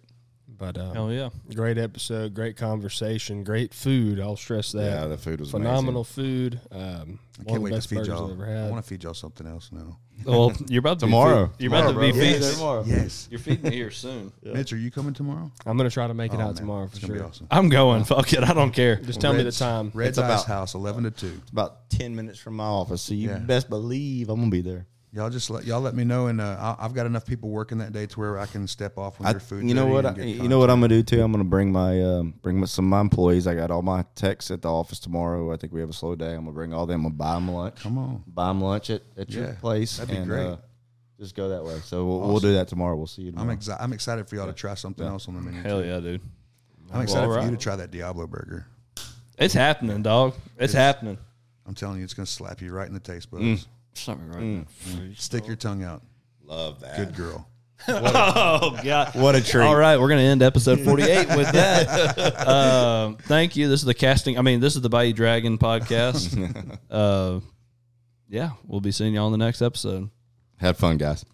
Speaker 1: But um,
Speaker 3: Hell yeah.
Speaker 1: great episode, great conversation, great food. I'll stress that.
Speaker 5: Yeah, the food was amazing.
Speaker 1: phenomenal food.
Speaker 4: I
Speaker 1: Um, one
Speaker 4: can't
Speaker 1: of the
Speaker 4: wait to
Speaker 1: best
Speaker 4: feed
Speaker 1: burgers I've
Speaker 4: y'all.
Speaker 1: ever
Speaker 4: I
Speaker 1: had.
Speaker 4: want to feed y'all something else now.
Speaker 3: Well, you're about to
Speaker 5: Tomorrow.
Speaker 3: Be feed- you're about to
Speaker 5: Tomorrow,
Speaker 3: be
Speaker 5: bro.
Speaker 3: feeding.
Speaker 5: Yes. Tomorrow.
Speaker 4: Yes.
Speaker 3: You're feeding me here soon.
Speaker 4: Mitch, are you coming tomorrow?
Speaker 1: I'm gonna try to make it
Speaker 4: Oh,
Speaker 1: out
Speaker 4: man,
Speaker 1: tomorrow for
Speaker 4: it's gonna
Speaker 1: sure.
Speaker 4: be awesome.
Speaker 3: I'm going. Fuck it. I don't care.
Speaker 1: Just tell me the
Speaker 4: Red's-
Speaker 1: time.
Speaker 4: Red's
Speaker 5: It's
Speaker 4: Ice
Speaker 5: about-
Speaker 4: House, eleven to two.
Speaker 5: About ten minutes from my office, so you
Speaker 4: Yeah.
Speaker 5: best believe I'm gonna be there.
Speaker 4: Y'all just let y'all let me know, and uh, I- I've got enough people working that day to where I can step off when
Speaker 5: I,
Speaker 4: your food.
Speaker 5: you know
Speaker 4: ready
Speaker 5: what?
Speaker 4: and
Speaker 5: I,
Speaker 4: get
Speaker 5: you know what I'm
Speaker 4: contact.
Speaker 5: gonna do too. I'm gonna bring my um, bring my, some of my employees. I got all my techs at the office tomorrow. I think we have a slow day. I'm gonna bring all them. I'm gonna buy them lunch.
Speaker 4: Come on.
Speaker 5: buy them lunch at, at your
Speaker 4: Yeah,
Speaker 5: place.
Speaker 4: that'd be
Speaker 5: and,
Speaker 4: great.
Speaker 5: uh, just go that way. So we'll, we'll do that tomorrow. We'll see you
Speaker 4: I'm
Speaker 5: tomorrow.
Speaker 4: exi- I'm excited for y'all to try something else on the menu.
Speaker 3: Hell yeah, dude.
Speaker 4: I'm excited
Speaker 3: Well,
Speaker 4: for you to
Speaker 3: alright.
Speaker 4: try that Diablo burger.
Speaker 3: It's happening, dog. It's, happening.
Speaker 4: I'm telling you, it's gonna slap you right in the taste buds.
Speaker 3: Something right.
Speaker 4: Stick your tongue out.
Speaker 5: Mm. Love that.
Speaker 4: Good girl.
Speaker 3: Oh god.
Speaker 5: What a treat.
Speaker 3: All right, we're gonna end episode forty-eight with that. Um, thank you. This is the casting. I mean, this is the Bayou Dragon podcast. Uh, yeah, we'll be seeing y'all in the next episode.
Speaker 5: Had fun, guys.